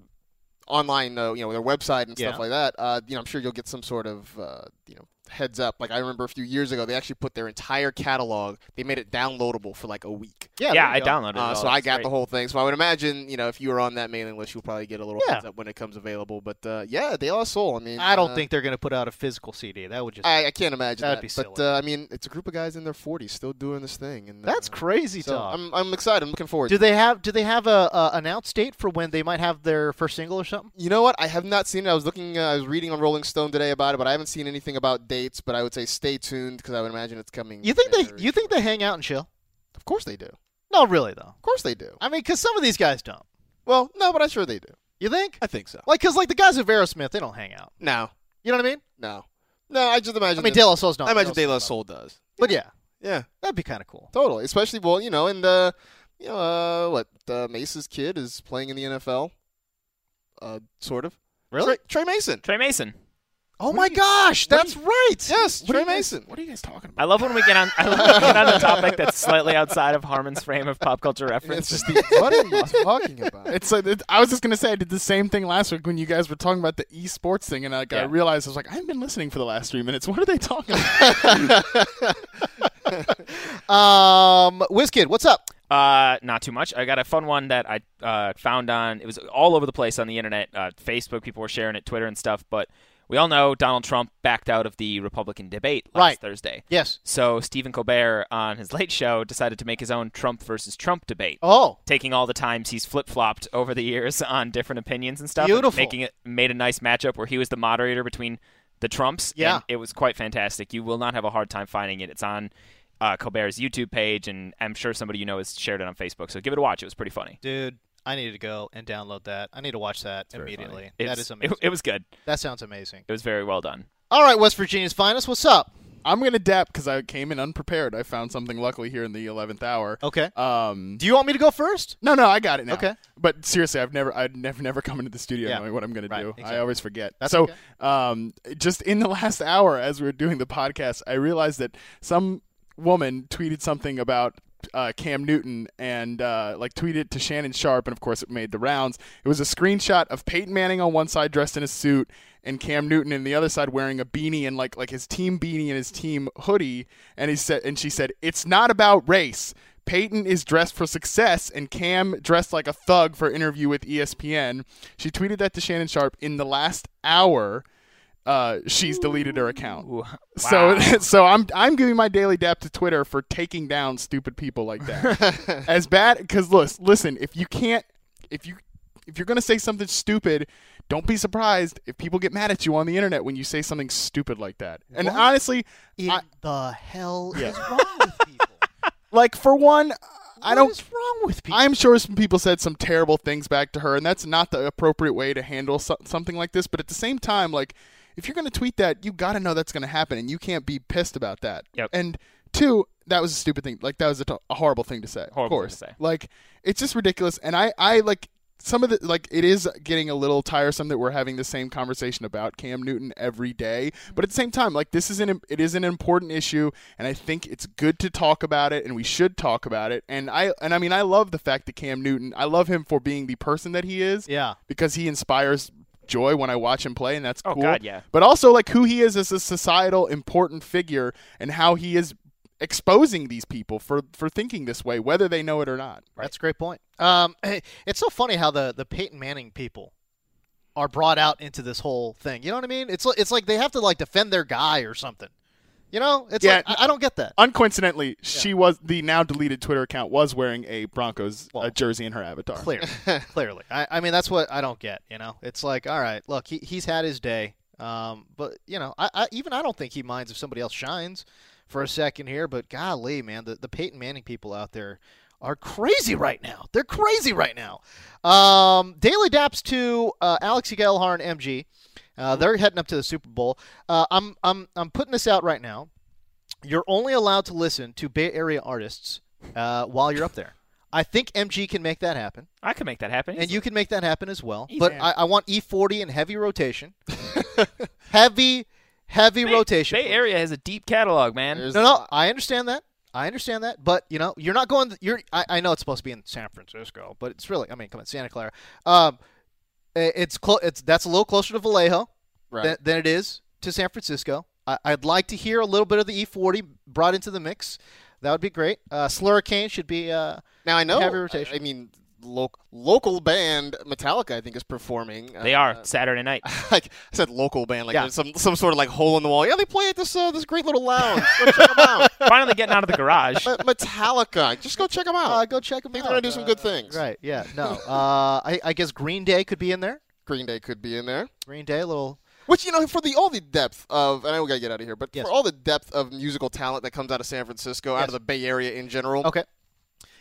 [SPEAKER 10] online, uh, you know, their website and stuff
[SPEAKER 3] Yeah.
[SPEAKER 10] like that. Uh, you know, I'm sure you'll get some sort of, uh, you know, heads up. Like I remember a few years ago, they actually put their entire catalog. They made it downloadable for like a week.
[SPEAKER 3] Yeah,
[SPEAKER 4] yeah,
[SPEAKER 3] there
[SPEAKER 4] I
[SPEAKER 3] you go.
[SPEAKER 4] downloaded it.
[SPEAKER 10] Uh,
[SPEAKER 4] all.
[SPEAKER 10] so I
[SPEAKER 4] That's
[SPEAKER 10] got
[SPEAKER 4] great.
[SPEAKER 10] the whole thing. So I would imagine, you know, if you were on that mailing list, you'll probably get a little
[SPEAKER 3] Yeah.
[SPEAKER 10] heads up when it comes available. But uh, yeah, they all soul. I mean,
[SPEAKER 3] I don't
[SPEAKER 10] uh,
[SPEAKER 3] think they're going to put out a physical CD. That would just
[SPEAKER 10] I, I can't imagine
[SPEAKER 3] That'd
[SPEAKER 10] that.
[SPEAKER 3] be
[SPEAKER 10] but
[SPEAKER 3] silly.
[SPEAKER 10] uh, I mean, it's a group of guys in their 40s still doing this thing, and
[SPEAKER 3] That's
[SPEAKER 10] uh,
[SPEAKER 3] crazy
[SPEAKER 10] So
[SPEAKER 3] talk.
[SPEAKER 10] I'm, I'm excited. I'm looking forward. to
[SPEAKER 3] do they have do they have a, a announce date for when they might have their first single or something?
[SPEAKER 10] You know what? I have not seen it. I was looking, uh, I was reading on Rolling Stone today about it, but I haven't seen anything about dates. But I would say stay tuned because I would imagine it's coming.
[SPEAKER 3] You think
[SPEAKER 10] very
[SPEAKER 3] they you think
[SPEAKER 10] shortly.
[SPEAKER 3] they hang out and chill?
[SPEAKER 10] Of course they do. Of
[SPEAKER 3] No, really though.
[SPEAKER 10] course they do.
[SPEAKER 3] I mean, because some of these guys don't.
[SPEAKER 10] Well, no, but I'm sure they do.
[SPEAKER 3] You think?
[SPEAKER 10] I think so.
[SPEAKER 3] Like, because like the guys of Aerosmith, they don't hang out.
[SPEAKER 10] No,
[SPEAKER 3] You know what I mean?
[SPEAKER 10] no, no. I just imagine.
[SPEAKER 3] I mean,
[SPEAKER 10] that-
[SPEAKER 3] De La Soul's not.
[SPEAKER 10] I imagine
[SPEAKER 3] Soul's
[SPEAKER 10] De La
[SPEAKER 3] not-
[SPEAKER 10] Soul does.
[SPEAKER 3] But yeah,
[SPEAKER 10] Yeah,
[SPEAKER 3] that'd be kind of cool.
[SPEAKER 10] totally. Especially well, you know, and uh, you know, uh, what uh, Mace's kid is playing in the NFL. Uh, sort of.
[SPEAKER 3] Really?
[SPEAKER 10] Trey, Trey Mason.
[SPEAKER 4] Trey Mason.
[SPEAKER 3] Oh my gosh,
[SPEAKER 10] what
[SPEAKER 3] that's right.
[SPEAKER 10] Yes,
[SPEAKER 5] What are
[SPEAKER 10] Trey
[SPEAKER 5] you guys-
[SPEAKER 10] Mason.
[SPEAKER 5] What are you guys talking about?
[SPEAKER 4] I love when we get on. I love when we get on a topic that's slightly outside of Harmon's frame of pop culture
[SPEAKER 10] It's
[SPEAKER 4] reference.
[SPEAKER 10] just the, what are you talking about?
[SPEAKER 5] It's like it, I was just gonna say I did the same thing last week when you guys were talking about the esports thing, and like I
[SPEAKER 4] Yeah.
[SPEAKER 5] realized I was like I haven't been listening for the last three minutes. What are they talking about?
[SPEAKER 3] Um, Wizkid, what's up?
[SPEAKER 4] Uh, not too much. I got a fun one that I uh, found on. It was all over the place on the internet. Uh, Facebook, people were sharing it, Twitter and stuff. But we all know Donald Trump backed out of the Republican debate last
[SPEAKER 3] Right.
[SPEAKER 4] Thursday.
[SPEAKER 3] Yes.
[SPEAKER 4] So Stephen Colbert on his late show decided to make his own Trump versus Trump debate.
[SPEAKER 3] Oh,
[SPEAKER 4] Taking all the times he's flip flopped over the years on different opinions and stuff, and
[SPEAKER 3] Beautiful.
[SPEAKER 4] making it made a nice matchup where he was the moderator between the Trumps.
[SPEAKER 3] Yeah.
[SPEAKER 4] and it was quite fantastic. You will not have a hard time finding it. It's on uh, Colbert's YouTube page, and I'm sure somebody you know has shared it on Facebook. So give it a watch. It was pretty funny.
[SPEAKER 3] dude, I need to go and download that. I need to watch that immediately. That
[SPEAKER 4] It's-
[SPEAKER 3] is
[SPEAKER 4] it-
[SPEAKER 3] amazing.
[SPEAKER 4] It, was good.
[SPEAKER 3] that sounds amazing.
[SPEAKER 4] It was very well done.
[SPEAKER 3] All right, West Virginia's finest. What's up?
[SPEAKER 5] I'm gonna dap because I came in unprepared. I found something luckily here in the eleventh hour.
[SPEAKER 3] Okay.
[SPEAKER 5] Um.
[SPEAKER 3] Do you want me to go first?
[SPEAKER 5] No, no, I got it now.
[SPEAKER 3] Okay.
[SPEAKER 5] But seriously, I've never, I'd never, never come into the studio
[SPEAKER 3] Yeah.
[SPEAKER 5] knowing what I'm going
[SPEAKER 3] Right,
[SPEAKER 5] to do.
[SPEAKER 3] exactly.
[SPEAKER 5] I always forget.
[SPEAKER 3] That's
[SPEAKER 5] so,
[SPEAKER 3] okay.
[SPEAKER 5] um, just in the last hour, as we were doing the podcast, I realized that some woman tweeted something about. Uh, Cam Newton and uh, like tweeted it to Shannon Sharp, and of course it made the rounds. It was a screenshot of Peyton Manning on one side dressed in a suit, and Cam Newton in the other side wearing a beanie and like like his team beanie and his team hoodie. And he said, and she said, "It's not about race. Peyton is dressed for success and Cam dressed like a thug for interview with E ESPN. She tweeted that to Shannon Sharp in the last hour. Uh, she's deleted her account.
[SPEAKER 4] Ooh,
[SPEAKER 5] So
[SPEAKER 4] wow.
[SPEAKER 5] so I'm I'm giving my daily dap to Twitter for taking down stupid people like that. As bad because listen, listen, if you can't if you if you're gonna say something stupid, don't be surprised if people get mad at you on the internet when you say something stupid like that. And honestly,
[SPEAKER 3] In
[SPEAKER 5] I-
[SPEAKER 3] the hell is wrong with people?
[SPEAKER 5] like for one, I don't.
[SPEAKER 3] What is wrong with people?
[SPEAKER 5] I'm sure some people said some terrible things back to her, and that's not the appropriate way to handle so- something like this. But at the same time, like if you're going to tweet that, you got to know that's going to happen, and you can't be pissed about that.
[SPEAKER 4] Yep.
[SPEAKER 5] And two, that was a stupid thing. Like that was a, t- a horrible thing to say.
[SPEAKER 4] Horrible
[SPEAKER 5] of
[SPEAKER 4] thing to
[SPEAKER 5] course.
[SPEAKER 4] say.
[SPEAKER 5] Like it's just ridiculous, and I, I like. Some of the like it is getting a little tiresome that we're having the same conversation about Cam Newton every day, but at the same time, like this is an it is an important issue, and I think it's good to talk about it, and we should talk about it. And I and I mean I love the fact that Cam Newton, I love him for being the person that he is,
[SPEAKER 3] Yeah.
[SPEAKER 5] because he inspires joy when I watch him play, and that's
[SPEAKER 4] Oh,
[SPEAKER 5] cool.
[SPEAKER 4] God, yeah.
[SPEAKER 5] But also like who he is as a societal important figure and how he is exposing these people for for thinking this way, whether they know it or not.
[SPEAKER 3] That's a great point. Um, it's so funny how the the Peyton Manning people are brought out into this whole thing. You know what I mean? It's li- it's like they have to like defend their guy or something. You know? It's
[SPEAKER 5] Yeah.
[SPEAKER 3] like, I, I don't get that.
[SPEAKER 5] Uncoincidentally, she was the now deleted Twitter account was wearing a Broncos uh,
[SPEAKER 3] Well,
[SPEAKER 5] jersey in her avatar.
[SPEAKER 3] Clearly, clearly. I, I mean, that's what I don't get. You know, it's like, all right, look, he, he's had his day. Um, but you know, I, I even I don't think he minds if somebody else shines for a second here. But golly, man, the the Peyton Manning people out there are crazy right now. They're crazy right now. Um, Daily Daps to uh, Alex Gellhorn, MG. Uh, they're heading up to the Super Bowl. Uh, I'm I'm I'm putting this out right now. You're only allowed to listen to Bay Area artists uh, while you're up there. I think MG can make that happen
[SPEAKER 4] I could make that happen.
[SPEAKER 3] and you can make that happen as well.
[SPEAKER 4] Easy.
[SPEAKER 3] But I, I want E40 and heavy rotation, heavy, heavy rotation.
[SPEAKER 4] Bay Area has a deep catalog, man.
[SPEAKER 3] No, no, I understand that. I understand that. But you know, you're not going. You're. I, I know it's supposed to be in San Francisco, but it's really. I mean, come on, Santa Clara. Um, i- it's close. It's that's a little closer to Vallejo
[SPEAKER 10] Right.
[SPEAKER 3] than, than it is to San Francisco. I, I'd like to hear a little bit of the E40 brought into the mix. That would be great. Uh, Slurricane should be. Uh,
[SPEAKER 10] Now I know.
[SPEAKER 3] Heavy rotation.
[SPEAKER 10] I, I mean, lo- local band Metallica, I think, is performing.
[SPEAKER 4] They
[SPEAKER 10] Uh,
[SPEAKER 4] are Saturday night.
[SPEAKER 10] like I said, local band, like
[SPEAKER 3] Yeah.
[SPEAKER 10] there's some some sort of like hole in the wall. Yeah, they play at this uh, this great little lounge. Go check them out.
[SPEAKER 4] Finally getting out of the garage.
[SPEAKER 10] Me- Metallica, just go check them out.
[SPEAKER 4] Oh.
[SPEAKER 3] uh, go check them
[SPEAKER 10] They're
[SPEAKER 3] out.
[SPEAKER 10] gonna do some good things.
[SPEAKER 3] Right. Yeah. No. Uh, I, I guess Green Day could be in there.
[SPEAKER 10] Green Day could be in there.
[SPEAKER 3] Green Day, a little.
[SPEAKER 10] Which you know, for the all the depth of, and I know we gotta get out of here, but
[SPEAKER 3] Yes.
[SPEAKER 10] for all the depth of musical talent that comes out of San Francisco, out
[SPEAKER 3] Yes.
[SPEAKER 10] of the Bay Area in general,
[SPEAKER 3] Okay.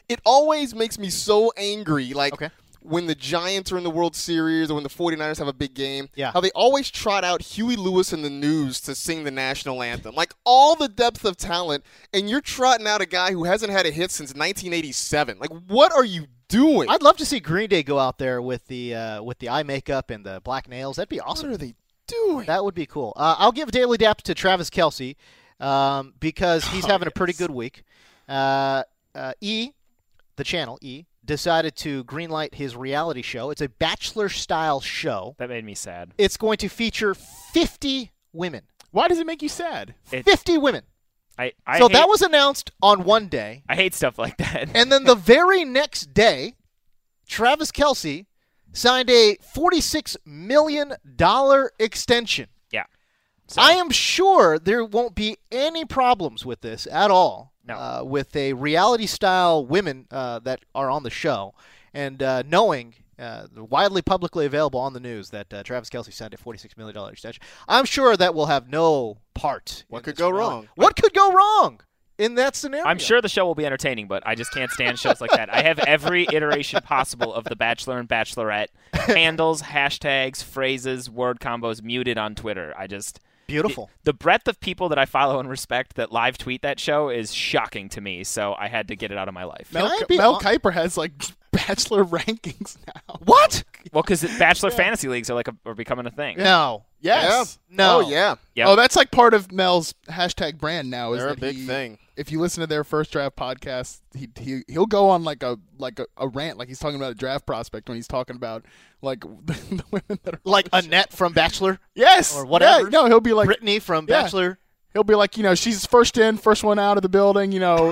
[SPEAKER 10] it always makes me so angry. Like
[SPEAKER 3] Okay.
[SPEAKER 10] when the Giants are in the World Series or when the 49ers have a big game,
[SPEAKER 3] Yeah.
[SPEAKER 10] how they always trot out Huey Lewis in the news to sing the national anthem. Like all the depth of talent, and you're trotting out a guy who hasn't had a hit since 1987. Like, what are you doing?
[SPEAKER 3] I'd love to see Green Day go out there with the uh, with the eye makeup and the black nails. That'd be
[SPEAKER 10] what
[SPEAKER 3] awesome.
[SPEAKER 10] are they doing?
[SPEAKER 3] That would be cool. Uh, I'll give daily daps to Travis Kelsey um, because he's having a pretty good week. Uh, uh, e, the channel E, decided to greenlight his reality show. It's a bachelor style show.
[SPEAKER 4] That made me sad.
[SPEAKER 3] It's going to feature 50 women.
[SPEAKER 5] Why does it make you sad?
[SPEAKER 4] It,
[SPEAKER 3] 50 women.
[SPEAKER 4] I, I
[SPEAKER 3] so
[SPEAKER 4] hate,
[SPEAKER 3] that was announced on one day.
[SPEAKER 4] I hate stuff like that.
[SPEAKER 3] And then the very next day, Travis Kelsey signed a $46 million extension.
[SPEAKER 4] yeah. So-
[SPEAKER 3] I am sure there won't be any problems with this at all.
[SPEAKER 4] No.
[SPEAKER 3] Uh, with a reality style women uh, that are on the show and uh, knowing. Uh, widely publicly available on the news that uh, Travis Kelsey signed a $46 million extension. I'm sure that will have no part.
[SPEAKER 10] What
[SPEAKER 3] in
[SPEAKER 10] could
[SPEAKER 3] this
[SPEAKER 10] go
[SPEAKER 3] reality-
[SPEAKER 10] wrong?
[SPEAKER 3] What could go wrong in that scenario?
[SPEAKER 4] I'm sure the show will be entertaining, but I just can't stand shows like that. I have every iteration possible of The Bachelor and Bachelorette handles, hashtags, phrases, word combos muted on Twitter. I just
[SPEAKER 3] Beautiful.
[SPEAKER 4] the breadth of people that I follow and respect that live tweet that show is shocking to me. So I had to get it out of my life.
[SPEAKER 3] Can
[SPEAKER 5] Mel,
[SPEAKER 3] I
[SPEAKER 5] Ki-
[SPEAKER 3] be
[SPEAKER 5] Mel
[SPEAKER 3] hon-
[SPEAKER 5] Kiper has like bachelor rankings now.
[SPEAKER 3] What?
[SPEAKER 4] Well, because Bachelor fantasy leagues are like a, are becoming a thing.
[SPEAKER 3] No.
[SPEAKER 5] Yes.
[SPEAKER 3] No.
[SPEAKER 10] Oh yeah,
[SPEAKER 4] Yep.
[SPEAKER 5] Oh, that's like part of Mel's hashtag brand now. Is
[SPEAKER 10] they're a
[SPEAKER 5] that
[SPEAKER 10] big
[SPEAKER 5] he-
[SPEAKER 10] thing.
[SPEAKER 5] If you listen to their first draft podcast, he, he he'll go on like a like a, a rant, like he's talking about a draft prospect when he's talking about like the, women that are
[SPEAKER 3] like Annette from Bachelor,
[SPEAKER 5] yes
[SPEAKER 3] or whatever.
[SPEAKER 5] Yeah, no, he'll be like
[SPEAKER 3] Brittany from
[SPEAKER 5] Yeah.
[SPEAKER 3] Bachelor.
[SPEAKER 5] he'll be like you know she's first in, first one out of the building. You know,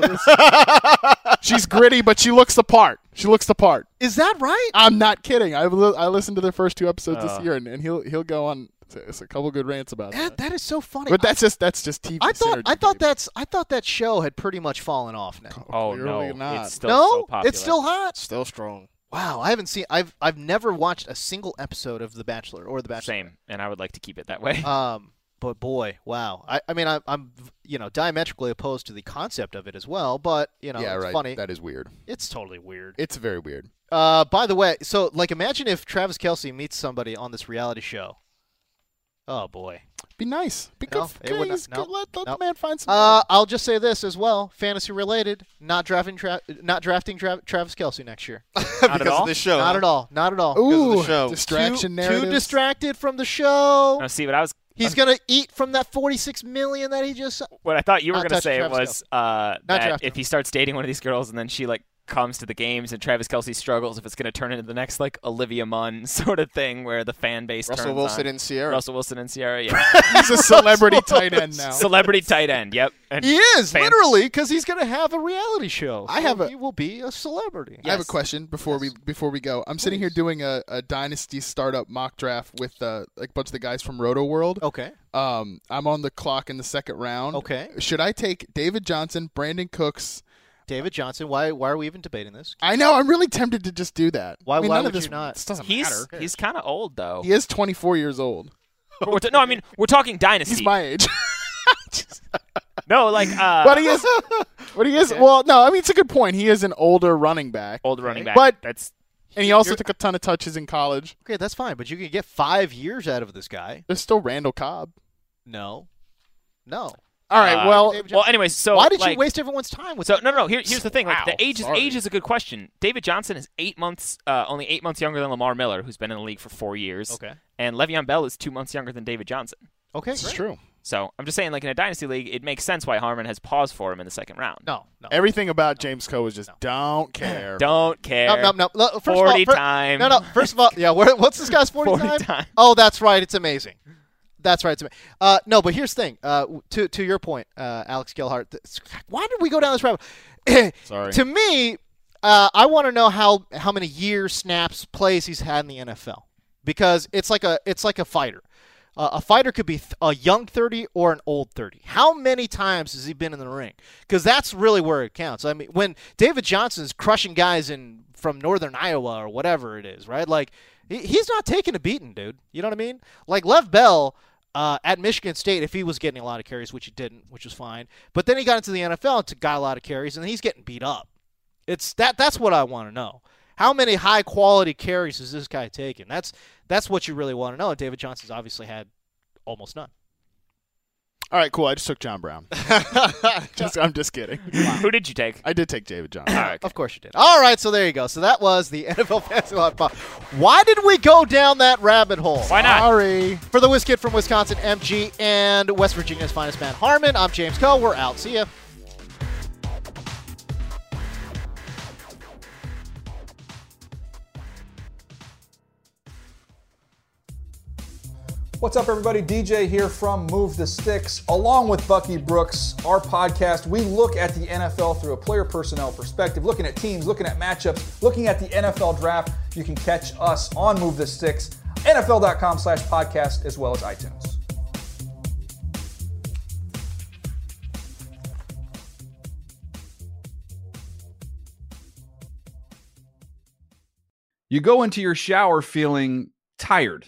[SPEAKER 5] she's gritty, but she looks the part. She looks the part.
[SPEAKER 3] Is that right?
[SPEAKER 5] I'm not kidding. I li- I listened to their first two
[SPEAKER 4] Uh.
[SPEAKER 5] episodes
[SPEAKER 3] Oh.
[SPEAKER 5] this year, and, and he'll he'll go on. It's a couple good rants about
[SPEAKER 3] That,
[SPEAKER 5] that.
[SPEAKER 3] that is so funny.
[SPEAKER 5] But that's just that's just TV.
[SPEAKER 3] I, I thought
[SPEAKER 5] synergy,
[SPEAKER 3] I thought
[SPEAKER 5] baby.
[SPEAKER 3] that's I thought that show had pretty much fallen off now.
[SPEAKER 4] Oh
[SPEAKER 5] Clearly
[SPEAKER 4] no,
[SPEAKER 5] not.
[SPEAKER 4] it's still
[SPEAKER 3] no,
[SPEAKER 4] so popular.
[SPEAKER 3] it's still hot.
[SPEAKER 10] Still strong.
[SPEAKER 3] Wow, I haven't seen. I've I've never watched a single episode of The Bachelor or The Bachelor.
[SPEAKER 4] same, and I would like to keep it that way.
[SPEAKER 3] Um, but boy, wow. I, I mean, I, I'm you know diametrically opposed to the concept of it as well. But you know,
[SPEAKER 5] yeah,
[SPEAKER 3] it's
[SPEAKER 5] right.
[SPEAKER 3] funny.
[SPEAKER 5] That is weird.
[SPEAKER 3] it's totally weird.
[SPEAKER 5] It's very weird.
[SPEAKER 3] Uh, by the way, so like, imagine if Travis Kelsey meets somebody on this reality show. Oh boy.
[SPEAKER 5] Be nice. Be
[SPEAKER 3] No, it
[SPEAKER 5] good.
[SPEAKER 3] would not-
[SPEAKER 5] Please,
[SPEAKER 3] no,
[SPEAKER 5] good- let let
[SPEAKER 3] no.
[SPEAKER 5] the man find some.
[SPEAKER 3] Uh, I'll just say this as well, fantasy related. Not drafting, tra- not drafting tra- Travis Kelsey next year.
[SPEAKER 4] not at
[SPEAKER 10] because
[SPEAKER 4] all.
[SPEAKER 10] of this show.
[SPEAKER 3] Not at all. Not at all.
[SPEAKER 5] Ooh,
[SPEAKER 10] because of the show.
[SPEAKER 5] distraction
[SPEAKER 3] too,
[SPEAKER 5] narratives.
[SPEAKER 3] Too distracted from the show.
[SPEAKER 4] Now, see what I was
[SPEAKER 3] He's gonna eat from that forty-six million that he just.
[SPEAKER 4] What I thought you were
[SPEAKER 3] Not
[SPEAKER 4] going to
[SPEAKER 3] touching
[SPEAKER 4] say
[SPEAKER 3] Travis
[SPEAKER 4] was uh,
[SPEAKER 3] Not
[SPEAKER 4] that
[SPEAKER 3] drafting
[SPEAKER 4] if
[SPEAKER 3] him.
[SPEAKER 4] he starts dating one of these girls and then she like comes to the games and Travis Kelsey struggles, if it's going to turn into the next like Olivia Munn sort of thing where the fan base
[SPEAKER 10] Russell
[SPEAKER 4] turns
[SPEAKER 10] Wilson
[SPEAKER 4] on.
[SPEAKER 10] and Sierra.
[SPEAKER 4] Russell Wilson and Sierra, yeah.
[SPEAKER 5] He's a celebrity tight end now.
[SPEAKER 4] celebrity tight end. Yep, and
[SPEAKER 3] He is
[SPEAKER 4] Fan-
[SPEAKER 3] literally because he's going to have a reality show.
[SPEAKER 5] I
[SPEAKER 3] So
[SPEAKER 5] have a-
[SPEAKER 3] he will be a celebrity.
[SPEAKER 5] I have a question before we before we go. I'm sitting here doing a, a dynasty startup mock draft with uh, like a bunch of the guys from Roto World.
[SPEAKER 3] Okay.
[SPEAKER 5] Um, I'm on the clock in the second round.
[SPEAKER 3] Okay.
[SPEAKER 5] Should I take David Johnson, Brandon Cooks?
[SPEAKER 3] David Johnson. Why? Why are we even debating this?
[SPEAKER 5] I know I'm really tempted to just do that.
[SPEAKER 3] Why-
[SPEAKER 5] I mean,
[SPEAKER 3] why
[SPEAKER 5] none
[SPEAKER 3] would
[SPEAKER 5] of this
[SPEAKER 3] you not?
[SPEAKER 5] This doesn't
[SPEAKER 4] he's
[SPEAKER 5] matter.
[SPEAKER 4] he's kind of old though.
[SPEAKER 5] He is 24 years old.
[SPEAKER 4] But we're t- no, I mean we're talking dynasty.
[SPEAKER 5] He's my age.
[SPEAKER 4] no, like uh,
[SPEAKER 5] but he is. But he is. Well, no. I mean, it's a good point. He is an older running back,
[SPEAKER 4] old running back.
[SPEAKER 5] But-
[SPEAKER 4] that's
[SPEAKER 5] and he also took a ton of touches in college.
[SPEAKER 3] Okay, that's fine, but you can get five years out of this guy.
[SPEAKER 5] There's still Randall Cobb.
[SPEAKER 3] No, no.
[SPEAKER 5] All right.
[SPEAKER 4] Uh,
[SPEAKER 5] well,
[SPEAKER 3] David
[SPEAKER 4] well. Anyways, so
[SPEAKER 3] Why did
[SPEAKER 4] like,
[SPEAKER 3] you waste everyone's time with
[SPEAKER 4] So
[SPEAKER 3] that?
[SPEAKER 4] no, no, no. Here, here's the thing. Like
[SPEAKER 5] Wow,
[SPEAKER 4] the age is
[SPEAKER 5] sorry.
[SPEAKER 4] age is a good question. David Johnson is eight months, uh, only eight months younger than Lamar Miller, who's been in the league for four years.
[SPEAKER 3] Okay.
[SPEAKER 4] And Le'Veon Bell is two months younger than David Johnson.
[SPEAKER 3] Okay,
[SPEAKER 5] it's
[SPEAKER 3] great.
[SPEAKER 5] true.
[SPEAKER 4] So I'm just saying, like in a dynasty league, it makes sense why Harmon has paused for him in the second round.
[SPEAKER 3] No, no.
[SPEAKER 5] Everything about James Coe is just don't care.
[SPEAKER 4] Don't care.
[SPEAKER 3] no, no, no. Look, First of all,
[SPEAKER 4] 40
[SPEAKER 3] fir-
[SPEAKER 4] time.
[SPEAKER 3] No, no. First of all, yeah. where- What's this guy's forty,
[SPEAKER 4] 40
[SPEAKER 3] time?
[SPEAKER 4] time.
[SPEAKER 3] Oh, that's right. It's amazing. That's right. It's amazing. Uh, no, but here's the thing. Uh, w- to to your point, uh, Alex Gilhart. th- Why did we go down this rabbit?
[SPEAKER 10] Sorry.
[SPEAKER 3] To me, uh, I want to know how how many years, snaps, plays he's had in the NFL because it's like a it's like a fighter. Uh, a fighter could be th- a young 30 or an old 30. How many times has he been in the ring? Because that's really where it counts. I mean, when David Johnson's crushing guys in from Northern Iowa or whatever it is, right? Like he, he's not taking a beating, dude. You know what I mean? Like Lev Bell uh, at Michigan State, if he was getting a lot of carries, which he didn't, which was fine, but then he got into the NFL and got a lot of carries, and he's getting beat up. It's that that's what I want to know. How many high quality carries is this guy taking? That's that's what you really want to know. And David Johnson's obviously had almost none.
[SPEAKER 5] All right, cool. I just took John Brown. Just- I'm just kidding.
[SPEAKER 4] Who did you take?
[SPEAKER 5] I did take David John.
[SPEAKER 4] All right, okay.
[SPEAKER 3] Of course you did. All right, so there you go. So that was the NFL Fantasy Live Pod. Why did we go down that rabbit hole?
[SPEAKER 4] Why not?
[SPEAKER 5] Sorry.
[SPEAKER 3] For the Whiz Kid from Wisconsin, MG, and West Virginia's finest man, Harmon, I'm James Coe. We're out. See ya.
[SPEAKER 7] What's up, everybody? DJ here from Move the Sticks. Along with Bucky Brooks, our podcast, we look at the NFL through a player personnel perspective, looking at teams, looking at matchups, looking at the NFL draft. You can catch us on Move the Sticks, NFL.com slash podcast, as well as iTunes.
[SPEAKER 8] You go into your shower feeling tired,